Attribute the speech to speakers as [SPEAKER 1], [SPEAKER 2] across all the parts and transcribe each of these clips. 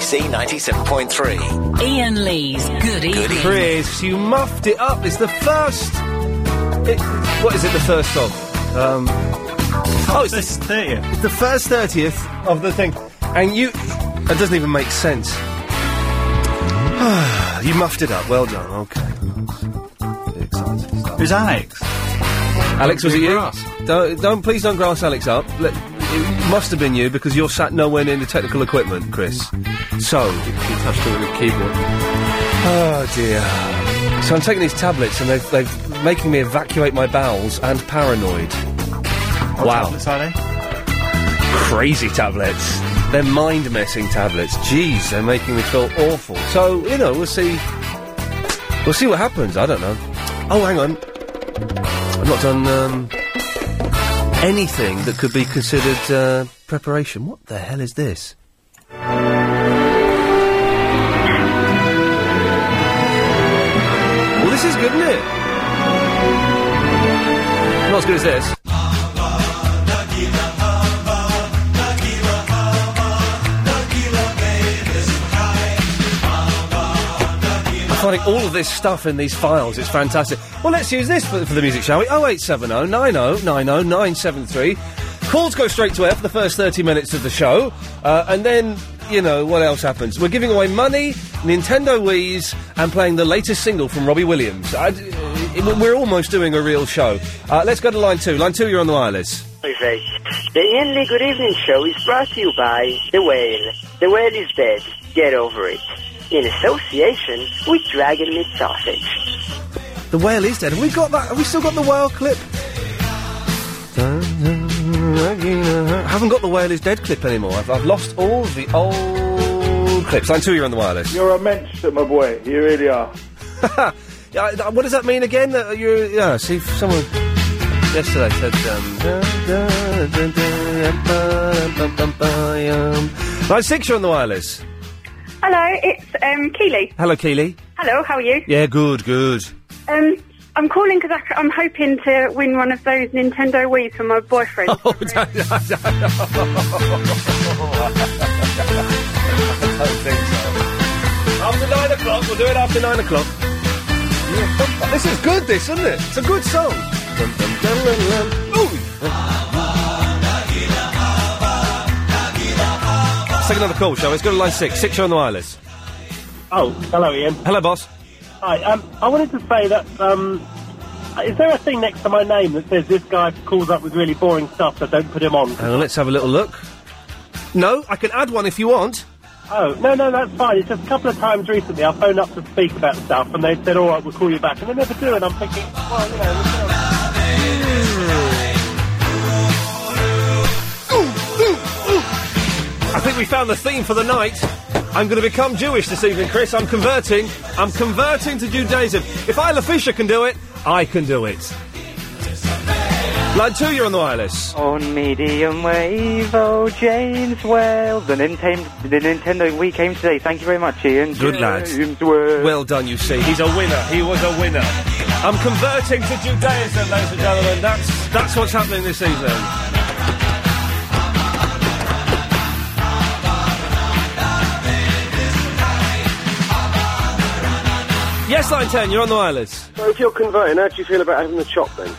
[SPEAKER 1] C 97.3.
[SPEAKER 2] Ian Lee's Good Evening.
[SPEAKER 3] Chris, you muffed it up. It's the first. It, what is it? The first of? Um, oh, it's the thirtieth. It's the first thirtieth of the thing, and you. That doesn't even make sense. you muffed it up. Well done. Okay. Who's Alex? Alex, was it you? Don't, don't please don't grass Alex up. Let, it must have been you because you're sat nowhere near the technical equipment, Chris. So he touched it with a keyboard. Oh dear. So I'm taking these tablets and they've, they've making me evacuate my bowels and paranoid. wow.
[SPEAKER 4] tablets are they?
[SPEAKER 3] Crazy tablets. They're mind messing tablets. Jeez, they're making me feel awful. So, you know, we'll see. We'll see what happens. I don't know. Oh, hang on. I've not done um, anything that could be considered uh, preparation. What the hell is this? Well, this is good, isn't it? Not as good as this. I'm finding all of this stuff in these files. It's fantastic. Well, let's use this for, for the music, shall we? Oh, 0870 90 90 973. Calls go straight to air for the first 30 minutes of the show. Uh, and then, you know, what else happens? We're giving away money, Nintendo Wii's, and playing the latest single from Robbie Williams. I, it- we're almost doing a real show. Uh, let's go to line two. Line two, you're on the wireless.
[SPEAKER 5] Obviously. The Ian Lee Good Evening Show is brought to you by The Whale. The Whale is dead. Get over it. In association with Dragon Meat Sausage.
[SPEAKER 3] The whale is dead. Have we got that? Have we still got the whale clip? haven't got the whale is dead clip anymore. I've, I've lost all the old clips. Line two, you're on the wireless.
[SPEAKER 6] You're immense, my boy. You really are.
[SPEAKER 3] Yeah, I- what does that mean again? That you yeah, see if someone yesterday said um Line six, you're on the wireless.
[SPEAKER 7] Hello, it's um, Keely.
[SPEAKER 3] Hello, Keely.
[SPEAKER 7] Hello, how are you?
[SPEAKER 3] Yeah, good, good.
[SPEAKER 7] Um, I'm calling because I'm hoping to win one of those Nintendo Wii's for my boyfriend.
[SPEAKER 3] Oh, don't, I don't, I don't think so. After nine o'clock, we'll do it after nine o'clock. This is good, this, isn't it? It's a good song. Dum, dum, dum, dum, dum. Ooh. Let's take another call, shall we? Let's go to line six. Six, you're on the wireless.
[SPEAKER 8] Oh, hello, Ian.
[SPEAKER 3] Hello, boss.
[SPEAKER 8] Hi. Um, I wanted to say that um, is there a thing next to my name that says this guy calls up with really boring stuff, so don't put him on?
[SPEAKER 3] Hang on, let's have a little look. No, I can add one if you want.
[SPEAKER 8] Oh, no, no, that's fine. It's just a couple of times recently I phoned up to speak about stuff, and they said, "All right, we'll call you back," and they never do. And I'm thinking, well, you know.
[SPEAKER 3] I think we found the theme for the night. I'm going to become Jewish this evening, Chris. I'm converting. I'm converting to Judaism. If Isla Fisher can do it, I can do it. Line two, you're on the wireless.
[SPEAKER 9] On medium wave, oh James Well, the Nintendo, the Nintendo Wii came today. Thank you very much, Ian.
[SPEAKER 3] Good lad. Well done, you see. He's a winner. He was a winner. I'm converting to Judaism, ladies and gentlemen. That's that's what's happening this evening. Yes, line ten. You're on the wireless.
[SPEAKER 10] So if you're converting, how do you feel about having the chop then?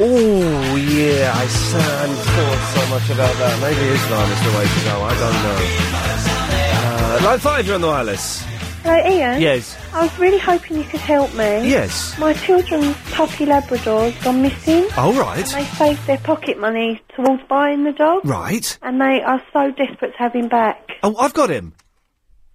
[SPEAKER 3] Oh yeah, I sand thought so much about that. Maybe Islam is the way to go. I don't know. Uh, line five. You're on the wireless.
[SPEAKER 11] Hello, Ian.
[SPEAKER 3] Yes.
[SPEAKER 11] I was really hoping you could help me.
[SPEAKER 3] Yes.
[SPEAKER 11] My children's puppy Labrador's gone missing.
[SPEAKER 3] All right.
[SPEAKER 11] And they saved their pocket money towards buying the dog.
[SPEAKER 3] Right.
[SPEAKER 11] And they are so desperate to have him back.
[SPEAKER 3] Oh, I've got him.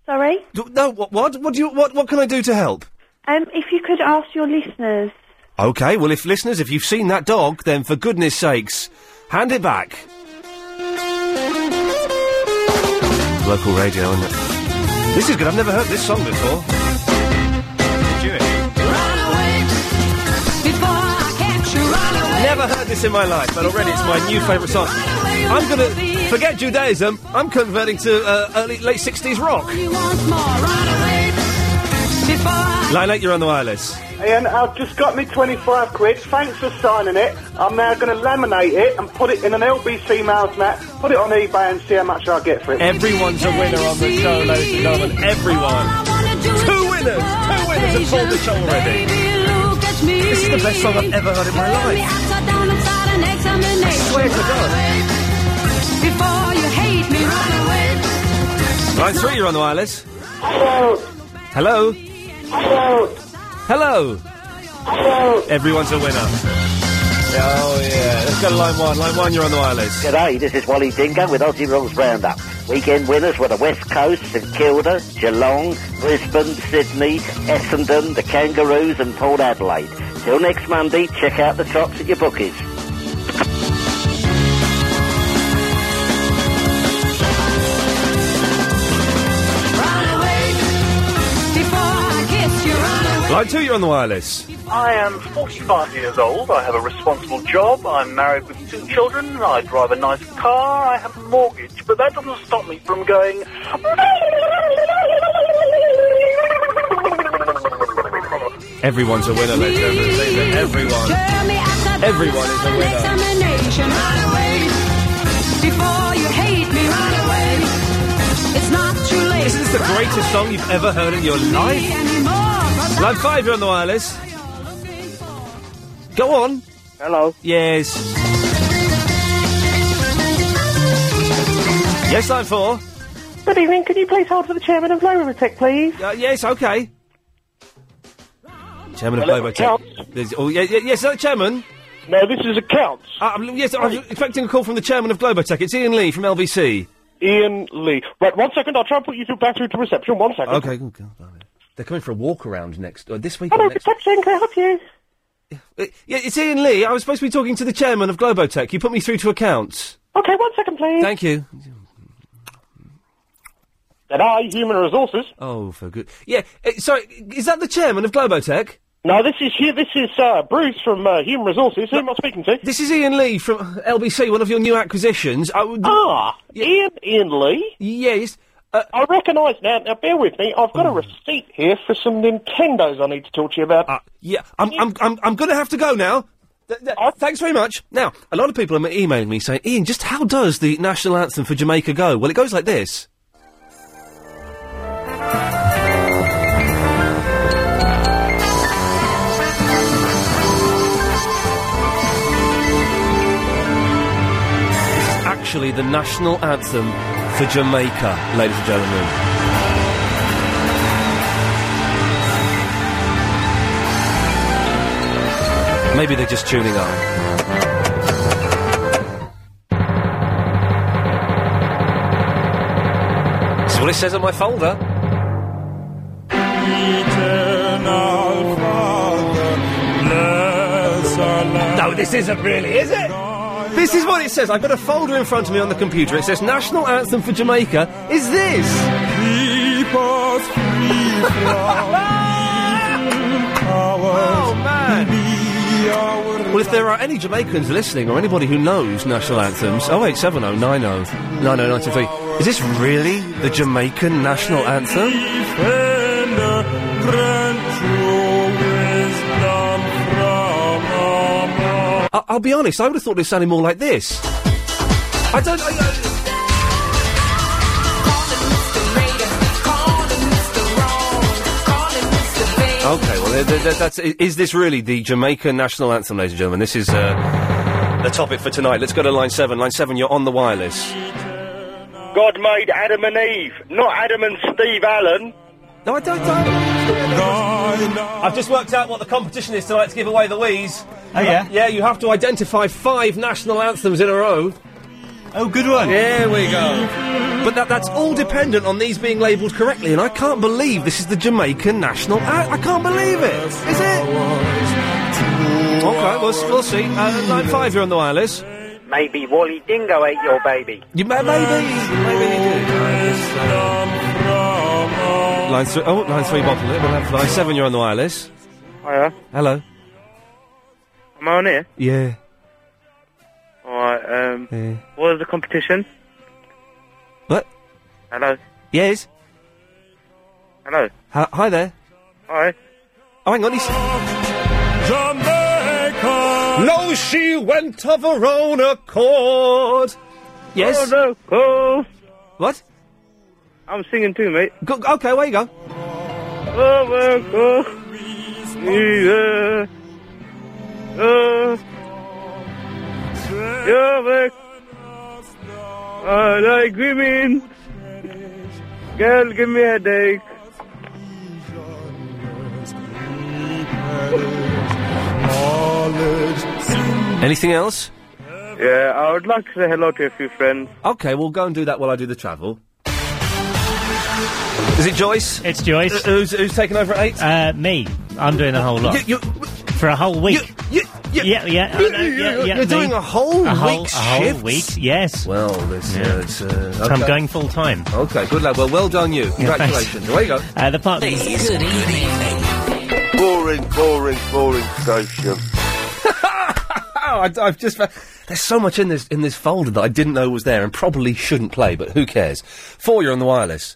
[SPEAKER 11] Sorry?
[SPEAKER 3] D- No, what, what? What do you? What? What can I do to help?
[SPEAKER 11] Um, if you could ask your listeners.
[SPEAKER 3] Okay, well, if listeners, if you've seen that dog, then for goodness sakes, hand it back. Local radio, isn't it? This is good. I've never heard this song before. Never heard this in my life, but already it's my new favourite song. I'm gonna forget Judaism. I'm converting to uh, early late '60s rock. Lilac, you're on the wireless.
[SPEAKER 12] Ian, I've just got me 25 quid. Thanks for signing it. I'm now going to laminate it and put it in an LBC mails mat, put it on eBay and see how much I get for it.
[SPEAKER 3] Everyone's a winner on the show, ladies and gentlemen. Everyone. Two winners! Two winners have called the show already. This is the best song I've ever heard in my life. I swear to God.
[SPEAKER 7] Before you hate me, run away.
[SPEAKER 3] Line three, you're on the wireless.
[SPEAKER 7] Hello.
[SPEAKER 3] Hello? Hello? Hello? Everyone's a winner. Oh, yeah. Let's go to line one. Line one, you're on the wireless.
[SPEAKER 5] G'day, this is Wally Dingo with Aussie Rules Roundup. Weekend winners were the West Coast, St Kilda, Geelong, Brisbane, Sydney, Essendon, the Kangaroos and Port Adelaide. Till next Monday, check out the tops at your bookies.
[SPEAKER 7] Before I kiss you, run away.
[SPEAKER 3] Line two, you're on the wireless.
[SPEAKER 13] I am 45 years old. I have a responsible job. I'm married with two children. I drive a nice car. I have a mortgage. But that doesn't stop me from going.
[SPEAKER 3] Everyone's a winner, ladies and gentlemen. Everyone. Everyone is a winner.
[SPEAKER 7] Examination, run away. Before you hate me, run away. It's not too late.
[SPEAKER 3] Isn't this the greatest song you've ever heard in your life? Line five, you're on the wireless. Go on. Hello. Yes. Yes, line four.
[SPEAKER 14] Good evening. Can you please hold for the chairman of Low Tech, please?
[SPEAKER 3] Uh, yes, okay. Chairman of Global Tech. There's- Oh, yeah, yeah, yes, is that the chairman? No, this is accounts. Uh, I'm- yes, I was expecting a call from the chairman of Globotech. It's Ian Lee from LBC.
[SPEAKER 6] Ian Lee. Right, one second. I'll try and put you through back through to reception. One second.
[SPEAKER 3] Okay, good God, blimey. They're coming for a walk around next uh, this week.
[SPEAKER 14] Hello,
[SPEAKER 3] or next...
[SPEAKER 14] reception. Can I help you?
[SPEAKER 3] Uh, yeah, it's Ian Lee. I was supposed to be talking to the chairman of Globotech. You put me through to accounts.
[SPEAKER 6] Okay, one second, please.
[SPEAKER 3] Thank you.
[SPEAKER 6] And I, Human Resources.
[SPEAKER 3] Oh, for good. Yeah, uh, sorry, is that the chairman of Globotech?
[SPEAKER 6] No, this is here. This is uh, Bruce from uh, Human Resources. Who am I speaking to?
[SPEAKER 3] This is Ian Lee from LBC, one of your new acquisitions. I would...
[SPEAKER 6] Ah, Ian Ian Lee.
[SPEAKER 3] Yes.
[SPEAKER 6] I recognise now. Now, bear with me. I've got a receipt here for some Nintendos I need to talk to you about.
[SPEAKER 3] yeah, I'm, I'm, I'm, I'm going to have to go now. Th- th- thanks very much. Now, a lot of people are emailing me saying, Ian, just how does the national anthem for Jamaica go? Well, it goes like this. It's actually the national anthem for Jamaica, ladies and gentlemen. Maybe they're just tuning up. This is what it says on my folder. No, this isn't really, is it? This is what it says. I've got a folder in front of me on the computer. It says National Anthem for Jamaica is this. oh, man. Well, if there are any Jamaicans listening or anybody who knows national anthems, oh, 0870 90 9093, is this really the Jamaican national anthem? I- I'll be honest, I would have thought it sounded more like this. I don't. I, I, Okay, well, th- th- that's i- is this really the Jamaican national anthem, ladies and gentlemen? This is uh, the topic for tonight. Let's go to line seven. Line seven, you're on the wireless.
[SPEAKER 15] God made Adam and Eve, not Adam and Steve Allen.
[SPEAKER 3] No, I don't. don't. I've just worked out what the competition is tonight to give away the wheeze.
[SPEAKER 16] Oh, yeah?
[SPEAKER 3] yeah, you have to identify five national anthems in a row.
[SPEAKER 16] Oh, good one.
[SPEAKER 3] There we go. But that, that's all dependent on these being labelled correctly, and I can't believe this is the Jamaican national. an- I can't believe it. Is it? Okay, we'll, s- we'll see. Uh, line five, you're on the wireless.
[SPEAKER 17] Maybe Wally Dingo ate your baby.
[SPEAKER 3] You may, maybe, maybe they do. Line three, oh, line three, bottle it. We'll have line seven, you're on the wireless.
[SPEAKER 8] Hiya.
[SPEAKER 3] Hello.
[SPEAKER 8] Am I on here?
[SPEAKER 3] Yeah.
[SPEAKER 8] Alright, um,
[SPEAKER 3] Yeah.
[SPEAKER 8] what was the competition?
[SPEAKER 3] What?
[SPEAKER 8] Hello?
[SPEAKER 3] Yes.
[SPEAKER 8] Hello?
[SPEAKER 3] Hi, hi there.
[SPEAKER 8] Hi.
[SPEAKER 3] Oh, hang on, he's. Jamaica! No, she went of her own accord! Yes?
[SPEAKER 8] Oh, no. Oh.
[SPEAKER 3] What?
[SPEAKER 8] I'm singing too, mate.
[SPEAKER 3] Go, okay, where you
[SPEAKER 8] Oh,
[SPEAKER 3] go?
[SPEAKER 8] my God. Yeah. Oh. Yeah, mate. I like women. Girl, give me a headache.
[SPEAKER 3] Anything else?
[SPEAKER 8] Yeah, I would like to say hello to a few friends.
[SPEAKER 3] Okay, we'll go and do that while I do the travel. Is it Joyce? Uh,
[SPEAKER 2] It's Joyce.
[SPEAKER 3] who's, who's taking over at eight?
[SPEAKER 2] Uh, me. I'm doing the whole lot.
[SPEAKER 3] You-
[SPEAKER 2] For a whole week. yeah, yeah, I know, yeah, yeah,
[SPEAKER 3] You're
[SPEAKER 2] me.
[SPEAKER 3] doing a whole
[SPEAKER 2] A whole-
[SPEAKER 3] week's
[SPEAKER 2] a whole
[SPEAKER 3] shifts?
[SPEAKER 2] week, yes.
[SPEAKER 3] Well, this,
[SPEAKER 2] Yeah.
[SPEAKER 3] uh, it's, uh,
[SPEAKER 2] So I'm going full time.
[SPEAKER 3] Okay, good lad. Well, well done you.
[SPEAKER 2] Yeah, thanks.
[SPEAKER 3] Congratulations. Away you go.
[SPEAKER 2] Uh, the part.
[SPEAKER 18] Boring, boring, boring station.
[SPEAKER 3] I, I've just fa- there's so much in this in this folder that I didn't know was there and probably shouldn't play, but who cares? Four, you're on the wireless.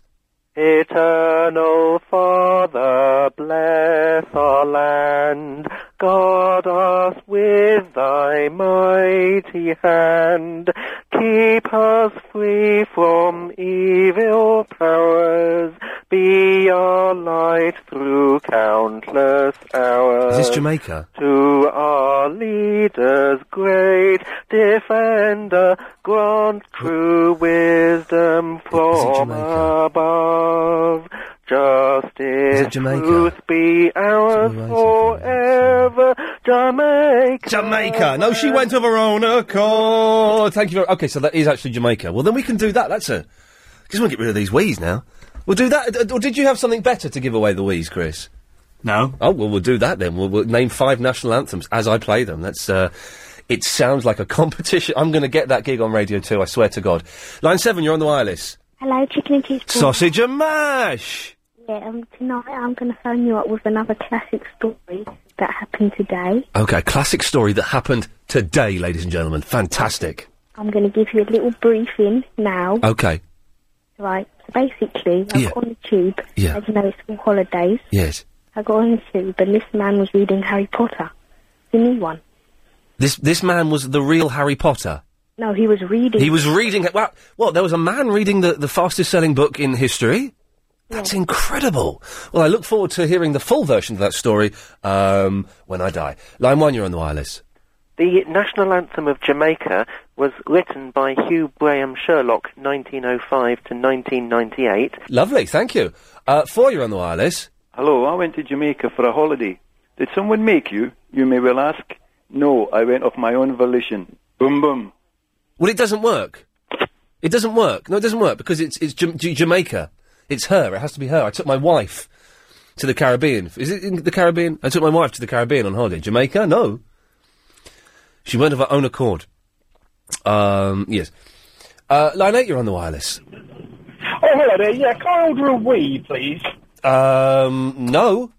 [SPEAKER 6] Eternal Father, bless our land. Guard us with thy mighty hand. Keep us free from evil powers. Be our light through countless hours.
[SPEAKER 3] Is
[SPEAKER 19] Uh,
[SPEAKER 3] this Jamaica?
[SPEAKER 6] To our leaders, great defender, grant true wisdom from above. Justice, truth be ours forever. Jamaica.
[SPEAKER 3] Jamaica. No, Oh, she went of her own accord. Thank you. Very- okay, so that is actually Jamaica. Well, then we can do that. That's a. Just want to get rid of these wheeze now. We'll do that. Uh, Or did you have something better to give away the wheeze, Chris? No. Oh well, we'll do that then. We'll, we'll name five national anthems as I play them. That's. Uh, it sounds like a competition. I'm going to get that gig on Radio Two. I swear to God. Line seven. You're on the wireless.
[SPEAKER 20] Hello, chicken and cheese. boy.
[SPEAKER 3] Sausage and mash.
[SPEAKER 20] Yeah, um, tonight I'm going to phone you up with another classic story that happened today.
[SPEAKER 3] Okay, classic story that happened today, ladies and gentlemen. Fantastic.
[SPEAKER 20] I'm going to give you a little briefing now.
[SPEAKER 3] Okay.
[SPEAKER 20] Right. So basically, I
[SPEAKER 3] Oh. Yeah.
[SPEAKER 20] got on the tube.
[SPEAKER 3] Yeah.
[SPEAKER 20] As you know, it's all holidays.
[SPEAKER 3] Yes.
[SPEAKER 20] I got on the tube, and this man was reading Harry Potter, the new one.
[SPEAKER 3] This this man was the real Harry Potter.
[SPEAKER 20] No, he was reading.
[SPEAKER 3] He was reading. Well, well, there was a man reading the, the fastest selling book in history. That's incredible. Well, I look forward to hearing the full version of that story um, when I die. Line one, you're on the wireless.
[SPEAKER 6] The national anthem of Jamaica was written by Hugh Graham Sherlock, 1905 to 1998.
[SPEAKER 3] Lovely, thank you. Uh, four, you're on the wireless.
[SPEAKER 19] Hello, I went to Jamaica for a holiday. Did someone make you? You may well ask. No, I went of my own volition. Boom, boom.
[SPEAKER 3] Well, it doesn't work. It doesn't work. No, it doesn't work because it's it's Jam- J- Jamaica. It's her. It has to be her. I took my wife to the Caribbean. Is it in the Caribbean? I took my wife to the Caribbean on holiday. Jamaica? No. She went of her own accord. Um, yes. Uh, line eight, you're on the wireless.
[SPEAKER 21] Oh, hello there. Yeah, can I order a wee, please?
[SPEAKER 3] Um, no.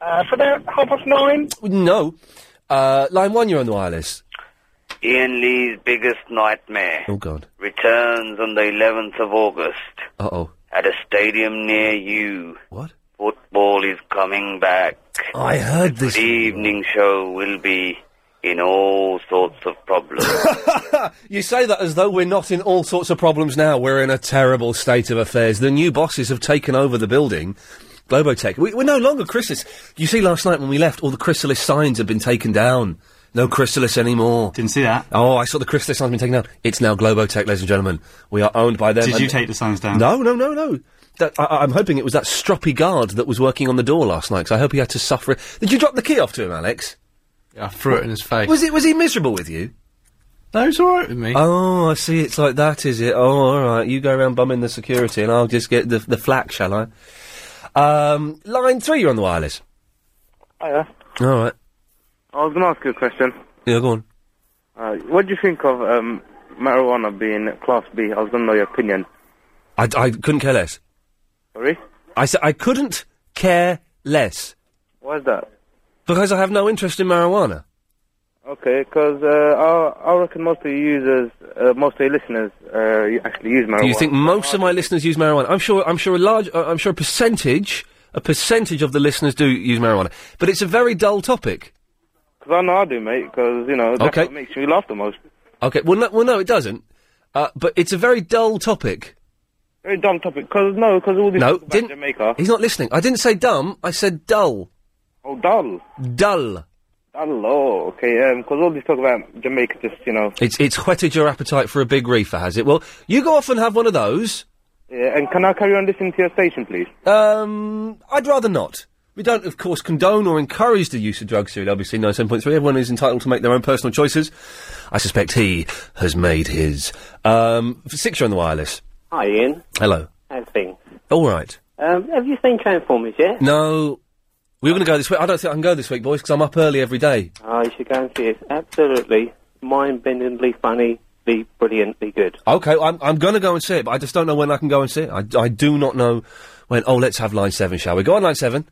[SPEAKER 21] Uh, for about half past nine?
[SPEAKER 3] No. Uh, line one, you're on the wireless.
[SPEAKER 22] Ian Lee's biggest nightmare
[SPEAKER 3] Oh God.
[SPEAKER 22] returns on the 11th of August
[SPEAKER 3] Uh oh.
[SPEAKER 22] at a stadium near you.
[SPEAKER 3] What?
[SPEAKER 22] Football is coming back.
[SPEAKER 3] I heard this.
[SPEAKER 22] The evening show will be in all sorts of problems.
[SPEAKER 3] You say that as though we're not in all sorts of problems now. We're in a terrible state of affairs. The new bosses have taken over the building. Globotech. We, we're no longer Chrysalis. You see, last night when we left, all the Chrysalis signs have been taken down. No Chrysalis anymore. Didn't see that. Oh, I saw the Chrysalis signs been taken down. It's now Globotech, ladies and gentlemen. We are owned by them.
[SPEAKER 23] Did you
[SPEAKER 3] and-
[SPEAKER 23] take the signs down?
[SPEAKER 3] No, no, no, no. That, I- I, I'm hoping it was that stroppy guard that was working on the door last night. 'cause I hope he had to suffer. it. Did you drop the key off to him, Alex?
[SPEAKER 23] I threw it in his face.
[SPEAKER 3] Was it? Was he miserable with you?
[SPEAKER 23] No, it's all right with me.
[SPEAKER 3] Oh, I see. It's like that, is it? Oh, all right. You go around bumming the security, and I'll just get the the flak, shall I? Um, line three, you're on the wireless.
[SPEAKER 8] Hiya.
[SPEAKER 3] All right.
[SPEAKER 8] I was going to ask you a question.
[SPEAKER 3] Yeah, go on.
[SPEAKER 8] Uh, what do you think of um, marijuana being Class B? I was going to know your opinion.
[SPEAKER 3] I, I couldn't care less.
[SPEAKER 8] Sorry?
[SPEAKER 3] I said I couldn't care less
[SPEAKER 8] Why is that?
[SPEAKER 3] because I have no interest in marijuana.
[SPEAKER 8] Okay, because uh, I, I reckon most of your users, uh, most of your listeners, uh, you actually use marijuana.
[SPEAKER 3] Do you think most of my listeners use marijuana? I'm sure. I'm sure a large. Uh, I'm sure a percentage a percentage of the listeners do use marijuana, but it's a very dull topic.
[SPEAKER 24] Because I know I do, mate, because, you know, that's
[SPEAKER 3] Okay.
[SPEAKER 24] what makes me laugh the most.
[SPEAKER 3] Okay, well, no, well, no it doesn't. Uh, but it's a very dull topic.
[SPEAKER 24] Very dumb topic, because, no, because all this
[SPEAKER 3] No,
[SPEAKER 24] talk about
[SPEAKER 3] didn't.
[SPEAKER 24] Jamaica.
[SPEAKER 3] He's not listening. I didn't say dumb. I said dull.
[SPEAKER 24] Oh, dull.
[SPEAKER 3] Dull.
[SPEAKER 6] oh,
[SPEAKER 24] Hello, okay, um 'cause all this talk about Jamaica just, you know,
[SPEAKER 3] It's it's whetted your appetite for a big reefer, has it? Well, you go off and have one of those.
[SPEAKER 24] yeah, Uh, and can I carry on listening to your station, please?
[SPEAKER 3] Um, I'd rather not. We don't, of course, condone or encourage the use of drugs here at LBC 97.3. Everyone is entitled to make their own personal choices. I suspect he has made his. Um, six, you're on the wireless.
[SPEAKER 25] Hi, Ian.
[SPEAKER 3] Hello.
[SPEAKER 25] How's things?
[SPEAKER 3] All right.
[SPEAKER 25] Um, have you seen Transformers yet?
[SPEAKER 3] No, we were going to go this week. I don't think I can go this week, boys, because I'm up early every day.
[SPEAKER 25] Oh, you should go and see it. It's Absolutely mind-bendingly funny, be brilliantly good.
[SPEAKER 3] Okay, I'm, I'm going to go and see it, but I just don't know when I can go and see it. I, I do not know when. Oh, let's have line seven, shall we? Go on, line seven.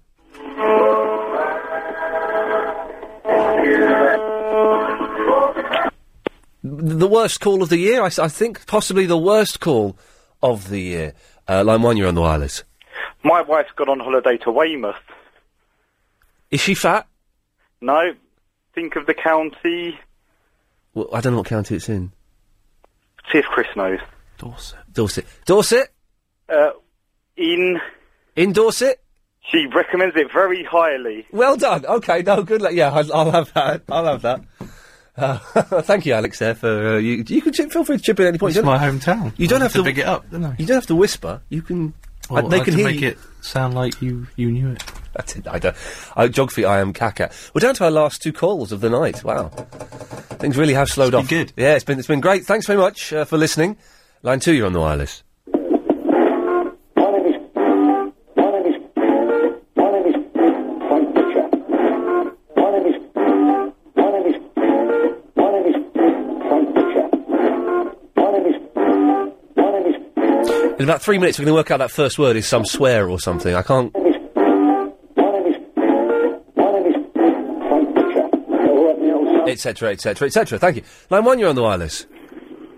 [SPEAKER 3] The worst call of the year, I, s- I think, possibly the worst call of the year. Uh, line one, you're on the wireless.
[SPEAKER 26] My wife's gone on holiday to Weymouth.
[SPEAKER 3] Is she fat?
[SPEAKER 26] No, think of the county.
[SPEAKER 3] Well, I don't know what county it's in.
[SPEAKER 26] See if Chris knows.
[SPEAKER 3] Dorset. Dorset. Dorset?
[SPEAKER 26] Uh, in.
[SPEAKER 3] In Dorset?
[SPEAKER 26] She recommends it very highly.
[SPEAKER 3] Well done. Okay, no, good luck. Yeah, I'll, I'll have that. I'll have that. Uh, thank you, Alex. There for uh, you. You can chip, feel free to chip in at any point.
[SPEAKER 27] It's
[SPEAKER 3] You don't-
[SPEAKER 27] my hometown.
[SPEAKER 3] You don't
[SPEAKER 27] I
[SPEAKER 3] have
[SPEAKER 27] had
[SPEAKER 3] to,
[SPEAKER 27] to big it up, didn't I?
[SPEAKER 3] You don't have to whisper. You can.
[SPEAKER 27] Well,
[SPEAKER 3] uh, they
[SPEAKER 27] Oh, I had
[SPEAKER 3] can
[SPEAKER 27] to
[SPEAKER 3] hear
[SPEAKER 27] make
[SPEAKER 3] you.
[SPEAKER 27] it sound like you, you knew it.
[SPEAKER 3] That's it. I don't. Uh, geography. I am caca. We're down to our last two calls of the night. Wow, things really have slowed off. Good. Yeah, it's been it's been great. Thanks very much uh, for listening. Line two, you're on the wireless. In about three minutes, we're going to work out that first word is some swear or something. I can't. Etc. Etc. Etc. Thank you. Line one, you're on the wireless.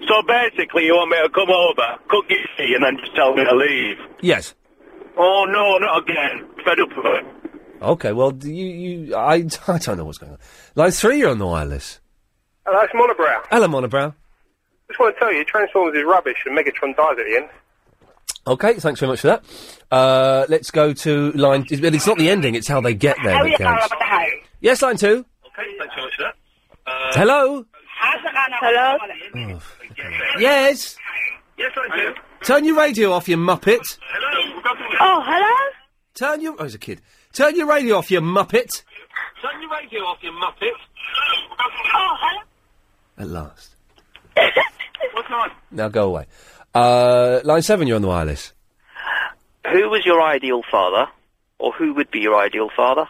[SPEAKER 6] So basically, you want me to come over, cook your tea, and then just tell me to leave?
[SPEAKER 3] Yes.
[SPEAKER 6] Oh no, not again. Fed up of it.
[SPEAKER 3] Okay. Well, do you, you, I, I don't know what's going on. Line three, you're on the wireless.
[SPEAKER 28] Hello, it's Monobrow.
[SPEAKER 3] Hello, Monobrow.
[SPEAKER 28] Just want to tell you, Transformers is rubbish and Megatron dies at the end.
[SPEAKER 3] Okay, thanks very much for that. Uh, let's go to line. It's, it's not the ending; it's how they get there
[SPEAKER 6] Oh,
[SPEAKER 3] that counts. Yes, line two.
[SPEAKER 6] Okay, thanks so much for that.
[SPEAKER 3] Hello.
[SPEAKER 6] Hello? Oh,
[SPEAKER 3] Yes.
[SPEAKER 6] Yes, I do.
[SPEAKER 3] Turn your radio off, you muppet.
[SPEAKER 6] Oh, hello?
[SPEAKER 3] Turn your. I was a kid. Turn your radio off, you muppet.
[SPEAKER 6] Turn your radio off, you muppet. Oh, hello?
[SPEAKER 3] At last.
[SPEAKER 6] What's on?
[SPEAKER 3] Now go away. Uh, line seven, you're on the wireless.
[SPEAKER 8] Who was your ideal father? Or who would be your ideal father?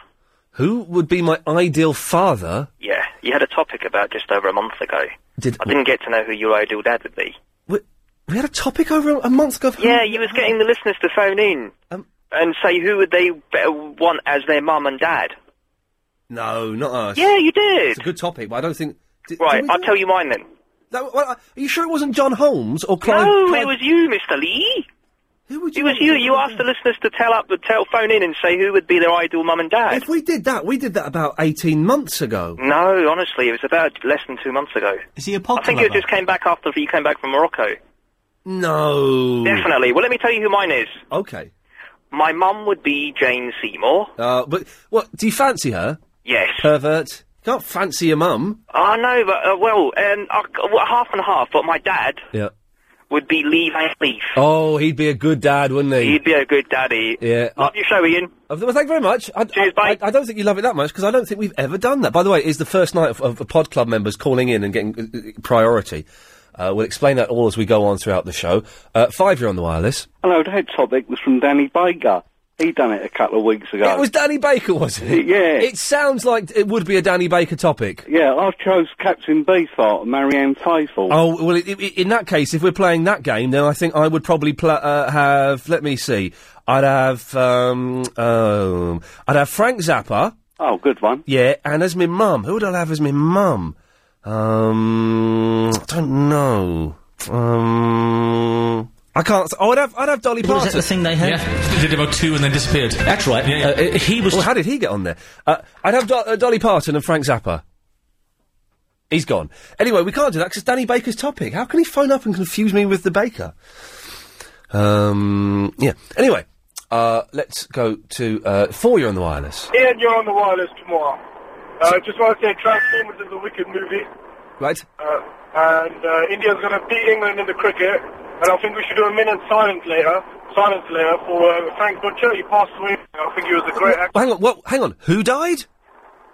[SPEAKER 3] Who would be my ideal father?
[SPEAKER 8] Yeah, you had a topic about just over a month ago.
[SPEAKER 3] Did
[SPEAKER 8] I didn't get to know who your ideal dad would be.
[SPEAKER 3] we had a topic over a month ago?
[SPEAKER 8] Yeah, you was getting the listeners to phone
[SPEAKER 3] Um,
[SPEAKER 8] in and say who would they better want as their mum and dad.
[SPEAKER 3] No, not us.
[SPEAKER 8] Yeah, you did.
[SPEAKER 3] It's a good topic, but I don't think. Did,
[SPEAKER 8] right,
[SPEAKER 3] did we
[SPEAKER 8] I'll
[SPEAKER 3] do-
[SPEAKER 8] tell you mine then.
[SPEAKER 3] No, well, I- are you sure it wasn't John Holmes or Clive?
[SPEAKER 8] no,
[SPEAKER 3] Clive-
[SPEAKER 8] it was you, Mr. Lee.
[SPEAKER 3] Oh, Who would
[SPEAKER 8] it was you. You asked the listeners to tell up, to tell phone in and say who would be their ideal mum and dad.
[SPEAKER 3] If we did that, we did that about 18 months ago.
[SPEAKER 8] No, honestly, it was about less than two months ago.
[SPEAKER 3] Is he a
[SPEAKER 8] I think it just came back after you came back from Morocco.
[SPEAKER 3] No.
[SPEAKER 8] Definitely. Well, let me tell you who mine is.
[SPEAKER 3] Okay.
[SPEAKER 8] My mum would be Jane Seymour.
[SPEAKER 3] Uh, but, what, do you fancy her?
[SPEAKER 8] Yes.
[SPEAKER 3] Pervert. Can't fancy your mum.
[SPEAKER 8] I know, but uh, well, um, I, well, half and half. But my dad
[SPEAKER 3] Yeah.
[SPEAKER 8] would be Lee Van Cleef.
[SPEAKER 3] Oh, he'd be a good dad, wouldn't he?
[SPEAKER 8] He'd be a good daddy.
[SPEAKER 3] Yeah.
[SPEAKER 8] Love
[SPEAKER 3] I-
[SPEAKER 8] your show, Ian.
[SPEAKER 3] Uh, Well, thank you very much. I, Cheers, I, I don't think you love it that much because I don't think we've ever done that. By the way, it's the first night of, of the Pod Club members calling in and getting uh, uh, priority. Uh, we'll explain that all as we go on throughout the show. Uh, five, you're on the wireless.
[SPEAKER 29] Hello, that topic was from Danny Baker. He done it a couple of weeks ago.
[SPEAKER 3] It was Danny Baker, was it?
[SPEAKER 29] Yeah.
[SPEAKER 3] It sounds like it would be a Danny Baker topic.
[SPEAKER 29] yeah, I chose Captain Beefheart and Marianne Faithful.
[SPEAKER 3] Oh well, i i in that case, if we're playing that game, then I think I would probably pl- uh, have. Let me see. I'd have. Um, um, I'd have Frank Zappa.
[SPEAKER 29] Oh, good one.
[SPEAKER 3] Yeah, and as my mum, who would I have as my mum? Um, I don't know. Um, I can't. I would have. I'd have Dolly Parton.
[SPEAKER 2] Was that the thing they had?
[SPEAKER 3] Yeah, did about two and then disappeared. That's right.
[SPEAKER 2] Uh, he was.
[SPEAKER 3] Well, how did he get on there? Uh, I'd have Do- uh, Dolly Parton and Frank Zappa. He's gone. Anyway, we can't do that because Danny Baker's topic. How can he phone up and confuse me with the baker? Um. Yeah. Anyway, uh, let's go to uh, four. You're on the wireless.
[SPEAKER 20] Ian, you're on the wireless tomorrow. Uh, just want to say Transformers is a wicked movie,
[SPEAKER 3] Right.
[SPEAKER 20] uh, and uh, India's going to beat England in the cricket, and I think we should do a minute silence later, silence later for uh, Frank Butcher. He passed away. I think he was a great actor.
[SPEAKER 3] Well, hang on. What? Hang on. Who died?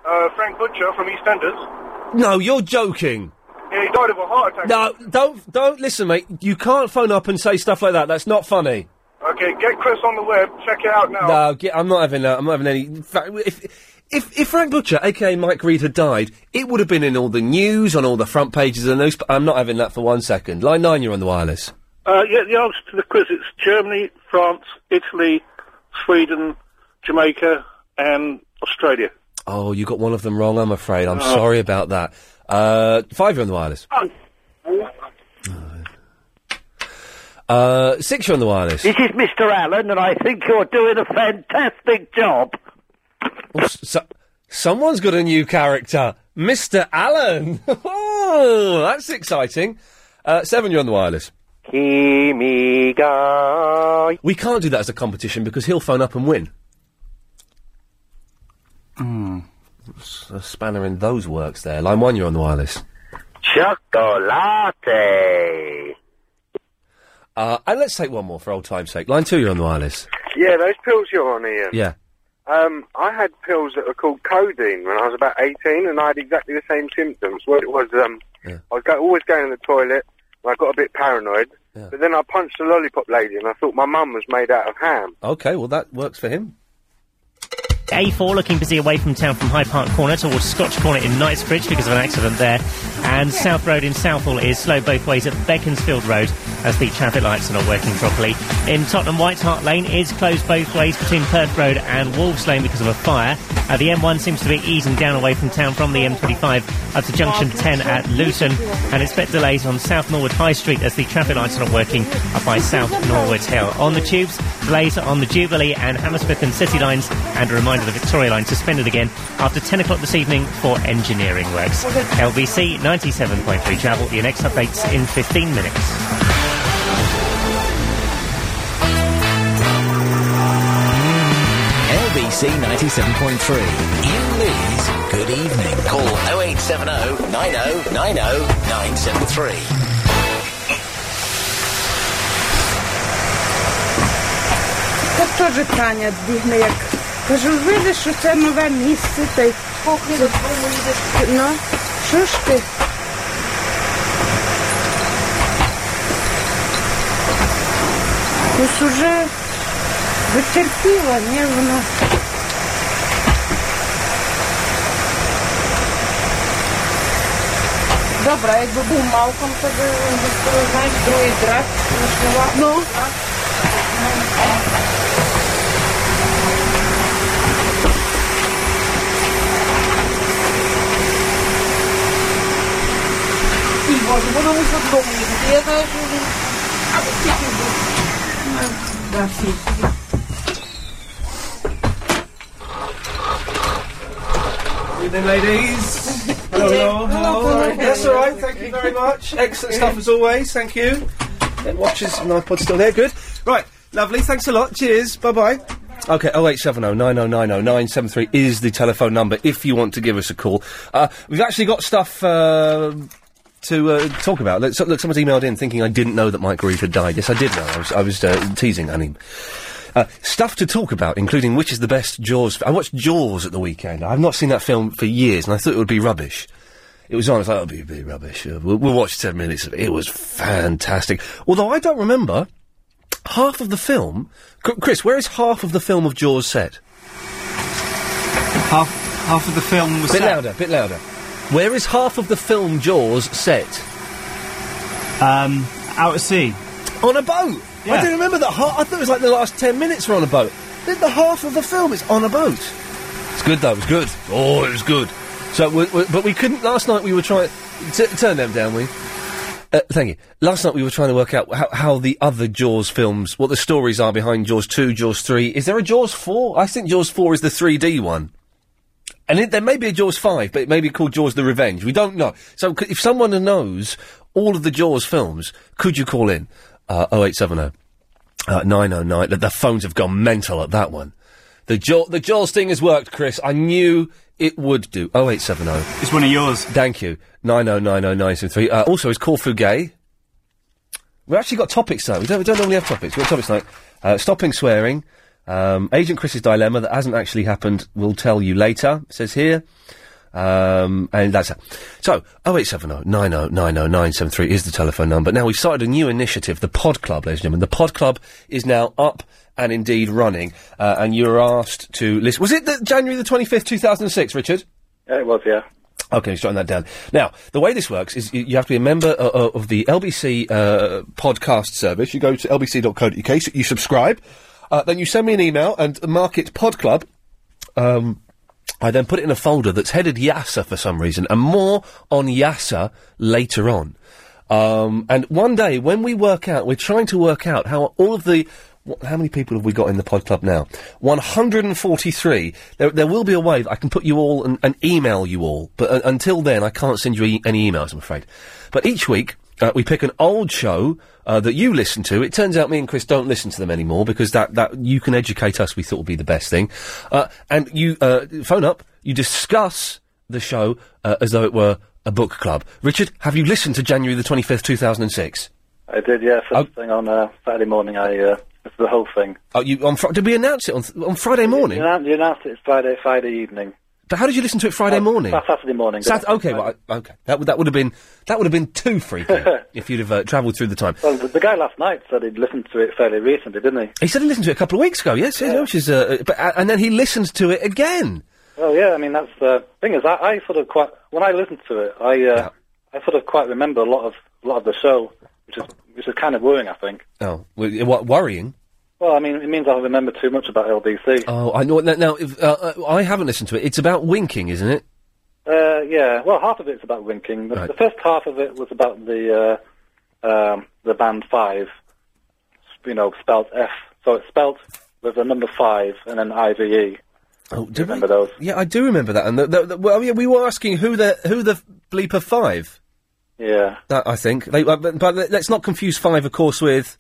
[SPEAKER 20] Uh, Frank Butcher from EastEnders.
[SPEAKER 3] No, you're joking.
[SPEAKER 20] Yeah, he died of a heart attack.
[SPEAKER 3] No, don't don't listen, mate. You can't phone up and say stuff like that. That's not funny.
[SPEAKER 20] Okay, get Chris on the web. Check it out now.
[SPEAKER 3] No, get, I'm not having. Uh, I'm not having any. in fact, If, if if Frank Butcher, aka Mike Reed, had died, it would have been in all the news, on all the front pages of the news. I'm not having that for one second. Line nine, you're on the wireless.
[SPEAKER 14] Uh, yeah, the answer to the quiz it's Germany, France, Italy, Sweden, Jamaica, and Australia.
[SPEAKER 3] Oh, you got one of them wrong. I'm afraid. I'm
[SPEAKER 14] Oh.
[SPEAKER 3] sorry about that. Uh, five, you're on the wireless. Uh, six, you're on the wireless.
[SPEAKER 30] This is Mr. Allen, and I think you're doing a fantastic job.
[SPEAKER 3] Oh, s- so- someone's got a new character, Mr. Allen. oh, that's exciting. Uh, seven, you're on the wireless. Kimi guy. We can't do that as a competition because he'll phone up and win. Hmm. A spanner in those works there. Line one, you're on the wireless.
[SPEAKER 30] Chocolate.
[SPEAKER 3] Uh, and let's take one more for old time's sake. Line two, you're on the wireless.
[SPEAKER 12] Yeah, those pills you're on, Ian.
[SPEAKER 3] Yeah.
[SPEAKER 12] Um, I had pills that were called codeine when I was about 18, and I had exactly the same symptoms. What it was, um, I was go- always going to the toilet, and I got a bit paranoid. But then I punched a lollipop lady, and I thought my mum was made out of ham.
[SPEAKER 3] Okay, well, that works for him.
[SPEAKER 2] A4 looking busy away from town from High Park Corner towards Scotch Corner in Knightsbridge because of an accident there. And South Road in Southall is slow both ways at Beaconsfield Road as the traffic lights are not working properly. In Tottenham, White Hart Lane is closed both ways between Perth Road and Wolves Lane because of a fire. Uh, the M1 seems to be easing down away from town from the M25 up to junction 10 at Luton. And expect delays on South Norwood High Street as the traffic lights are not working up by South Norwood Hill. On the tubes, delays on the Jubilee and Hammersmith and City lines, and a reminder the Victoria line suspended again after 10 o'clock this evening for engineering works. LBC 97.3 travel. Your next updates in 15 minutes.
[SPEAKER 31] LBC 97.3. Ian Lee's
[SPEAKER 32] oh
[SPEAKER 31] Good Evening. Call 0870 90 90 973.
[SPEAKER 33] To to żykania dziwne, jak кажу, видиш, що це нове місце, та й це- ну, що ж ти? Ось уже витерпіла, ні, воно. Добре, а якби був малком, то би би сказав, знаєш, другий драк, ну. І боже, воно ми додому їхати. Я знаю, що він. А ви скільки був? Да, всі.
[SPEAKER 3] Evening, ladies. Hello,
[SPEAKER 34] Hello,
[SPEAKER 3] hello.
[SPEAKER 34] hello.
[SPEAKER 3] Alright, That's all right. Thank you very much. Excellent stuff as always. Thank you. Yeah, watches and iPod's still there. Good. Right. Lovely. Thanks a lot. Cheers. Bye bye. Okay, 0870 9090 973 is the telephone number if you want to give us a call. Uh, we've actually got stuff uh, to uh, talk about. Look, so, look, someone's emailed in thinking I didn't know that Mike Reed had died. Yes, I did know. I was, I was uh, teasing Anim. Uh, stuff to talk about, including which is the best Jaws. fi- I watched Jaws at the weekend. I've not seen that film for years, and I thought it would be rubbish. It was on. I thought it'll be a bit rubbish. Uh, We'll, we'll watch ten minutes of it. It was fantastic. Although I don't remember half of the film. C- Chris, where is half of the film of Jaws set? Half, half of the film was bit
[SPEAKER 35] set-
[SPEAKER 3] louder. Bit louder. Where is half of the film Jaws set?
[SPEAKER 35] Um, out at sea.
[SPEAKER 3] On a boat. I
[SPEAKER 35] Yeah.
[SPEAKER 3] don't remember that. Half, I thought it was like the last ten minutes were on a boat. The, the half of the film is on a boat. It's good though. It was good. Oh, it was good. So, we we but we couldn't. Last night we were trying. T- turn them down, we. Uh, thank you. Last night we were trying to work out how, how the other Jaws films, what the stories are behind Jaws 2, Jaws 3. Is there a Jaws 4? I think Jaws 4 is the 3D one. And it, there may be a Jaws 5, but it may be called Jaws the Revenge. We don't know. So c- if someone knows all of the Jaws films, could you call in? Uh, 0870 uh, 909. The, the phones have gone mental at that one. The, Jaw- the Jaws thing has worked, Chris. I knew it would do. 0870.
[SPEAKER 35] It's one of yours.
[SPEAKER 3] Thank you. 9090973. Uh, also, is Corfu gay? We've actually got topics tonight. We don't, we don't normally have topics. We've got topics tonight. Uh, stopping swearing. Um, Agent Chris's dilemma that hasn't actually happened. We'll tell you later. It says here. Um, and that's that. So, 0870 90 90 973 is the telephone number. Now, we've started a new initiative, the Pod Club, ladies and gentlemen. The Pod Club is now up and indeed running. Uh, and you're asked to listen. Was it the January the 25th, 2006, Richard?
[SPEAKER 36] It was, yeah.
[SPEAKER 3] Okay, just jotting that down. Now, the way this works is you, you have to be a member uh, uh, of the LBC uh, podcast service. You go to lbc.co.uk, so you subscribe, uh, then you send me an email and mark it Pod Club. Um, I then put it in a folder that's headed Yasser for some reason, and more on Yasser later on. Um, and one day, when we work out, we're trying to work out how all of the wh- how many people have we got in the pod club now? 143. There, there will be a way that I can put you all and, and email you all, but uh, until then, I can't send you e- any emails, I'm afraid. But each week, uh, we pick an old show uh, that you listen to. It turns out me and Chris don't listen to them anymore because that, that you can educate us. We thought would be the best thing. Uh, and you uh, phone up. You discuss the show uh, as though it were a book club. Richard, have you listened to January the twenty fifth, two thousand and six?
[SPEAKER 36] I did, yeah. First thing on uh, Saturday morning, I uh, listened to the whole thing.
[SPEAKER 3] Oh, you on fr- did we announce it on th- on Friday morning?
[SPEAKER 36] You announced, you announced it Friday, Friday evening.
[SPEAKER 3] But how did you listen to it Friday morning?
[SPEAKER 36] Sat- Saturday morning.
[SPEAKER 3] Sat- okay, well, I- okay. That would that would have been that would have been too freaky if you'd have uh, travelled through the time.
[SPEAKER 36] Well, the, the guy last night said he'd listened to it fairly recently, didn't he?
[SPEAKER 3] He said he listened to it a couple of weeks ago. Yes, yes, which is uh, but uh, and then he listened to it again.
[SPEAKER 36] Well, yeah. I mean, that's the thing is, I, I sort of quite when I listened to it, I uh, I sort of quite remember a lot of a lot of the show, which is which is kind of worrying, I think.
[SPEAKER 3] Oh, w- what worrying?
[SPEAKER 36] Well, I mean, it means I don't remember too much about LBC.
[SPEAKER 3] Oh, I know. Now, if, uh, uh, I haven't listened to it. It's about winking, isn't it?
[SPEAKER 36] Uh, yeah, well, half of it's about winking. The, the first half of it was about the uh, um, the band five, you know, spelt F. So it's spelt with the number five and then I V E.
[SPEAKER 3] Oh, do remember those? Yeah, I do remember that. And the, the, the, well, yeah, we were asking who the who the bleeper five.
[SPEAKER 36] Yeah.
[SPEAKER 3] That I think. They, uh, but, but let's not confuse five, of course, with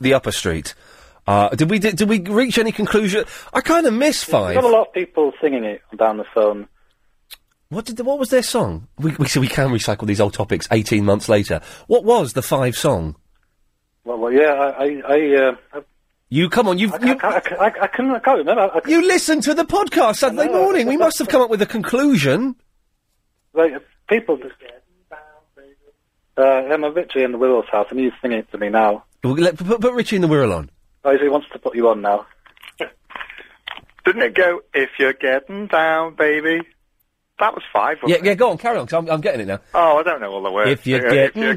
[SPEAKER 3] the upper street. Uh, did we did, did we reach any conclusion? I kind of miss
[SPEAKER 36] There's
[SPEAKER 3] five.
[SPEAKER 36] not a lot of people singing it down the phone.
[SPEAKER 3] What did the, what was their song? We, we so we can recycle these old topics. Eighteen months later, what was the five song?
[SPEAKER 36] Well, well yeah, I, I, I, uh,
[SPEAKER 3] You come on, you
[SPEAKER 36] I, I, I, I, I couldn't, I can't remember. I, I,
[SPEAKER 3] you listened to the podcast Saturday
[SPEAKER 36] know.
[SPEAKER 3] morning. We must have come up with a conclusion.
[SPEAKER 36] like, people. Uh, Emma Ritchie in the Willows house, and he's singing it to me now.
[SPEAKER 3] We'll let, put, put Richie in the Wirral on.
[SPEAKER 36] Oh, he wants to put you on now.
[SPEAKER 7] Didn't it go, if you're getting down, baby? That was five,
[SPEAKER 3] Yeah,
[SPEAKER 7] wasn't it?
[SPEAKER 3] yeah, go on, carry on, 'cause I'm, I'm getting it now.
[SPEAKER 7] Oh, I don't know all the words.
[SPEAKER 3] If you're
[SPEAKER 7] Yeah,
[SPEAKER 3] getting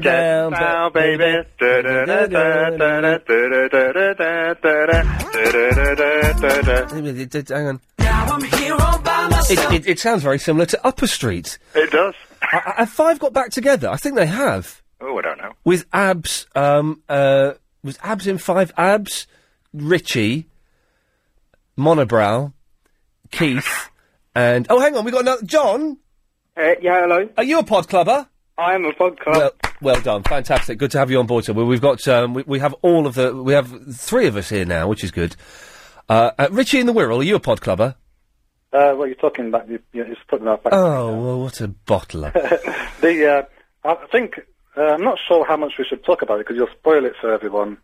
[SPEAKER 7] getting
[SPEAKER 3] down,
[SPEAKER 7] down,
[SPEAKER 3] ba-
[SPEAKER 7] baby. Da-da-da-da-da, da-da-da-da-da, da-da-da-da-da.
[SPEAKER 3] Hang on.
[SPEAKER 34] Now I'm here all by myself.
[SPEAKER 3] It, it, it sounds very similar to Upper Street.
[SPEAKER 7] It does.
[SPEAKER 3] I, I, have Five got back together? I think they have.
[SPEAKER 7] Oh, I don't know.
[SPEAKER 3] With Abs, um, uh, was Abs in Five? Abs, Richie, Monobrow, Keith, and oh, hang on, we got another John.
[SPEAKER 37] Uh, yeah, hello.
[SPEAKER 3] Are you a pod clubber?
[SPEAKER 37] I am a pod club.
[SPEAKER 3] Well, well done, fantastic. Good to have you on board. sir. Well, we've got um, we, we have all of the we have three of us here now, which is good. Uh, uh, Richie in the Wirral, are you a pod clubber?
[SPEAKER 36] Uh, what are you talking about? You, you're just putting that back.
[SPEAKER 3] Oh well, what a bottler.
[SPEAKER 36] the, uh, I think, uh, I'm not sure how much we should talk about it because you'll spoil it for everyone.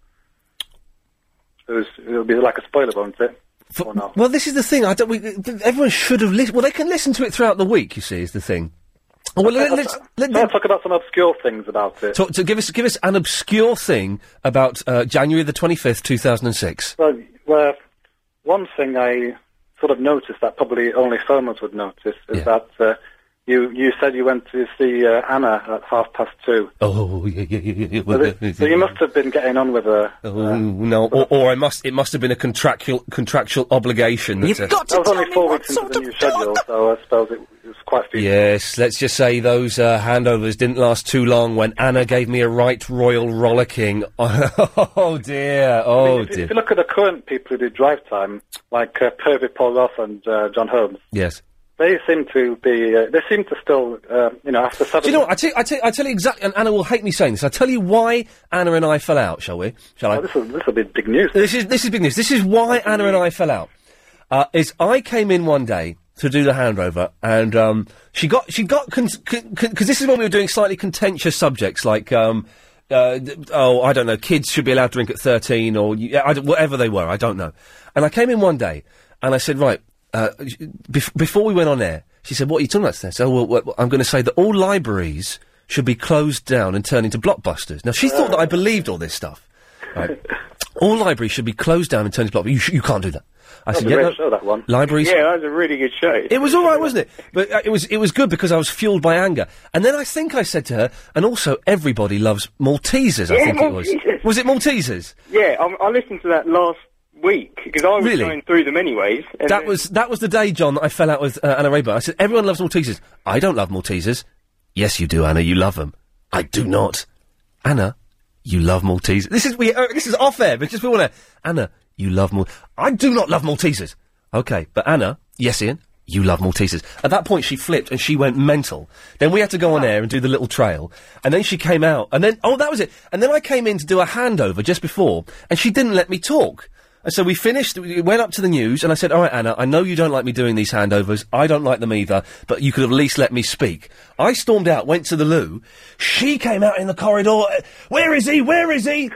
[SPEAKER 36] It was, it'll be like a spoiler, won't it?
[SPEAKER 3] For- Well, this is the thing. I don't. We, th- everyone should have listened. Well, they can listen to it throughout the week. You see, is the thing. Oh, Well, let, us let,
[SPEAKER 36] Let's talk about some obscure things about it.
[SPEAKER 3] talk, to give us give us an obscure thing about uh, January the twenty fifth, two thousand and six.
[SPEAKER 36] Well, well, one thing I sort of noticed that probably only phoners would notice is that uh, you you said you went to see uh, Anna at half past two.
[SPEAKER 3] Oh yeah, yeah, yeah, yeah.
[SPEAKER 36] So,
[SPEAKER 3] Well,
[SPEAKER 36] thi- so you must have been getting on with her.
[SPEAKER 3] Oh no! Or, or I must. It must have been a contractual contractual obligation. that, uh,
[SPEAKER 36] That was only four weeks into the new schedule, so I suppose it, it was quite
[SPEAKER 3] Oh,
[SPEAKER 36] a few.
[SPEAKER 3] Yes, let's just say those uh, handovers didn't last too long when Anna gave me a right royal rollicking. oh dear, oh
[SPEAKER 36] if, you-
[SPEAKER 3] dear.
[SPEAKER 36] if you look at the current people who do drive time, like uh, Pervy Paul Ross and uh, John Holmes,
[SPEAKER 3] Yes.
[SPEAKER 36] they seem to be. Uh, they seem to still, uh, you know, after seven.
[SPEAKER 3] Do you know what? I tell, I, tell, I tell you exactly, and Anna will hate me saying this. I tell you why Anna and I fell out, shall we? Shall I?
[SPEAKER 36] Oh, This will, this will be big news.
[SPEAKER 3] This is, this is big news. This is why Anna and I fell out. Uh, is I came in one day to do the handover, and um, she got, she got, because con- con- 'cause this is when we were doing slightly contentious subjects like, um, uh, d- oh, I don't know, kids should be allowed to drink at 13 or you, I d whatever they were, I don't know. And I came in one day, and I said, right, uh, sh- bef- before we went on air, she said, "What are you talking about?" Stan?" I said, oh, well, well, I'm going to say that all libraries should be closed down and turned into blockbusters. Now she thought that I believed all this stuff. Right. all libraries should be closed down and turned into blockbusters. You, sh- you can't do that. I
[SPEAKER 36] That was
[SPEAKER 3] said,
[SPEAKER 36] a
[SPEAKER 3] "Yeah,
[SPEAKER 36] great
[SPEAKER 3] no,
[SPEAKER 36] show, that one.
[SPEAKER 3] libraries."
[SPEAKER 38] Yeah, that was a really good show.
[SPEAKER 3] It was all right, wasn't it? But uh, it was it was good because I was fueled by anger. And then I think I said to her, and also everybody loves Maltesers. I
[SPEAKER 38] Yeah,
[SPEAKER 3] think it was.
[SPEAKER 38] Maltesers.
[SPEAKER 3] Was it Maltesers?
[SPEAKER 38] Yeah, I, I listened to that last week because I was
[SPEAKER 3] Really?
[SPEAKER 38] going through them anyways. and
[SPEAKER 3] that
[SPEAKER 38] then-
[SPEAKER 3] was that was the day, John, that I fell out with uh, Anna Rayburn. I said, "Everyone loves Maltesers. I don't love Maltesers. Yes, you do, Anna. You love them. I do not, Anna. You love Maltesers. This is we. Uh, this is off air because we want to. Anna, you love Mal. I do not love Maltesers. Okay, but Anna, yes, Ian, you love Maltesers. At that point, she flipped and she went mental. Then we had to go on air and do the little trail, and then she came out, and then oh, that was it. And then I came in to do a handover just before, and she didn't let me talk. And so we finished, we went up to the news, and I said, All right, Anna, I know you don't like me doing these handovers. I don't like them either, but you could at least let me speak. I stormed out, went to the loo. She came out in the corridor. "Uh, Where is he? Where is he?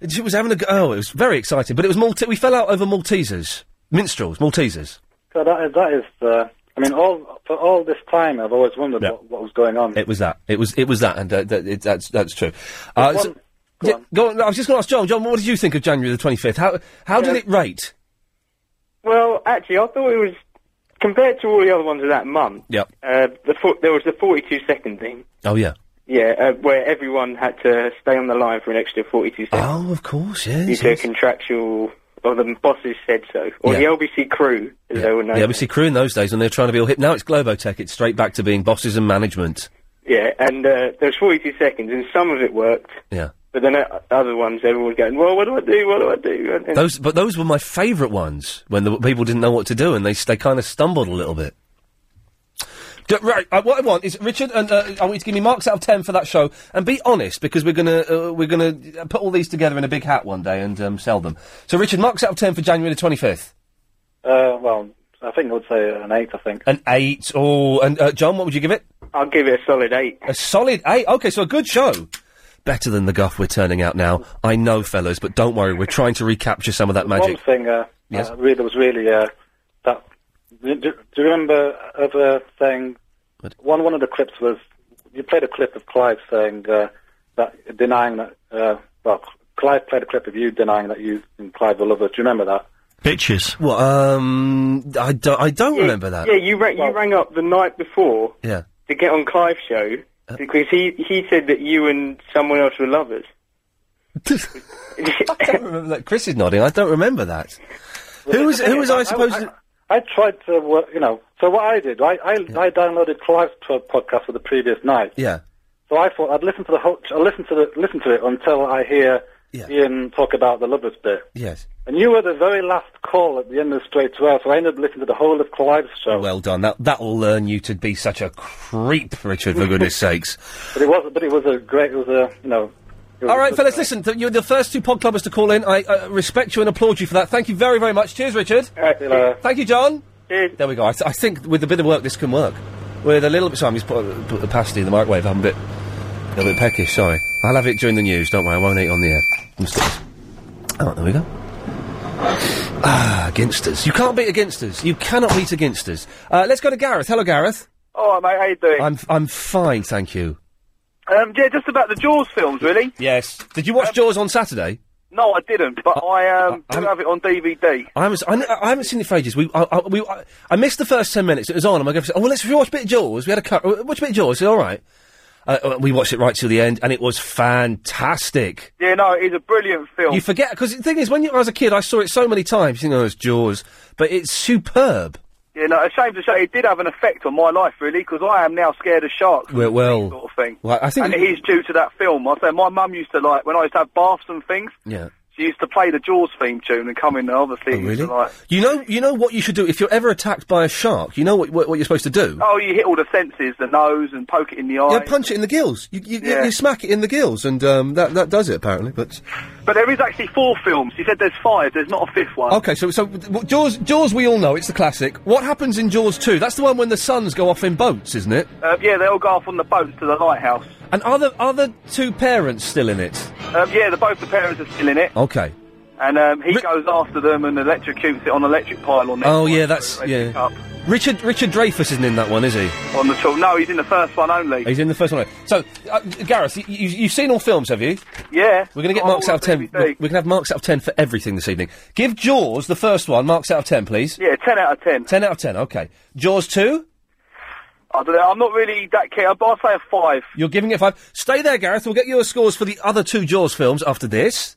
[SPEAKER 3] and she was having a go. Oh, it was very exciting. But it was Malte- we fell out over Maltesers. Minstrels, Maltesers.
[SPEAKER 36] So that is. That is uh, I mean, all for all this time, I've always wondered what, what was going on.
[SPEAKER 3] It was that. It was it was that, and uh, that, it, that's that's true. Uh,
[SPEAKER 36] One-
[SPEAKER 3] so- yeah, go on. I was just going to ask John. John, what did you think of January the twenty fifth? How how did
[SPEAKER 38] Yeah.
[SPEAKER 3] it rate?
[SPEAKER 38] Well, actually, I thought it was compared to all the other ones of that month.
[SPEAKER 3] Yep.
[SPEAKER 38] Uh, the fo- there was the 42 second thing.
[SPEAKER 3] Oh yeah.
[SPEAKER 38] Yeah, uh, where everyone had to stay on the line for an extra 42 seconds
[SPEAKER 3] Oh, of course, yes.
[SPEAKER 38] due to a contractual, or the bosses said so, or
[SPEAKER 3] Yeah.
[SPEAKER 38] the LBC crew, as they were known.
[SPEAKER 3] The ABC crew in those days when they were trying to be all hip. Now it's Globotech. It's straight back to being bosses and management.
[SPEAKER 38] Yeah, and uh, there was 42 seconds, and some of it worked.
[SPEAKER 3] Yeah.
[SPEAKER 38] But then uh, other ones, everyone was going, well, what do I do? What do I do? And then-
[SPEAKER 3] Those, but those were my favourite ones when the people didn't know what to do and they they kind of stumbled a little bit. D- right, uh, what I want is Richard and uh, I want you to give me marks out of ten for that show and be honest because we're gonna uh, we're gonna uh, put all these together in a big hat one day and um, sell them. So Richard, marks out of ten for January the twenty fifth.
[SPEAKER 36] Uh, well, I think I would say an eight. I think.
[SPEAKER 3] An eight. Oh, and uh, John, what would you give it?
[SPEAKER 38] I'll give it a solid eight.
[SPEAKER 3] A solid eight. Okay, so a good show. Better than the guff we're turning out now. I know, fellas, but don't worry. We're trying to recapture some of that magic.
[SPEAKER 36] One thing uh,
[SPEAKER 3] Yes.
[SPEAKER 36] uh, really was really uh, that. Do, do do you remember of a thing? One one of the clips was you played a clip of Clive saying uh, that denying that. Uh, well, Clive played a clip of you denying that you and Clive were lovers. Do you remember that?
[SPEAKER 3] Bitches. Well, um, I don't. I don't remember that.
[SPEAKER 38] Yeah, you, ra- you rang up the night before
[SPEAKER 3] Yeah.
[SPEAKER 38] to get on Clive's show
[SPEAKER 3] Uh.
[SPEAKER 38] because he, he said that you and someone else were lovers.
[SPEAKER 3] I don't remember that. Chris is nodding. I don't remember that. Who was who was I supposed to?
[SPEAKER 36] I, I tried to, work, you know. So what I did, I I, I downloaded Clive's pro- podcast for the previous night.
[SPEAKER 3] Yeah.
[SPEAKER 36] So I thought I'd listen to the whole, I listen to the listen to it until I hear Ian talk about the lovers bit.
[SPEAKER 3] Yes.
[SPEAKER 36] And you were the very last call at the end of straight to air, so I ended up listening to the whole of Clive's show.
[SPEAKER 3] Well done. That that will learn you to be such a creep, Richard. For goodness sakes.
[SPEAKER 36] But it was, but it was a great, it was a, you know. it was
[SPEAKER 3] All
[SPEAKER 36] a
[SPEAKER 3] right,
[SPEAKER 36] good-
[SPEAKER 3] fellas. Listen, th- you're the first two pod clubbers to call in. I uh, respect you and applaud you for that. Thank you very very much. Cheers, Richard.
[SPEAKER 36] See you later.
[SPEAKER 3] Thank you, John. There we go. I, th- I think with a bit of work, this can work. With a little bit, sorry, I'm just put, put the pasty in the microwave. I'm a bit, a little bit peckish. Sorry, I'll have it during the news. Don't worry, I won't eat on the air. I'm still- All right, there we go. Ah, against us. You can't beat against us. You cannot beat against us. Uh, let's go to Gareth. Hello, Gareth.
[SPEAKER 13] Oh, mate, how you doing?
[SPEAKER 3] I'm I'm fine, thank you.
[SPEAKER 13] Um, yeah, just about the Jaws films, really.
[SPEAKER 3] Yes. Did
[SPEAKER 13] Um,
[SPEAKER 3] you watch Jaws on Saturday?
[SPEAKER 13] No, I didn't, but I um, do have it on DVD.
[SPEAKER 3] I haven't, I, kn- I haven't seen it for ages. We, I, I, we, I, I missed the first ten minutes. It was on, and my girlfriend said, "Oh, well, let's watch a bit of Jaws." We had a cut. uh, Watch a bit of Jaws. It's all right. Uh, Uh, we watched it right till the end, and it was fantastic.
[SPEAKER 13] Yeah, no, it's a brilliant film.
[SPEAKER 3] You forget because the thing is, when you, I was a kid, I saw it so many times. You know, it's Jaws, but it's superb.
[SPEAKER 13] Yeah, no, it's a shame to say it did have an effect on my life, really, because I am now scared of sharks.
[SPEAKER 3] Well, well,
[SPEAKER 13] sort of thing.
[SPEAKER 3] well, I think.
[SPEAKER 13] and it is due to that film. I say my mum used to like when I used to have baths and things.
[SPEAKER 3] Yeah.
[SPEAKER 13] She used to play the Jaws theme tune and come in. and Obviously,
[SPEAKER 3] Oh,
[SPEAKER 13] it used to
[SPEAKER 3] really?
[SPEAKER 13] like
[SPEAKER 3] You know, you know what you should do if you're ever attacked by a shark. You know what what, what you're supposed to do.
[SPEAKER 13] oh, you hit all the senses, the nose, and poke it in the eye.
[SPEAKER 3] Yeah, punch it in the gills. You you, you-
[SPEAKER 13] Yeah.
[SPEAKER 3] you smack it in the gills, and um, that that does it apparently. But
[SPEAKER 13] But there is actually four films. He said there's five. There's not a fifth one.
[SPEAKER 3] okay, so so w- Jaws Jaws we all know it's the classic. What happens in Jaws two? That's the one when the suns go off in boats, isn't it?
[SPEAKER 13] Uh, yeah, they all go off on the boats to the lighthouse.
[SPEAKER 3] And are the are the two parents still in it?
[SPEAKER 13] Um, yeah, the both the parents are still in it,
[SPEAKER 3] Okay.
[SPEAKER 13] and um, he goes after them and electrocutes it on electric pylon. next
[SPEAKER 3] Oh
[SPEAKER 13] one,
[SPEAKER 3] yeah,
[SPEAKER 13] so
[SPEAKER 3] that's
[SPEAKER 13] they pick
[SPEAKER 3] yeah.
[SPEAKER 13] up
[SPEAKER 3] Richard Richard Dreyfuss isn't in that one, is he?
[SPEAKER 13] on the tool. No, he's in the first one only.
[SPEAKER 3] He's in the first one. So, uh, Gareth, you, you, you've seen all films, have you?
[SPEAKER 13] Yeah.
[SPEAKER 3] We're going to get
[SPEAKER 13] Oh,
[SPEAKER 3] marks out of ten.
[SPEAKER 13] DVD.
[SPEAKER 3] We're going to have marks out of ten for everything this evening. Give Jaws the first one marks out of ten, please.
[SPEAKER 13] Yeah, ten out of ten.
[SPEAKER 3] Ten out of ten. Okay. Jaws two.
[SPEAKER 13] I don't know. I'm not really that keen. I'll I'll say a five.
[SPEAKER 3] You're giving it five. Stay there, Gareth. We'll get your scores for the other two Jaws films after this.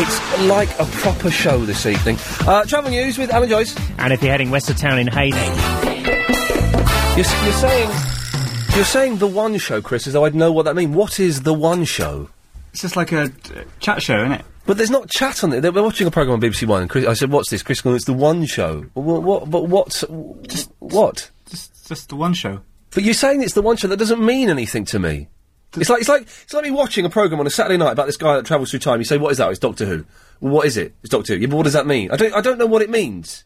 [SPEAKER 3] It's like a proper show this evening. Uh, travel news with Alan Joyce.
[SPEAKER 2] And if you're heading west of town in Hayden,
[SPEAKER 3] You're, s- you're saying you're saying the one show, Chris, as though I'd know what that means. What is the one show?
[SPEAKER 35] It's just like a uh, chat show, isn't it?
[SPEAKER 3] But there's not chat on it. They were watching a program on BBC One. And Chris, I said, "What's this?" Chris, goes, "It's the One Show." What? what but what? Just what? Just, just the One Show. But you're saying it's the One Show. That doesn't mean anything to me. It's like it's like it's like me watching a program on a Saturday night about this guy that travels through time. You say, "What is that?" It's Doctor Who. Well, what is it? It's Doctor Who. Yeah, but what does that mean? I don't I don't know what it means.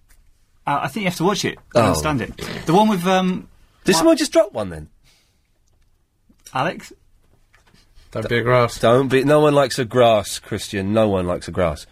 [SPEAKER 35] Uh, I think you have to watch it. to
[SPEAKER 3] Oh.
[SPEAKER 35] understand it. The one with um.
[SPEAKER 3] Did someone just drop one then?
[SPEAKER 35] Alex.
[SPEAKER 3] Don't be a grass. Don't be. No one likes a grass, Christian. No one likes a grass.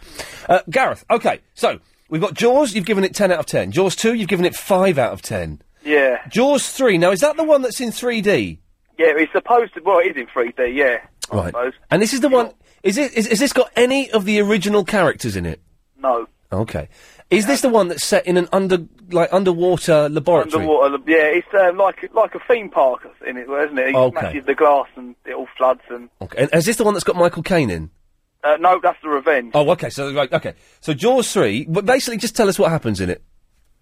[SPEAKER 3] Uh, Gareth. Okay, so we've got Jaws. You've given it ten out of ten. Jaws two. You've given it five out of ten.
[SPEAKER 13] Yeah,
[SPEAKER 3] Jaws 3. Now, is that the one that's in 3D?
[SPEAKER 13] yeah. It's supposed to. Well, it is in 3D. Yeah. I
[SPEAKER 3] Right.
[SPEAKER 13] suppose.
[SPEAKER 3] And this is the one. Is it? Is, is this got any of the original characters in it?
[SPEAKER 13] No.
[SPEAKER 3] Okay. Is this the one that's set in an under, like underwater laboratory?
[SPEAKER 13] Underwater. Yeah, it's uh, like like a theme park in it, isn't it? He
[SPEAKER 3] Okay.
[SPEAKER 13] smashes the glass and it all floods and.
[SPEAKER 3] Okay. And is this the one that's got Michael Caine in?
[SPEAKER 13] Uh, no, that's the revenge.
[SPEAKER 3] Oh, okay. So right. Okay. So Jaws 3. But basically, just tell us what happens in it.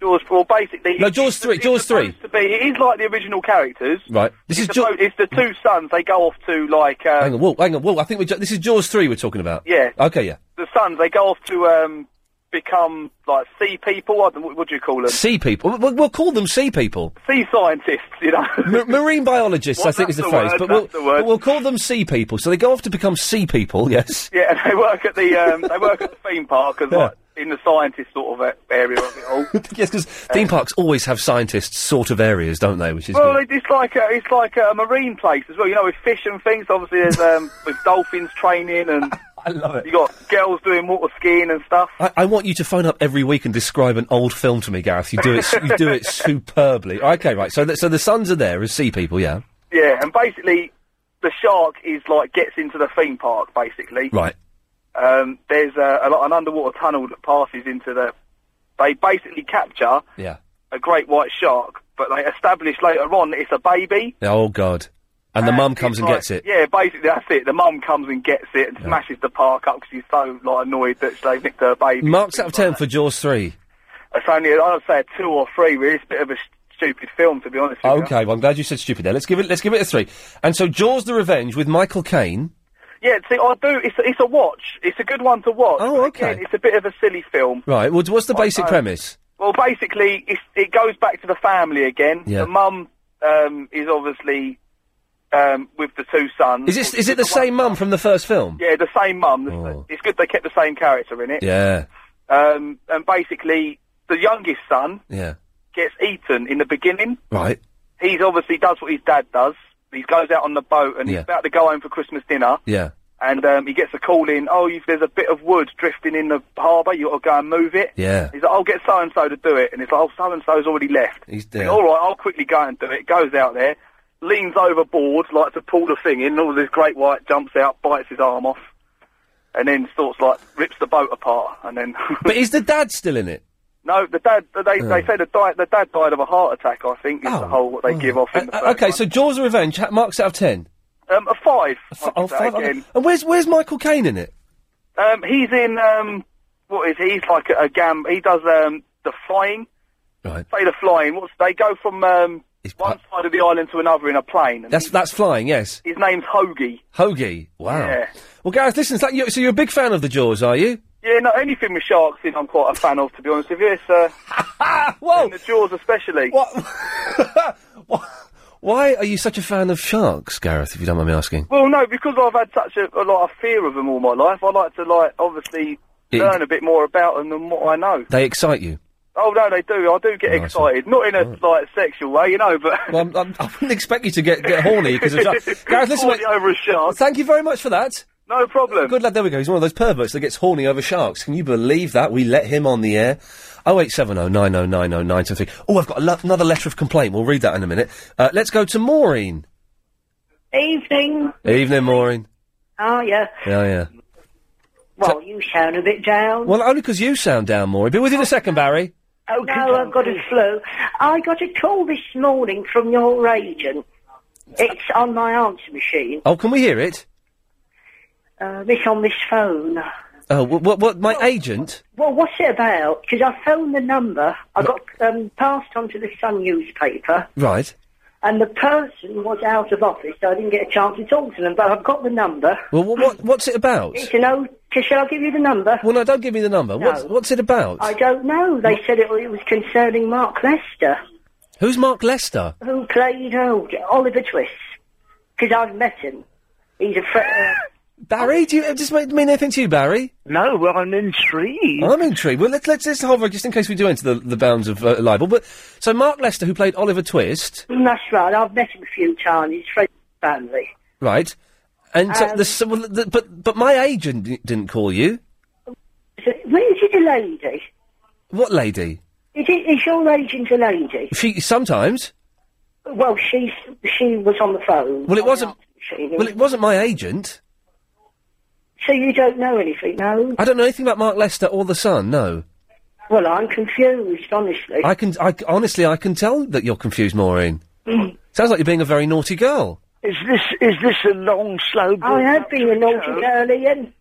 [SPEAKER 13] Jaws. Well, basically,
[SPEAKER 3] No, Jaws 3. Jaws 3.
[SPEAKER 13] to be. It is like the original characters.
[SPEAKER 3] Right. This is
[SPEAKER 13] It's, supposed- it's the two sons. They go off to like uh,
[SPEAKER 3] Hang on. Whoa. Hang on. Whoa. I think we're. Ju- this is Jaws 3 we're talking about.
[SPEAKER 13] Yeah.
[SPEAKER 3] Okay. Yeah.
[SPEAKER 13] the sons. They go off to um, become like sea people. I don't, what, what do you call them?
[SPEAKER 3] Sea people. We'll, we'll call them sea people.
[SPEAKER 13] sea scientists. You know.
[SPEAKER 3] Ma- marine biologists, I
[SPEAKER 13] Well,
[SPEAKER 3] think, is the,
[SPEAKER 13] that's the
[SPEAKER 3] phrase.
[SPEAKER 13] word,
[SPEAKER 3] but we'll,
[SPEAKER 13] that's the word.
[SPEAKER 3] but we'll call them sea people. So they go off to become sea people. Yes.
[SPEAKER 13] Yeah, and they work at the um, they work at the theme park as
[SPEAKER 3] Yeah.
[SPEAKER 13] like, in the scientist sort of a- area of it all.
[SPEAKER 3] yes, because theme parks always have scientists sort of areas, don't they? Which is
[SPEAKER 13] well,
[SPEAKER 3] good.
[SPEAKER 13] it- it's like a, it's like a marine place as well. You know, with fish and things. Obviously, there's um, with dolphins training and
[SPEAKER 3] I love it.
[SPEAKER 13] You got girls doing water skiing and stuff.
[SPEAKER 3] I, I want you to phone up every week and describe an old film to me, Gareth. You do it. you do it superbly. Okay, right. So, th- so the sons are there as sea people, yeah.
[SPEAKER 13] Yeah, and basically, the shark is like gets into the theme park. Basically,
[SPEAKER 3] Right.
[SPEAKER 13] um, there's a, a, like, an underwater tunnel that passes into the. They basically capture
[SPEAKER 3] Yeah.
[SPEAKER 13] a great white shark, but they establish later on that it's a baby.
[SPEAKER 3] Oh God. And the mum comes and
[SPEAKER 13] Like,
[SPEAKER 3] gets it.
[SPEAKER 13] Yeah, basically that's it. The mum comes and gets it and smashes the park up because she's so like annoyed that they nicked her baby.
[SPEAKER 3] Marks out of ten for Jaws three.
[SPEAKER 13] It's only I'd say a two or three. Really, it's a bit of a s- stupid film to be honest. With
[SPEAKER 3] Okay, well, I'm glad you said stupid there. Let's give it. Let's give it a three. And so Jaws the Revenge with Michael Caine.
[SPEAKER 13] you. Yeah, see, I do. It's a, it's a watch. It's a good one to watch. Oh, okay. it's a bit of a silly film.
[SPEAKER 3] Right. Well, what's the
[SPEAKER 13] I
[SPEAKER 3] basic
[SPEAKER 13] know.
[SPEAKER 3] premise?
[SPEAKER 13] Well, basically, it's, it goes back to the family again.
[SPEAKER 3] Yeah.
[SPEAKER 13] The mum um, is obviously um, with the two sons.
[SPEAKER 3] Is it is it the same mum from the first film?
[SPEAKER 13] Yeah, the same mum. The- It's good they kept the same character in it.
[SPEAKER 3] Yeah.
[SPEAKER 13] Um, and basically, the youngest son
[SPEAKER 3] Yeah.
[SPEAKER 13] gets eaten in the beginning.
[SPEAKER 3] Right.
[SPEAKER 13] He's obviously does what his dad does. He goes out on the boat and
[SPEAKER 3] Yeah.
[SPEAKER 13] he's about to go home for Christmas dinner.
[SPEAKER 3] Yeah.
[SPEAKER 13] And um, he gets a call in. Oh, you, there's a bit of wood drifting in the harbour. You got to go and move it.
[SPEAKER 3] Yeah.
[SPEAKER 13] He's like, I'll get so and so to do it. And it's like, oh, so and so's already left.
[SPEAKER 3] He's
[SPEAKER 13] He's
[SPEAKER 3] there.
[SPEAKER 13] All right, I'll quickly go and do it. Goes out there, leans overboard like to pull the thing in. And all this great white jumps out, bites his arm off, and then sorts like rips the boat apart. And then
[SPEAKER 3] But is the dad still in it?
[SPEAKER 13] no, the dad. They they say the, di- the dad died of a heart attack. I think is the whole what they give off in the
[SPEAKER 3] Oh. Uh, okay, so Jaws the Revenge ha- marks out of ten.
[SPEAKER 13] um a five. I
[SPEAKER 3] Oh,
[SPEAKER 13] could say
[SPEAKER 3] five-
[SPEAKER 13] again.
[SPEAKER 3] And where's where's Michael Caine in it?
[SPEAKER 13] Um, he's in um, what is he? He's like a, a gam. He does um the flying.
[SPEAKER 3] Right.
[SPEAKER 13] Say the flying. What's they go from um, one side of the island to another in a plane? And
[SPEAKER 3] That's that's flying, yes.
[SPEAKER 13] his name's Hoagie.
[SPEAKER 3] Hoagie. Wow.
[SPEAKER 13] Yeah.
[SPEAKER 3] Well, Gareth, listen. it's like you- So you're a big fan of the Jaws, are you?
[SPEAKER 13] Yeah, no, anything with sharks in, I'm quite a fan of, to be honest with you. It's, uh,
[SPEAKER 3] Whoa!
[SPEAKER 13] And the jaws, especially.
[SPEAKER 3] Why are you such a fan of sharks, Gareth? If you don't mind me asking.
[SPEAKER 13] Well, no, because I've had such a, a lot of fear of them all my life. I like to, like, obviously
[SPEAKER 3] It-
[SPEAKER 13] learn a bit more about them than what I know.
[SPEAKER 3] They excite you.
[SPEAKER 13] Oh no, they do. I do get
[SPEAKER 3] Nice one.
[SPEAKER 13] excited, not in a like sexual way, you know, but
[SPEAKER 3] Well, I'm, I'm, I wouldn't expect you to get, get horny because of sharks. Gareth, listen.
[SPEAKER 13] Horny
[SPEAKER 3] mate, Thank you very much for that.
[SPEAKER 13] No problem.
[SPEAKER 3] Good lad. There we go. He's one of those perverts that gets horny over sharks. Can you believe that? We let him on the air. Oh, 0870 9090 973. Oh, I've got a lo- another letter of complaint. We'll read that in a minute. Uh, let's go to Maureen.
[SPEAKER 32] Evening.
[SPEAKER 3] Evening, Maureen.
[SPEAKER 32] Oh, yeah.
[SPEAKER 3] Yeah, yeah.
[SPEAKER 32] Well, you sound a bit down.
[SPEAKER 3] Well, only because you sound down, Maureen. Be with you in a second, Barry.
[SPEAKER 32] Oh, no, I've got a flu. I got a call this morning from your agent. It's on my answer machine.
[SPEAKER 3] Oh, can we hear it?
[SPEAKER 32] Uh, this on this phone.
[SPEAKER 3] Oh, what? What? what my agent?
[SPEAKER 32] Well, what's it about? Because I phoned the number. I got um, passed on to the Sun newspaper,
[SPEAKER 3] Right.
[SPEAKER 32] and the person was out of office, so I didn't get a chance to talk to them. But I've got the number.
[SPEAKER 3] Well, what, what? What's it about?
[SPEAKER 32] It's an old. Shall I give you the number?
[SPEAKER 3] Well, no, don't give me the number. What's,
[SPEAKER 32] No.
[SPEAKER 3] what's it about?
[SPEAKER 32] I don't know. They said it, it was concerning Mark Lester.
[SPEAKER 3] Who's Mark Lester?
[SPEAKER 32] who played oh, Oliver Twist. Because I've met him. He's a uh, friend.
[SPEAKER 3] Barry, do you it just mean mean anything to you, Barry? No, well, I'm intrigued. I'm intrigued. Well, let's let's just hover just in case we do enter the, the bounds of uh, libel. But so Mark Lester, who played Oliver Twist,
[SPEAKER 32] that's right. I've met him a few times. He's friends with family.
[SPEAKER 3] right? And so
[SPEAKER 32] Um,
[SPEAKER 3] the, so well, the, but but my agent di- didn't call you.
[SPEAKER 32] Is it- Well, is it a lady?
[SPEAKER 3] What lady?
[SPEAKER 32] Is, it, is your agent a lady?
[SPEAKER 3] She sometimes.
[SPEAKER 32] Well, she's, she was on the phone.
[SPEAKER 3] Well, it wasn't.
[SPEAKER 32] She-
[SPEAKER 3] Well, it wasn't my agent.
[SPEAKER 32] So you don't know anything, no?
[SPEAKER 3] I don't know anything about Mark Lester or the Sun. No,
[SPEAKER 32] Well, I'm confused, honestly.
[SPEAKER 3] I can. I honestly, I can tell that you're confused, Maureen.
[SPEAKER 32] Mm.
[SPEAKER 3] Sounds like you're being a very naughty girl.
[SPEAKER 32] Is this is this a long, slow? I have been a naughty girl, Ian.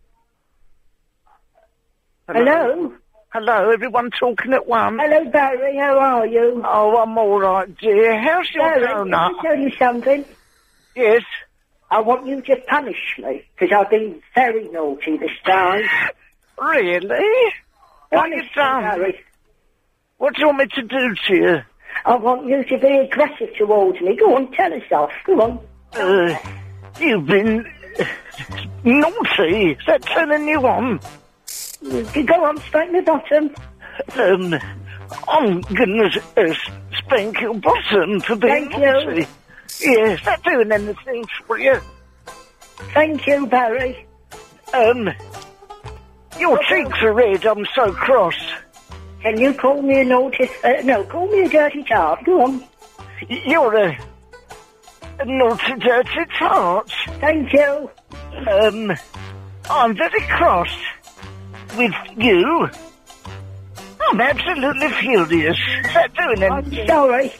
[SPEAKER 32] Hello.
[SPEAKER 5] Hello, everyone talking at once.
[SPEAKER 32] Hello, Barry. How are you?
[SPEAKER 5] Oh, I'm all right, dear. How's your
[SPEAKER 32] Barry,
[SPEAKER 5] donut?
[SPEAKER 32] Can I tell you something? Yes. I want you to punish me because I've been very naughty this time.
[SPEAKER 5] Really?
[SPEAKER 32] What have you done? Barry. What do you want me to do to you? I want you to be aggressive towards me. Go on, tell us off. Go on.
[SPEAKER 5] Uh, you've been naughty. Is that turning you on?
[SPEAKER 32] Go on, spank the bottom.
[SPEAKER 5] Um, I'm going to uh, spank your bottom for being
[SPEAKER 32] Thank you.
[SPEAKER 5] naughty. Yeah, is that doing anything for you?
[SPEAKER 32] Thank you, Barry.
[SPEAKER 5] Um, your cheeks are red. I'm so cross.
[SPEAKER 32] Can you call me a naughty? Uh, no, call me a dirty tart. Go on.
[SPEAKER 5] You're a, a naughty, dirty tart.
[SPEAKER 32] Thank you.
[SPEAKER 5] Um, I'm very cross with you. I'm absolutely furious. Is that doing anything?
[SPEAKER 32] I'm sorry.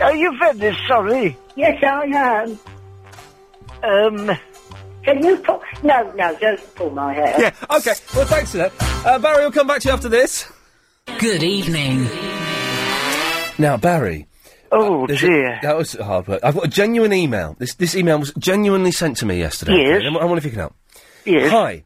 [SPEAKER 5] Are you very sorry?
[SPEAKER 32] Yes, I am.
[SPEAKER 5] Um,
[SPEAKER 32] can you pull? No, no, don't pull my hair.
[SPEAKER 3] Yeah, okay. Well, thanks for that. Uh, Barry, we'll come back to you after this. Good evening. Now, Barry.
[SPEAKER 5] Oh,
[SPEAKER 3] dear. that was hard work. I've got a genuine email. This, this email was genuinely sent to me yesterday.
[SPEAKER 5] Yes.
[SPEAKER 3] okay? And I wonder if you can help.
[SPEAKER 5] Yes.
[SPEAKER 3] Hi.